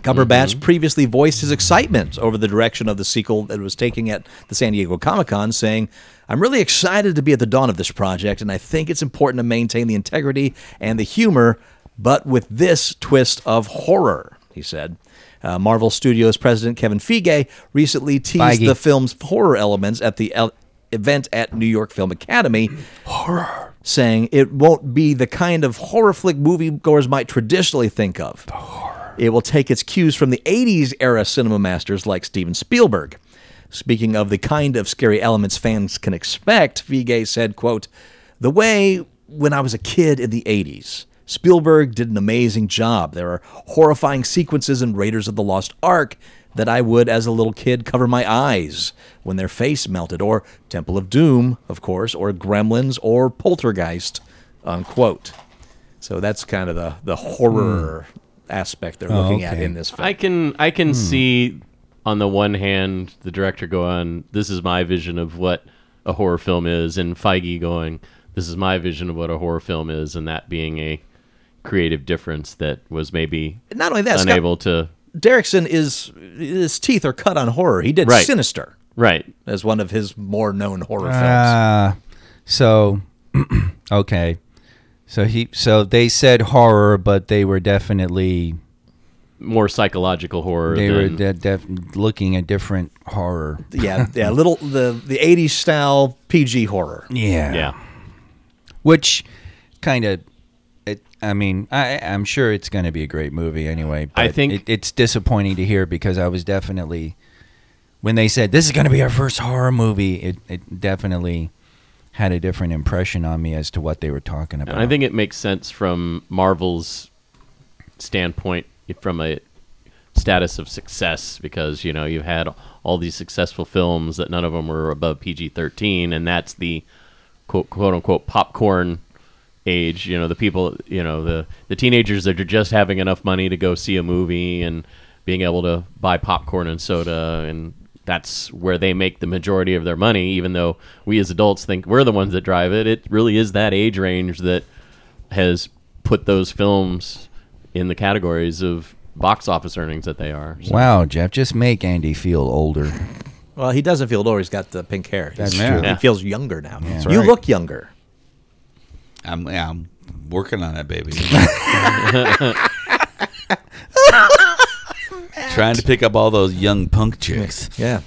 E: Cumberbatch previously voiced his excitement over the direction of the sequel that it was taking at the San Diego Comic Con, saying, I'm really excited to be at the dawn of this project, and I think it's important to maintain the integrity and the humor, but with this twist of horror, he said. Uh, Marvel Studios president Kevin Feige recently teased
C: Feige.
E: the film's horror elements at the el- event at New York Film Academy saying it won't be the kind of horror flick moviegoers might traditionally think of. It will take its cues from the 80s era cinema masters like Steven Spielberg. Speaking of the kind of scary elements fans can expect, Vige said, quote, The way when I was a kid in the 80s, Spielberg did an amazing job. There are horrifying sequences in Raiders of the Lost Ark that I would, as a little kid, cover my eyes when their face melted, or Temple of Doom, of course, or Gremlins, or Poltergeist, unquote. So that's kind of the, the horror
D: Hmm.
E: aspect they're looking at
C: okay.
E: in this film.
F: I can I
E: Hmm.
F: can see on the one hand the director going, "This is my vision of what a horror film is," and Feige going, "This is my vision of what a horror film is," and that being a creative difference that was maybe
E: Not only that, Scott-
F: unable to
E: Derrickson is his teeth are cut on horror. He did
F: Right.
E: Sinister
F: right
E: as one of his more known horror
D: Ah.
E: films.
C: Uh, so okay, so he so they said horror, but they were definitely
F: more psychological horror.
C: they were
F: than,
C: de- def- looking at different horror.
E: Yeah, yeah, little the the '80s style PG horror.
C: Yeah,
F: yeah.
C: Which kind of. It, I mean, I, I'm sure it's going to be a great movie anyway. But
F: I think-
C: it, it's disappointing to hear because I was definitely when they said this is going to be our first horror movie. It, it definitely had a different impression on me as to what they were talking about.
F: And I think it makes sense from Marvel's standpoint, from a status of success, because you know you've had all these successful films that none of them were above PG thirteen, and that's the quote, quote unquote popcorn age. You know, the people, you know, the the teenagers that are just having enough money to go see a movie and being able to buy popcorn and soda and that's where they make the majority of their money even though we as adults think we're the ones that drive it it really is that age range that has put those films in the categories of box office earnings that they are So-
C: Wow, Jeff, just make Andy feel older.
E: Well, he doesn't feel older. He's got the pink hair.
C: That's
E: He's-
C: true.
E: He
F: Yeah.
E: feels younger now.
C: That's
E: You
D: right.
E: look younger.
D: I'm, yeah, I'm working on it, baby. Trying to pick up all those young punk chicks.
E: Yeah.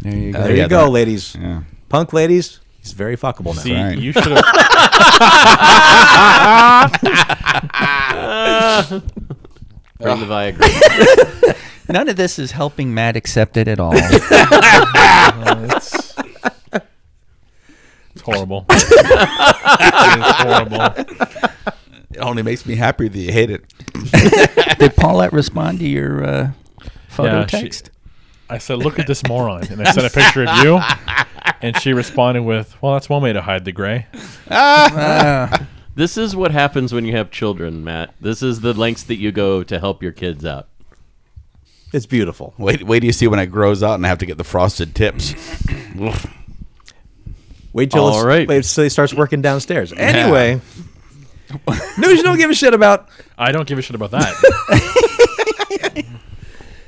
C: There you go.
E: Uh, There
D: Uh, yeah,
E: you go,
D: that-
E: ladies.
D: Yeah.
E: Punk ladies. He's very fuckable now.
B: See,
D: right.
B: you should have.
F: Bring the Viagra.
C: None of this is helping Matt accept it at all.
B: It's, it's horrible. it is horrible.
D: It only makes me happy that you hate it.
C: Did Paulette respond to your uh, photo
B: Yeah, she-
C: text?
B: I said, "Look at this moron," and I sent a picture of you, and she responded with, "Well, that's one way to hide the gray."
F: This is what happens when you have children, Matt. This is the lengths that you go to help your kids out.
E: It's beautiful.
D: Wait, wait till you see when it grows out and I have to get the frosted tips.
E: Wait till,
F: All
E: it's,
F: right.
E: wait till he starts working downstairs. Anyway, news you don't give a shit about.
B: I don't give a shit about that.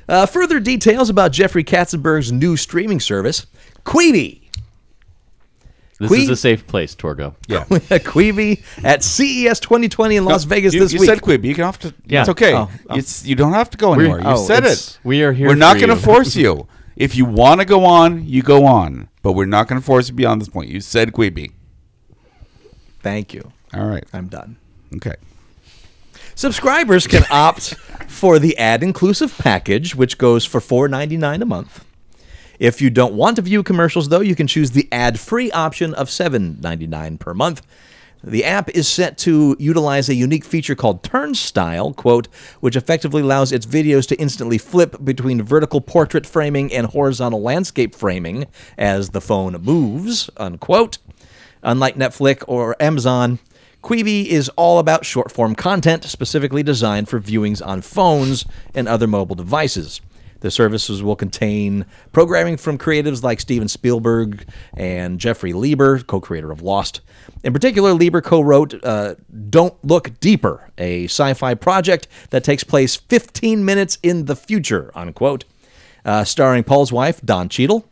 E: Uh, further details about Jeffrey Katzenberg's new streaming service, Quibi.
F: This
E: Queen-
F: is a safe place, Torgo.
D: Yeah.
E: Quibi at E CES 2020 in Las Vegas
D: you,
E: this
D: you
E: week.
D: said Quibi. You can have to.
F: Yeah.
D: It's okay.
E: Oh, oh.
D: It's you don't have to go anywhere. you
E: oh,
D: said
E: it's-
D: it.
F: we are here
D: We're not
F: for
D: gonna
F: you.
D: force you. If you want to go on, you go on. But we're not going to force you beyond this point. You said Quibi.
E: Thank you.
D: All right.
E: I'm done.
D: Okay.
E: Subscribers can opt for the ad-inclusive package, which goes for $4.99 a month. If you don't want to view commercials, though, you can choose the ad-free option of $7.99 per month. The app is set to utilize a unique feature called Turnstile, quote, which effectively allows its videos to instantly flip between vertical portrait framing and horizontal landscape framing as the phone moves, unquote. Unlike Netflix or Amazon, Quibi is all about short form content specifically designed for viewings on phones and other mobile devices. The services will contain programming from creatives like Steven Spielberg and Jeffrey Lieber, co creator of Lost. In particular, Lieber co wrote uh, Don't Look Deeper, a sci fi project that takes place 15 minutes in the future, unquote, uh, starring Paul's wife, Don Cheadle,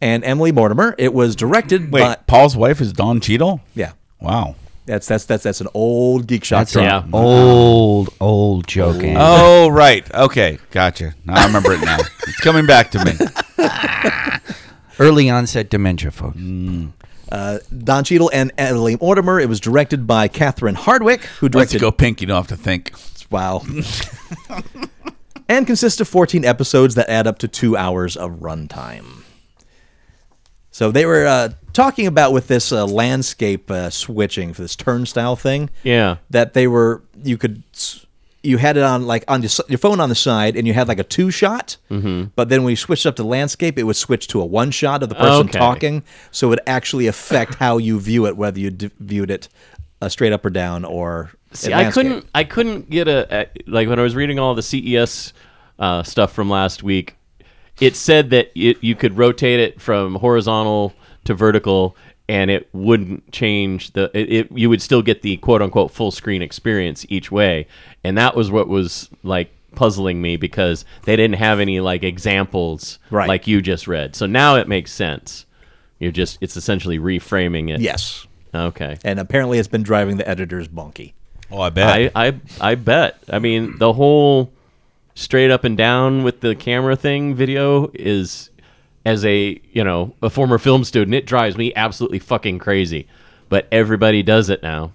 E: and Emily Mortimer. It was directed
D: Wait,
E: by.
D: Paul's wife is Don Cheadle.
E: Yeah.
D: Wow.
E: That's that's that's that's an old geek shop.
C: That's an
F: Yeah.
C: old, old joke. Andy.
D: Oh right. Okay. Gotcha. Now I remember it now. It's coming back to me.
C: Early onset dementia, folks.
F: Mm,
E: Don Cheadle and Emily Mortimer. It was directed by Catherine Hardwick, who
D: Let's
E: directed
D: go pink. You don't have to think.
E: Wow, and consists of 14 episodes that add up to two hours of runtime. So they were uh, talking about with this uh, landscape uh, switching for this turnstile thing.
F: Yeah.
E: that they were you could s- you had it on like on your, s- your phone on the side and you had like a two shot
F: Mm-hmm.
E: but then when you switched up to landscape it would switch to a one shot of the person
F: Okay.
E: talking so it would actually affect how you view it whether you d- viewed it uh, straight up or down or
F: See,
E: in
F: I
E: landscape.
F: couldn't. I couldn't get a, a like when I was reading all the CES uh, stuff from last week. It said that it, you could rotate it from horizontal to vertical, and it wouldn't change the. It, it you would still get the quote unquote full screen experience each way, and that was what was like puzzling me because they didn't have any like examples
E: Right.
F: like you just read. So now it makes sense. You're just it's essentially reframing it.
E: yes
F: Okay.
E: and apparently it's been driving the editors bonky
D: Oh, I bet.
F: I, I I bet. I mean, the whole straight up and down with the camera thing video is as a you know a former film student, it drives me absolutely fucking crazy. But everybody does it now,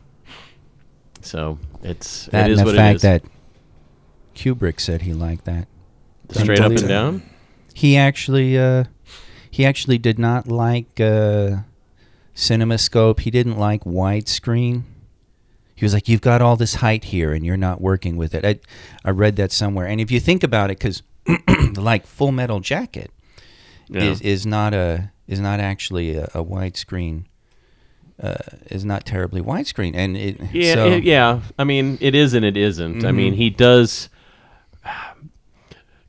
F: so it's
C: That
F: it is
C: and the
F: what
C: fact
F: it is.
C: that Kubrick said he liked that.
F: straight up and
C: Unbelievable.
F: down.
C: He actually, uh, he actually did not like uh, CinemaScope. He didn't like widescreen. He was like, "You've got all this height here, and you're not working with it." I, I read that somewhere. And if you think about it, because like Full Metal Jacket
F: Yeah.
C: is is not a is not actually a, a widescreen. Uh, is not terribly widescreen, and it
F: Yeah,
C: so, Mm-hmm.
F: it- yeah. I mean, it is and it isn't. I mean, he does.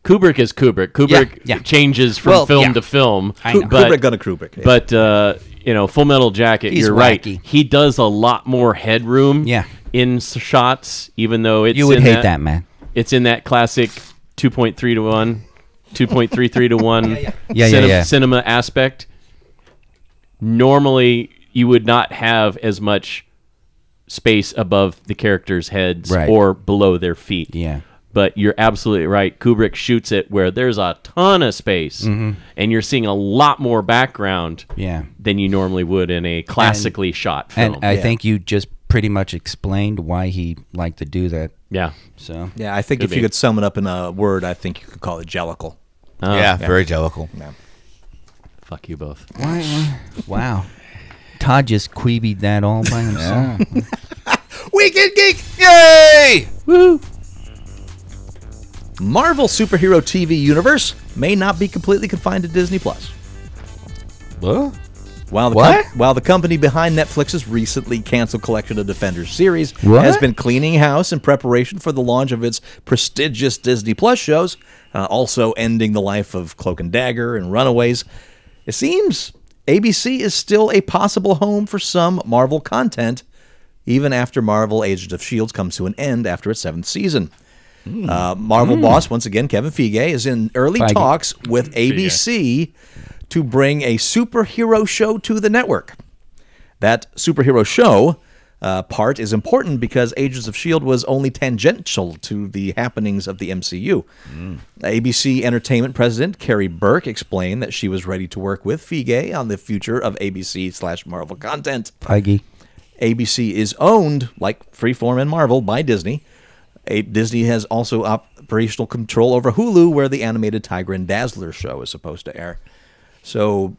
F: Kubrick is Kubrick. Kubrick
C: yeah.
F: changes from
C: Well,
F: film
C: yeah.
F: to film.
C: I know.
F: but-
E: Kubrick gonna Kubrick, yeah.
F: But uh, you know, Full Metal Jacket.
C: He's
F: you're right.
C: wacky.
F: He does a lot more headroom.
C: Yeah.
F: In s- shots, even though it's
C: you would
F: in
C: hate that man.
F: It's in that classic 2.3 to one, 2.33 to one.
C: Yeah, yeah,
F: cinema,
C: yeah.
F: cinema aspect. Normally, you would not have as much space above the characters' heads
C: Right.
F: or below their feet.
C: Yeah.
F: But you're absolutely right. Kubrick shoots it where there's a ton of space,
C: Mm-hmm.
F: and you're seeing a lot more background
C: Yeah.
F: than you normally would in a classically shot film.
C: And I think you just pretty much explained why he liked to do that.
F: yeah.
C: So
E: yeah i think if you
F: be.
E: could sum it up in a word i think you could call it jellicle
D: yeah, very jellical.
F: Fuck you both.
C: Wow. Todd just queebied that all by himself.
I: Weekend Geek!
D: Yay!
E: Marvel superhero TV universe may not be completely confined to Disney Plus. While the, com-
D: What?
E: while the company behind Netflix's recently canceled collection of Defenders series
D: What?
E: has been cleaning house in preparation for the launch of its prestigious Disney Plus shows, uh, also ending the life of Cloak and Dagger and Runaways, it seems ABC is still a possible home for some Marvel content, even after Marvel Agents of S.H.I.E.L.D. E comes to an end after its seventh season. Uh, Marvel boss, once again, Kevin Feige, is in early
C: Hmm. Feige.
E: talks with ABC to bring a superhero show to the network. That superhero show uh, part is important because Agents of S.H.I.E.L.D. E was only tangential to the happenings of the MCU.
C: Hmm.
E: ABC Entertainment president Carrie Burke explained that she was ready to work with Feige on the future of ABC slash Marvel content.
C: Feige.
E: ABC is owned, like Freeform and Marvel, by Disney. A- Disney has also operational control over Hulu, where the animated Tiger and Dazzler show is supposed to air. So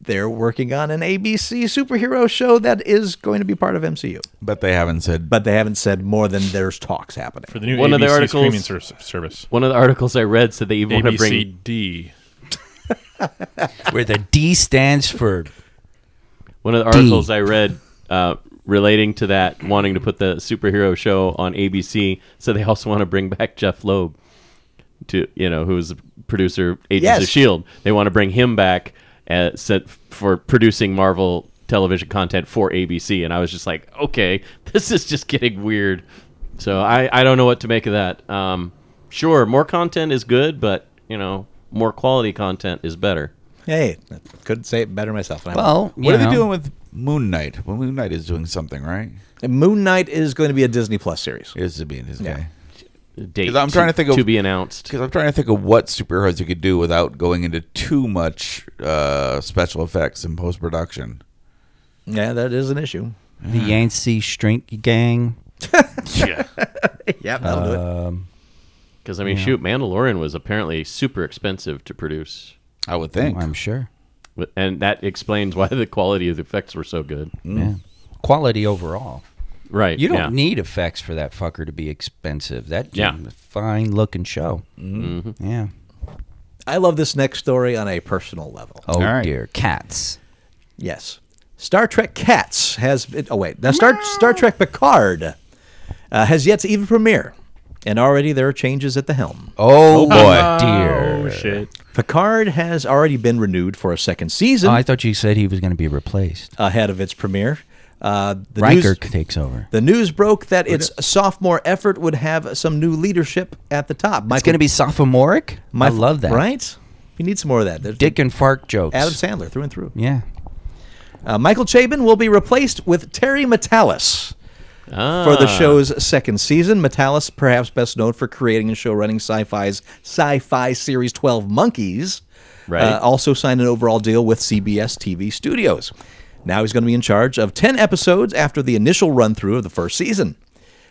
E: they're working on an ABC superhero show that is going to be part of MCU.
D: But they haven't said.
E: But they haven't said more than there's talks happening.
B: for the new
F: One
B: ABC
F: of the
B: streaming
F: articles-
B: ser- service.
F: One of the articles I read said they even want to
B: E
F: bring
B: ABCD.
C: Where the D stands for
F: One of the articles I read uh, relating to that, wanting to put the superhero show on ABC, so they also want to bring back Jeff Loeb, to you know, who was the producer Agents
E: Yes.
F: of Shield. E They want to bring him back uh, set for producing Marvel television content for ABC, and I was just like, okay, this is just getting weird. So I I don't know what to make of that. Um, sure, more content is good, but you know, more quality content is better.
E: Hey, I couldn't say it better myself. and I
C: well.
D: What
C: you
D: are they
C: know.
D: doing with Moon Knight? Well, Moon Knight is doing something, right?
E: won't. Moon Knight is going to be a Disney Plus series.
D: Is to be in his
E: Yeah.
D: guy.
F: Date
D: 'Cause I'm trying to think of-
F: to be announced.
D: Because I'm trying to think of what superheroes you could do without going into too much uh, special effects and post production.
E: Yeah, that is an issue.
C: the Yancey Strink Gang? uh,
B: Yeah.
E: Yeah, that'll do it.
F: Because I mean, shoot, Mandalorian was apparently super expensive to produce,
D: I would think.
C: I'm sure.
F: Wh- and that explains why the quality of the effects were so good.
C: Yeah. Quality overall.
F: Right?
C: You don't
F: yeah.
C: need effects for that fucker to be expensive. That
F: Yeah.
C: fine looking show. Mm-hmm. Yeah.
E: I love this next story on a personal level.
C: Oh
D: right.
C: dear, cats.
E: Yes. Star Trek Cats has. Been, oh wait, now Star Star Trek Picard uh, has yet to even premiere, and already there are changes at the helm.
C: Oh,
D: boy.
B: Oh
C: dear.
B: shit.
E: Picard has already been renewed for a second season
C: Oh, I thought you said he was going to be replaced.
E: ahead of its premiere. Uh, the
C: Riker
E: news-
C: takes over.
E: the news broke that its sophomore effort would have some new leadership at the top.
C: It's going to be sophomoric. I
E: Michael-
C: love that.
E: Right? We need some more of that. There's
C: Dick and fart jokes.
E: Adam Sandler through and through.
C: yeah.
E: Uh, Michael Chabon will be replaced with Terry Metalis for the show's second season. Metalis, perhaps best known for creating and show-running sci-fi's sci-fi series 12 Monkeys, uh,
F: Right.
E: also signed an overall deal with CBS TV Studios. Now he's going to be in charge of 10 episodes after the initial run-through of the first season.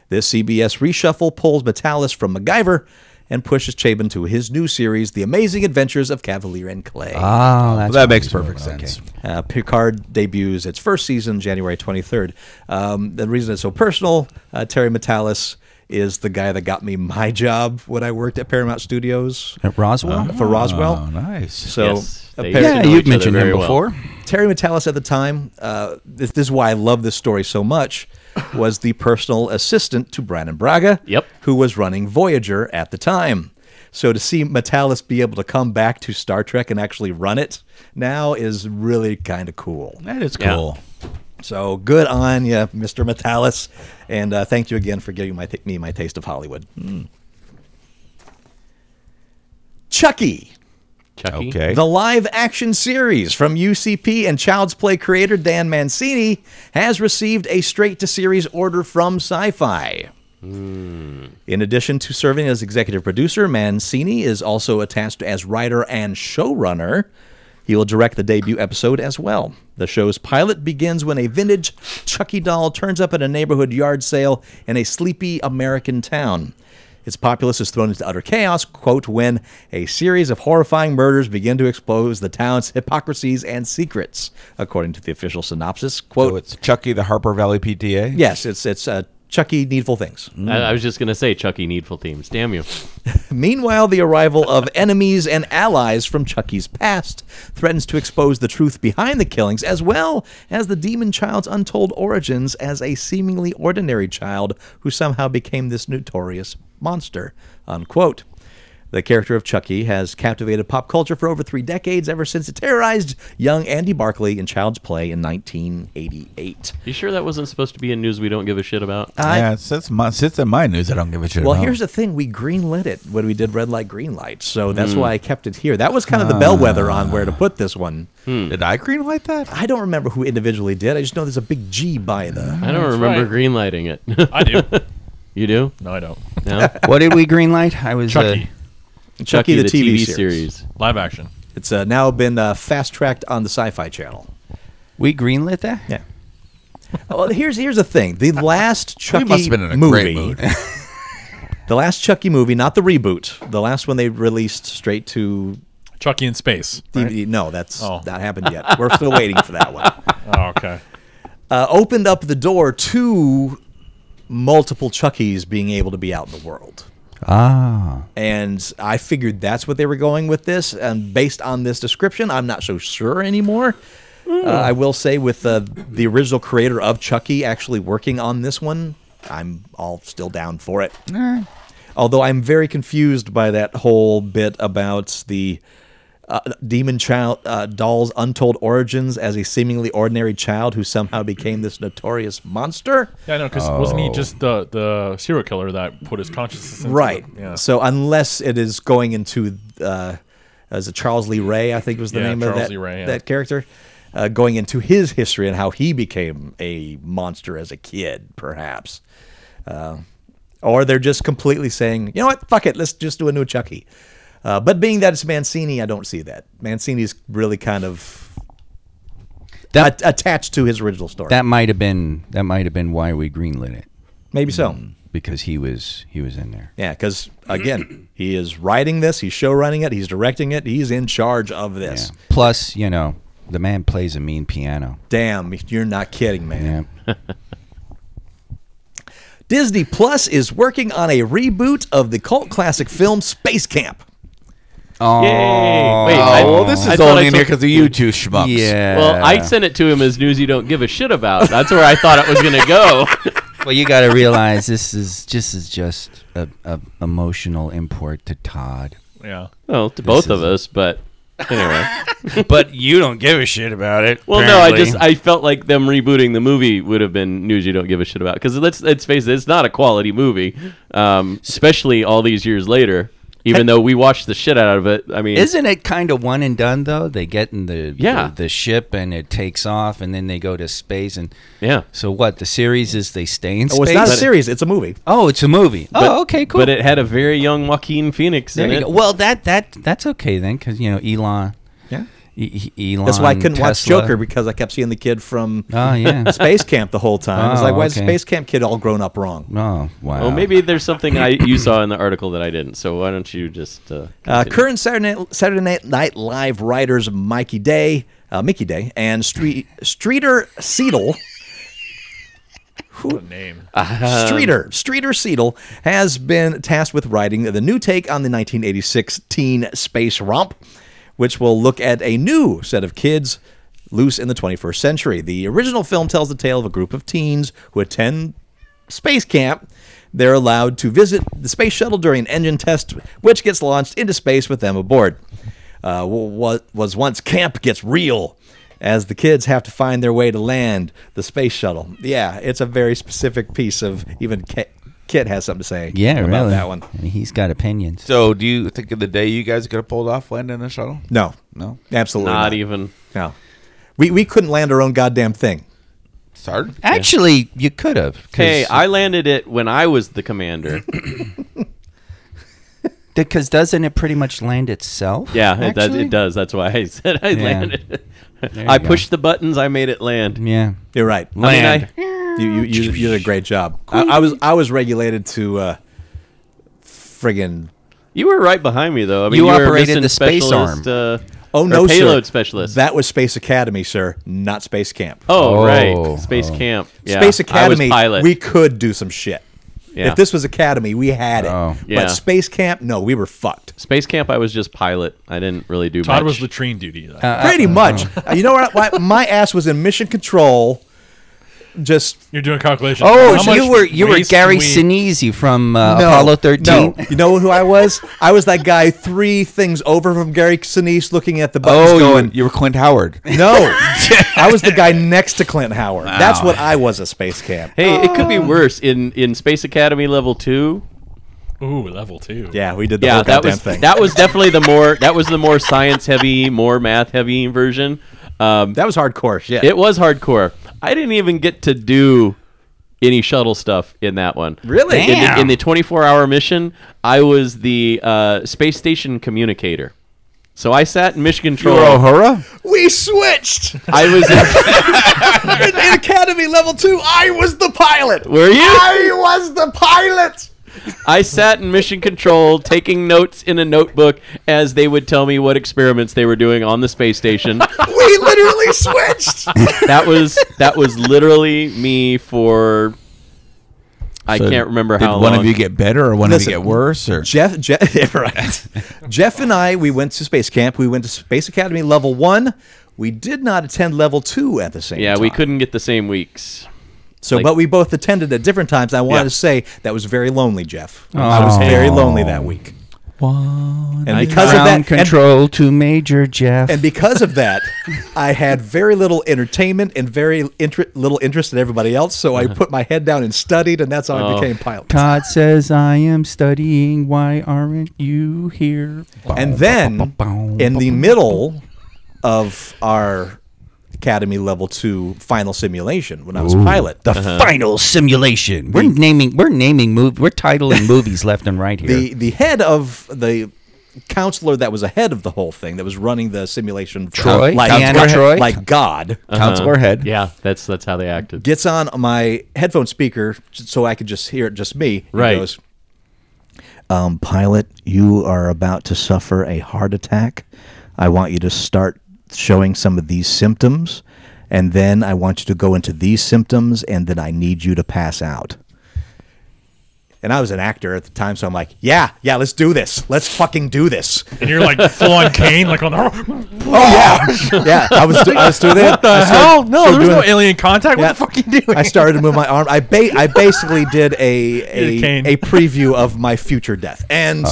E: This CBS reshuffle pulls Metalis from MacGyver and pushes Chabon to his new series, The Amazing Adventures of Cavalier and Clay.
C: Oh, that's
D: that makes perfect sense.
E: Uh, Picard debuts its first season January 23rd. Um, the reason it's so personal, uh, Terry Metalis is the guy that got me my job when I worked at Paramount Studios uh,
C: At Roswell.
E: for Roswell.
D: Oh, nice.
E: So
F: Yes, they
E: apparently-
F: used
C: Uh-huh. yeah,
F: know
C: you've
F: each other
C: mentioned him
F: very well.
C: before.
E: Terry Metalis at the time, uh, this, this is why I love this story so much, was the personal assistant to Brandon Braga,
F: Yep.
E: who was running Voyager at the time. So to see Metalis be able to come back to Star Trek and actually run it now is really kind of cool.
D: That is
F: Yeah.
D: cool.
E: So good on you, Mr. Metalis, and uh, thank you again for giving my me my taste of Hollywood. Hmm. Chucky,
F: Chucky.
D: Okay.
E: the live action series from UCP and Child's Play creator Dan Mancini, has received a straight to series order from Sci Fi. In addition to serving as executive producer, Mancini is also attached as writer and showrunner. He will direct the debut episode as well. The show's pilot begins when a vintage Chucky doll turns up at a neighborhood yard sale in a sleepy American town. Its populace is thrown into utter chaos, quote, when a series of horrifying murders begin to expose the town's hypocrisies and secrets, according to the official synopsis. Quote,
D: So it's Chucky the Harper Valley PTA.
E: yes, it's, it's uh, Chucky Needful Things.
F: I, I was just gonna say Chucky needful themes. Damn you!
E: Meanwhile, the arrival of enemies and allies from Chucky's past threatens to expose the truth behind the killings, as well as the demon child's untold origins as a seemingly ordinary child who somehow became this notorious monster. Unquote. The character of Chucky has captivated pop culture for over three decades, ever since it terrorized young Andy Barclay in Child's Play in 1988.
F: You sure that wasn't supposed to be in news we don't give a shit about?
E: I-
D: yeah, since my since in my news, I don't give a shit.
E: Well,
D: about.
E: here's the thing: we greenlit it when we did red light, green light. So that's why I kept it here. That was kind of the bellwether on where to put this one.
D: did I green light that?
E: I don't remember who individually did. I just know there's a big G by the.
F: I don't remember greenlighting it.
B: I do.
F: you do?
B: No, I don't.
F: No.
C: What did we greenlight? I was uh,
B: Chucky,
E: Chucky,
F: Chucky,
E: the, TV, series.
B: live action.
E: It's uh, now been uh, fast tracked on the Sci-Fi Channel.
C: we greenlit that.
E: Yeah. well, here's here's the thing: the last Chucky
D: We must have been in a
E: movie,
D: great mood.
E: the last Chucky movie, not the reboot, the last one they released straight to.
B: Chucky in space.
E: DVD. No, that's
B: Oh.
E: not happened yet. We're still waiting for that one.
B: Oh, okay.
E: uh, opened up the door to multiple Chuckies being able to be out in the world. Ah. And I figured that's what they were going with this. And based on this description, I'm not so sure anymore. Uh, I will say, with uh, the original creator of Chucky actually working on this one, I'm all still down for it. Although I'm very confused by that whole bit about the uh, demon child uh, doll's untold origins as a seemingly ordinary child who somehow became this notorious monster.
B: Yeah, I know. Because wasn't
F: Oh.
B: he just the the serial killer that put his consciousness? Into
E: Right.
B: The, yeah.
E: So unless it is going into uh, as a Charles Lee Ray, I think was the
B: Yeah,
E: name of
B: Charles
E: that
B: Lee Ray, yeah.
E: that character, uh, going into his history and how he became a monster as a kid, perhaps. Uh, or they're just completely saying, you know what, fuck it, let's just do a new Chucky. Uh, but being that it's Mancini, I don't see that. Mancini's really kind of
C: That-
E: at- attached to his original story.
C: That might have been that might have been why we greenlit it
E: Maybe so.
C: because he was he was in there.
E: Yeah, because again, he is writing this, he's show running it, he's directing it, he's in charge of this.
C: Yeah. Plus, you know, the man plays a mean piano.
E: Damn, you're not kidding, man.
C: Yeah.
E: Disney Plus is working on a reboot of the cult classic film Space Camp.
C: Oh,
F: Wait, I-
D: well, this
F: I
D: is
F: thought
D: only
F: I
D: in
F: told-
D: here because of you two schmucks.
C: yeah.
F: Well, I sent it to him as news you don't give a shit about. That's where I thought it was gonna go.
C: Well, you got to realize this is just is just a, a emotional import to Todd.
B: Yeah.
F: Well, to both
C: is-
F: of us, but anyway.
G: But you don't give a shit about it.
F: Well, no, I just I felt like them rebooting the movie would have been news you don't give a shit about because let's let's face it, it's not a quality movie, um, especially all these years later. Even though we watched the shit out of it, I mean,
C: Isn't it kind of one and done though? They get in the
F: Yeah.
C: the, the ship and it takes off, and then they go to space. And
F: yeah.
C: so what? The series is they stay in space.
E: Oh, it's not a series, it's a movie.
C: Oh, it's a movie.
F: But-
C: oh, okay, cool.
F: But it had a very young Joaquin Phoenix
C: there
F: in
C: you
F: it.
C: go. Well, that that that's okay then, because you know Elon.
E: Yeah.
C: E- E- Elon.
E: That's why I couldn't watch
C: Tesla.
E: Joker because I kept seeing the kid from
C: Oh yeah.
E: Space Camp the whole time. I was
C: Oh,
E: like, why is
C: okay.
E: Space Camp kid all grown up wrong?
C: oh wow.
F: Well, maybe there's something I you saw in the article that I didn't. So why don't you just uh,
E: Uh,
F: continue?
E: current Saturday Night, Saturday Night- Night Live writers Mikey Day, uh, Mickey Day, and Street, Streeter Seedle.
B: What a name.
E: Streeter, Streeter Seedle has been tasked with writing the new take on the 1986 teen space romp, which will look at a new set of kids loose in the 21st century. The original film tells the tale of a group of teens who attend space camp. They're allowed to visit the space shuttle during an engine test, which gets launched into space with them aboard. Uh, what was once camp gets real as the kids have to find their way to land the space shuttle. Yeah, it's a very specific piece of even Kit, Kit has something to say
C: Yeah,
E: about
C: really.
E: that one.
C: I mean, he's got opinions.
D: So, do you think of the day you guys could have pulled off landing the shuttle?
E: No,
D: No.
E: absolutely
F: not e-
E: not.
F: even
E: No, we we couldn't land our own goddamn thing.
D: Sorry.
C: Actually, you could have. 'cause
F: Hey, I landed it when I was the commander.
C: Because doesn't it pretty much land itself?
F: Yeah, it, does,
C: actually?
F: it does. That's why I said I
C: Yeah.
F: landed
C: There
F: it.
C: you
F: I
C: go.
F: pushed the buttons. I made it land.
C: Yeah.
E: You're right.
F: I mean, I-
G: Land.
E: You you you, you did a great job. I, I was I was regulated to uh, friggin'
F: You were right behind me, though. I mean,
C: You
F: were a
C: operated
F: mission
C: the space
F: specialist, Uh,
E: oh
F: or
E: no,
F: payload
E: sir.
F: specialist.
E: That was Space Academy, sir, not Space Camp.
F: oh,
C: Oh,
F: right, space camp. Yeah.
E: Space
F: I
E: Academy,
F: was pilot.
E: we could do some shit.
F: Yeah.
E: If this was Academy, we had it.
C: Oh.
F: Yeah.
E: But Space Camp, no, we were fucked.
F: space camp. I was just pilot. I didn't really do
B: Todd
F: much.
B: was latrine duty. though.
E: Pretty much. Uh, you know what? Why- My ass was in mission control. Just
B: You're doing calculations.
C: Oh,
B: How
C: so you
B: much
C: were you were
B: waste
C: Gary
B: can we-
C: Sinise from uh,
E: No,
C: Apollo 13.
E: No. You know who I was? I was that guy three things over from Gary Sinise looking at the buttons
D: Oh, you,
E: going,
D: you were Clint Howard.
E: no. I was the guy next to Clint Howard. That's what I was at Space Camp.
F: hey, it could be
E: Ah.
F: worse in in space academy level two.
B: Ooh, level two.
E: Yeah, we did the
F: yeah,
E: whole
F: that
E: goddamn
F: was
E: thing.
F: that was definitely the more that was the more science heavy, more math heavy version. Um,
E: that was hardcore shit.
F: it was hardcore. I didn't even get to do any shuttle stuff in that one.
E: Really?
F: In the,
H: Damn.
F: in the 24 hour mission, I was the uh, space station communicator. So I sat in mission control.
D: O'Hara?
E: we switched.
F: I was in,
E: in, in Academy Level 2, I was the pilot.
F: were you?
E: I was the pilot.
F: I sat in mission control taking notes in a notebook as they would tell me what experiments they were doing on the space station.
E: We literally switched.
F: that was that was literally me for I
D: So
F: can't remember
D: Did
F: how
D: one
F: long.
D: of you get better or one
E: Listen,
D: of you get worse? Or
E: Jeff, Jeff, yeah, right. Jeff and I, we went to space camp. We went to Space Academy Level One. We did not attend Level Two at the same.
F: yeah,
E: time.
F: we couldn't get the same weeks.
E: So,
F: like-
E: but we both attended at different times. I wanted
F: Yeah.
E: to say that was very lonely, Jeff. I was very lonely
F: Oh.
E: that week. and because of that,
C: Ground
E: and
C: control to Major Jeff.
E: And because of that, I had very little entertainment and very inter- little interest in everybody else. So I put my head down and studied, and that's how I became pilot.
C: Todd says, I am studying. Why aren't you here?
E: And then in the middle of our Academy Level 2 final simulation, when I was pilot,
C: The final simulation. We're naming. We're naming. Mov- we're titling movies left and right here.
E: the, the head of the counselor that was ahead of the whole thing, that was running the simulation,
C: Troy?
E: like,
C: Counselor
E: like-
C: Troy?
E: like God,
D: Counselor Head.
F: Uh-huh. Yeah, that's that's how they acted.
E: gets on my headphone speaker so I could just hear it, just me. and
F: Right.
E: goes, um, pilot, you are about to suffer a heart attack. I want you to start showing some of these symptoms, and then I want you to go into these symptoms, and then I need you to pass out. And I was an actor at the time, so I'm like, yeah, yeah, let's do this. Let's fucking do this.
B: And you're like full on Kane, like on
C: Oh,
B: the.
E: yeah, I was, I was doing that. I started-
B: Hell no!
E: started
B: There was no
E: doing-
B: alien contact.
E: Yeah.
B: What the fuck are you doing?
E: I started to move my arm. I ba- I basically did a
B: Did a
E: a,
B: cane.
E: a preview of my future death, and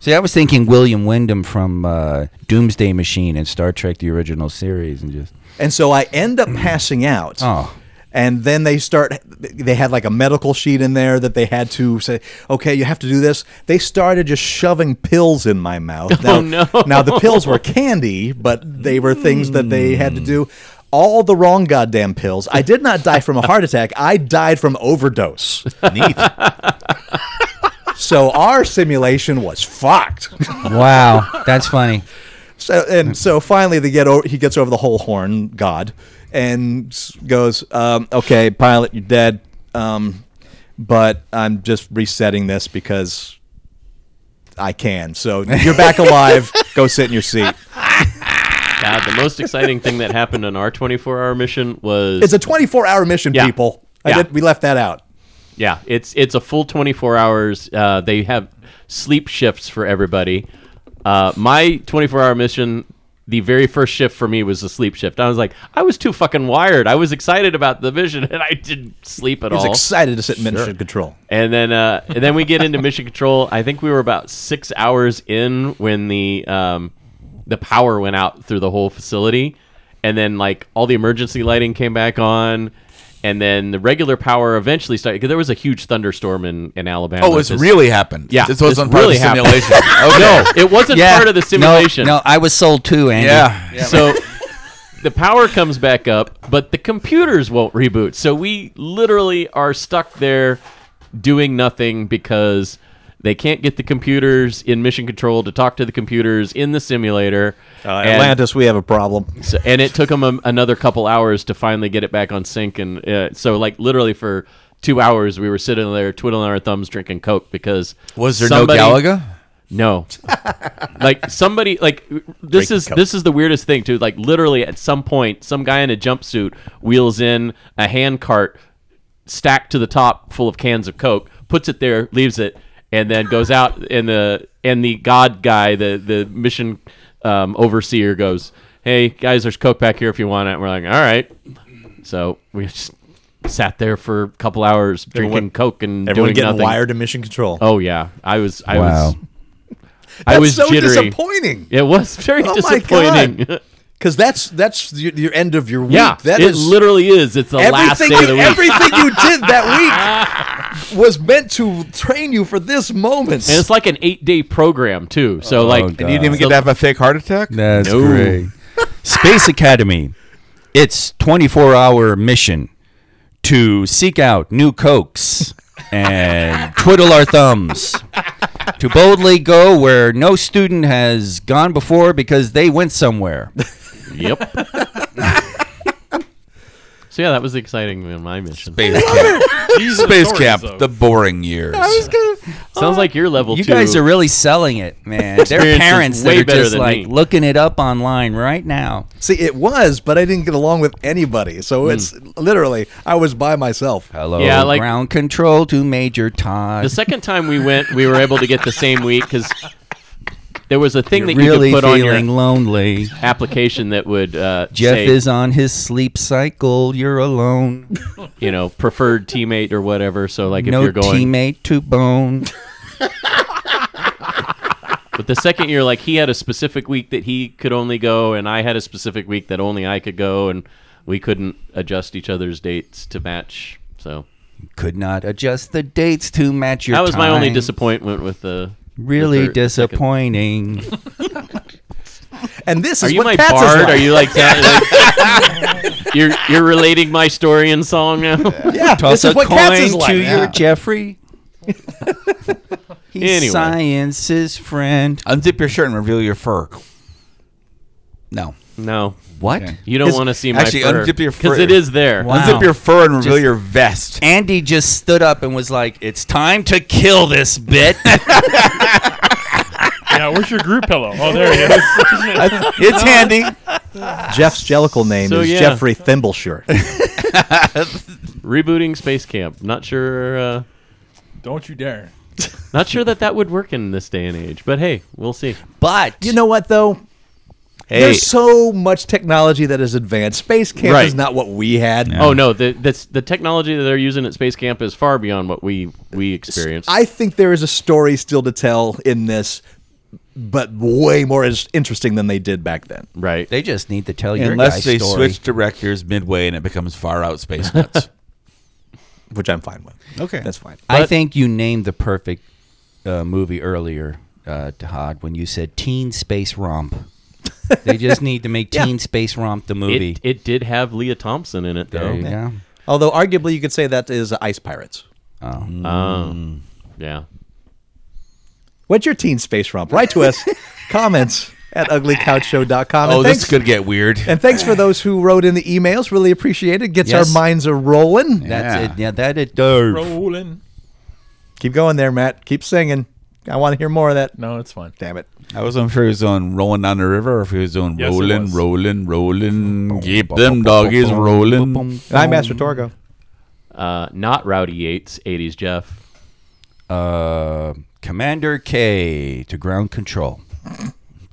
C: See, I was thinking William Wyndham from uh, Doomsday Machine and Star Trek: The Original Series, and just
E: and so I end up passing out.
C: Oh.
E: And then they start. They had like a medical sheet in there that they had to say, "Okay, you have to do this." They started just shoving pills in my mouth. Now,
F: Oh, no.
E: Now the pills were candy, but they were things that they had to do. All the wrong goddamn pills. I did not die from a heart attack. I died from overdose.
D: Neat.
E: So our simulation was fucked.
C: wow, that's funny.
E: So
F: Hmm.
E: and so finally they get over, he gets over the whole horn god and s- goes, um, okay, pilot, you're dead. Um, but I'm just resetting this because I can. So you're back alive. Go sit in your seat.
F: God, the most exciting thing that happened on our 24 hour mission was
E: It's a 24 hour mission,
F: Yeah.
E: people. I
F: Yeah.
E: did, we left that out.
F: yeah, it's it's a full 24 hours. Uh, they have sleep shifts for everybody. Uh, my 24 hour mission. The very first shift for me was the sleep shift. I was like, I was too fucking wired. I was excited about the vision, and I didn't sleep at
E: He was
F: all.
E: excited to sit in mission control.
F: And then uh, and then we get into mission control. I think we were about six hours in when the um, the power went out through the whole facility, and then like all the emergency lighting came back on, and then the regular power eventually started because there was a huge thunderstorm in, in Alabama.
D: Oh, it's
F: This-
D: really happened.
F: Yeah,
D: This wasn't part
F: really
D: of the
F: happened.
D: simulation. okay.
F: It wasn't part of the simulation.
C: No, no, I was sold too, Andy.
D: Yeah.
F: So the power comes back up, but the computers won't reboot. So we literally are stuck there doing nothing because they can't get the computers in mission control to talk to the computers in the simulator.
J: Uh,
F: And-
E: Atlantis, we have a problem.
F: so- and it took them a, another couple hours to finally get it back on sync. And uh, so, like, literally for two hours we were sitting there twiddling our thumbs drinking coke because
J: Was there
F: somebody-
J: no Galaga?
F: No. like somebody like this is this is the weirdest thing too. Like literally at some point, some guy in a jumpsuit wheels in a hand cart stacked to the top full of cans of Coke, puts it there, leaves it, and then goes out and the and the god guy, the the mission um, overseer goes, Hey guys, there's Coke back here if you want it. And we're like, All right. So we just sat there for a couple hours drinking
K: Everyone-
F: Coke and
K: Everyone
F: doing
K: getting
F: nothing.
K: wired to mission control.
F: Oh yeah, I was. I
C: Wow.
F: was. I was
E: so
F: jittery.
E: disappointing.
F: It was very
E: Oh my
F: disappointing.
E: Because that's that's your, your end of your week.
F: yeah,
E: that
F: it
E: is
F: literally is. It's the last day
E: everything you,
F: of the week.
E: everything you did that week was meant to train you for this moment.
F: and it's like an eight-day program too. So
C: Oh,
F: like,
D: And you didn't even get to have a fake heart attack?
C: That's
F: No.
C: great. Space Academy. It's 24-hour mission to seek out new cokes and twiddle our thumbs. To boldly go where no student has gone before because they went somewhere.
F: yep. so yeah, that was exciting in my mission.
D: Space camp.
B: These are the
D: Space
B: stories,
D: camp.
B: though.
D: The boring years.
F: Sounds like your level.
C: You
F: two.
C: guys are really selling it, man.
F: Experience
C: Their
F: is
C: parents that
F: way
C: are
F: better
C: just
F: than
C: like
F: me.
C: looking it up online right now.
E: See, it was, but I didn't get along with anybody. So
F: Hmm.
E: it's literally I was by myself.
C: Hello,
F: Yeah, like-
C: ground control to Major Todd.
F: The second time we went, we were able to get the same week because there was a thing that you
C: really
F: could put on
C: feeling
F: your
C: lonely.
F: application that would uh,
C: Jeff
F: say,
C: is on his sleep cycle. You're alone.
F: you know preferred teammate or whatever. So like, if
C: no
F: you're going,
C: teammate to bone.
F: But the second year, like he had a specific week that he could only go, and I had a specific week that only I could go, and we couldn't adjust each other's dates to match. So
C: Could not adjust the dates to match your.
F: that was my only
C: time.
F: disappointment with the the
C: Really
F: third- second-
C: disappointing.
E: And this
F: Are
E: is
F: you
E: what
F: my
E: Pat's is
F: bard?
E: like.
F: Are you like that? like- you're you're relating my story and song now.
E: Yeah,
C: Toss
E: this is
C: a
E: what Katz is
C: coin
E: like.
C: to your
E: Yeah.
C: Jeffrey. He's
F: Anyway.
C: science's friend.
D: Unzip your shirt and reveal your fur. No.
F: No,
C: What?
F: you don't
D: It's-
F: want to see my
D: actually,
F: fur
D: unzip your fur.
F: it is there.
C: Wow.
D: Unzip your fur and reveal
C: Just-
D: your vest.
C: Andy just stood up and was like, "It's time to kill this bit."
B: Yeah, where's your group pillow? Oh, there it is.
D: it's handy.
K: Jeff's jellicle name
F: So,
K: is
F: yeah.
K: Jeffrey Thimbleshirt.
F: Rebooting space camp. Not sure. Uh,
B: Don't you dare.
F: not sure that that would work in this day and age. But hey, we'll see.
C: but
E: You know what though? There's so much technology that is advanced. Space camp
F: Right.
E: is not what we had.
F: Oh no, the that's the technology that they're using at space camp is far beyond what we we experienced.
E: I think there is a story still to tell in this, but way more is interesting than they did back then.
F: right.
C: they just need to tell you.
D: Unless they switch directors midway and it becomes far out space nuts.
E: which I'm fine with.
D: Okay.
E: that's fine.
C: I
F: But-
C: think you named the perfect uh, movie earlier, uh, Todd, when you said Teen Space Romp. they just need to make Teen Space Romp the movie.
F: It, it did have Leah Thompson in it
C: There
F: though.
C: you go.
E: Although arguably you could say that is Ice Pirates.
C: Oh.
F: Um,
C: Mm.
F: yeah.
E: What's your teen space romp? Write to us, comments at uglycouchshow.com.
D: Oh,
E: and
D: this
E: thanks,
D: could get weird.
E: And thanks for those who wrote in the emails. Really appreciate it. Gets
C: Yes.
E: our minds a rolling.
C: That's
D: Yeah.
C: it. Yeah, that it does.
B: Rolling.
E: Keep going there, Matt. Keep singing. I want to hear more of that.
B: No, it's fine.
E: Damn it.
D: I wasn't sure he was on rolling down the river or if he was on
B: Yes, it
D: rolling,
B: was.
D: rolling, rolling. Keep them doggies rolling.
E: And I'm
D: Oh.
E: Master Torgo.
F: Uh, not Rowdy Yates, '80s Jeff.
C: Uh, Commander K to ground control.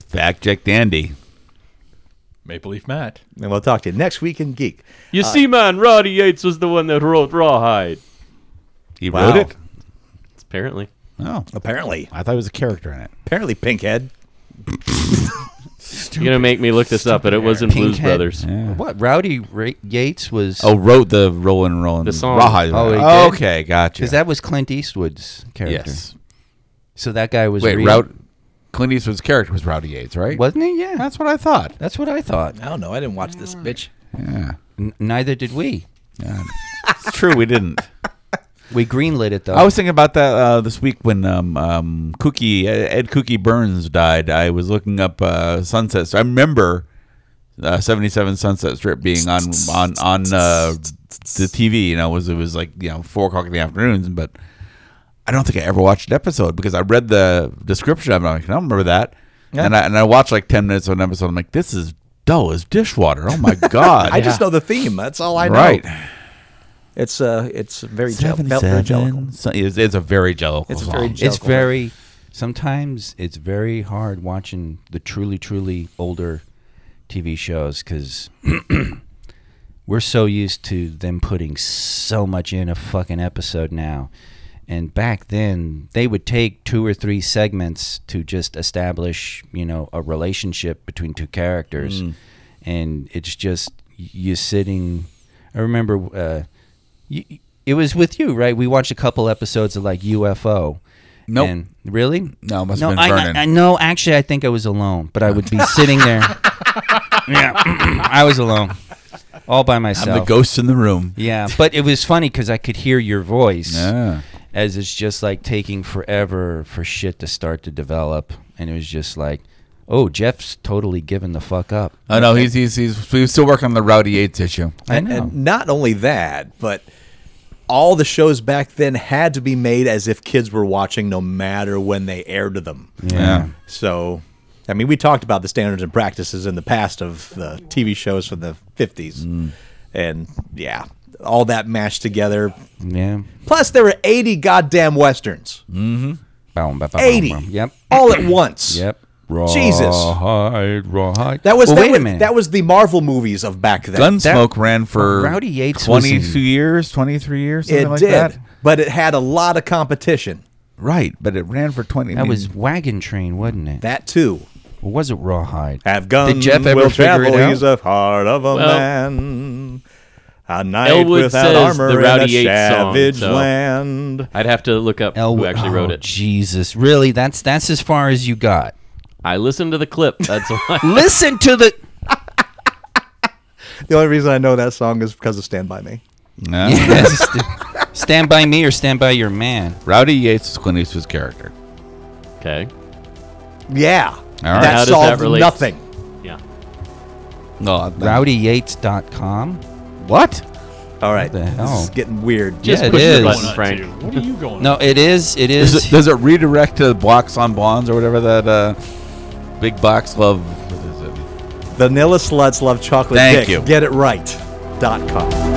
D: Fact check Dandy.
B: Maple Leaf Matt.
E: And we'll talk to you next week in Geek.
F: You see, man, Rowdy Yates was the one that wrote Rawhide.
D: He
E: Wow.
D: wrote it?
F: Apparently,
D: Oh.
E: Apparently.
D: I thought it was a character in it.
E: Apparently, Pinkhead.
F: you're gonna make me look this up, but it wasn't Blues
C: Pinkhead.
F: Brothers.
C: What? Rowdy Ra- Yates was.
D: Oh, wrote the rolling, rolling.
F: The song.
D: Rawhide.
C: Oh, he
D: Oh,
C: did?
D: okay, gotcha.
C: because that was Clint Eastwood's character.
D: yes.
C: So that guy was.
D: Wait,
C: real.
D: Route. Clint Eastwood's character was Rowdy Yates, right?
C: Wasn't he? Yeah.
D: That's what I thought.
C: That's what I thought.
E: I don't know. I didn't watch this bitch.
D: Yeah.
C: N- neither did we.
D: It's true, we didn't.
C: We greenlit it though.
D: I was thinking about that uh, this week when um, um, Cookie Ed Cookie Burns died. I was looking up uh, Sunset. Strip. I remember uh, seventy seven Sunset Strip being on on on uh, the TV. You know, was it was like you know four o'clock in the afternoons, but I don't think I ever watched an episode because I read the description of it. I'm like, I don't remember that. And I and I watched like ten minutes of an episode. I'm like, this is dull as dishwater. Oh my god!
E: I just know the theme. That's all I know.
D: right.
E: It's uh, it's very gel-
D: Seven,
E: fel- very
D: seven.
E: jellical.
D: So- It's, it's a very jellical
E: It's a
D: song.
E: very
C: It's
E: Jellicle.
C: very. Sometimes it's very hard watching the truly, truly older TV shows because we're so used to them putting so much in a fucking episode now. And back then, they would take two or three segments to just establish, you know, a relationship between two characters. And it's just you sitting. I remember uh, y- it was with you, right? We watched a couple episodes of like UFO.
D: Nope.
C: And- really?
D: No, it must have been
C: I,
D: Vernon.
C: I, I know. Actually, I think I was alone, but I would be sitting there. yeah, I was alone, all by
D: I'm
C: myself.
D: the ghost in the room.
C: Yeah, but it was funny because I could hear your voice
D: Yeah.
C: as it's just like taking forever for shit to start to develop, and it was just like, oh, Jeff's totally given the fuck up.
D: Oh no, he's he's he's, he's still working on the Rowdy Eights issue.
C: I
E: And,
C: know.
E: and not only that, but all the shows back then had to be made as if kids were watching, no matter when they aired them.
D: Yeah.
E: So, I mean, we talked about the standards and practices in the past of the TV shows from the 50s.
C: Mm.
E: And yeah, all that mashed together.
C: yeah.
E: Plus, there were 80 goddamn Westerns.
C: Mm. Boom, ba- ba- boom,
E: 80.
C: boom. Yep.
E: All at once.
C: Yep.
E: Jesus.
D: Rawhide, rawhide.
E: That was,
C: Well,
E: that,
C: wait a
E: was
C: minute.
E: that was the Marvel movies of back then.
D: Gunsmoke ran for
C: Rowdy Yates was in-
D: 22 years, 23 years, something
E: it
D: like
E: did,
D: that.
E: but it had a lot of competition.
D: Right, but it ran for 20. I
C: That
D: mean,
C: was wagon train, wasn't it?
E: That too.
C: Or was it rawhide?
E: Have guns
C: Did Jeff ever
E: will
C: figure it
E: travel.
C: out?
E: He's a heart of a
F: Well,
E: man. A knight
F: Elwood
E: without
F: says
E: armor
F: the
E: in a
F: Rowdy Yates song,
E: savage
F: so-
E: land.
F: I'd have to look up
C: Elwood-
F: who actually wrote
C: Oh,
F: it.
C: Jesus, really? That's that's as far as you got.
F: I listened to the clip. That's why.
C: Listen to the.
E: The only reason I know that song is because of Stand By Me.
D: no.
C: Yes. stand by me or stand by your man.
D: Rowdy Yates is Clint Eastwood's character.
F: okay.
E: Yeah.
D: right.
E: That
F: How does that
E: solved
F: relate?
E: nothing.
F: Yeah.
D: No,
C: RowdyYates.com.
D: What?
E: All right.
C: the hell?
E: This is getting weird.
F: Just
C: Yeah, it
F: push
C: is.
F: the button,
B: Not
F: Frank.
B: you. What are you going?
C: No, it is. It
D: Does
C: is.
D: it, does it redirect to Blocks on Blondes or whatever that uh, big box love? What is it?
E: Vanilla sluts love chocolate
D: Thank
E: dick.
D: you.
E: Get it right. Dot com.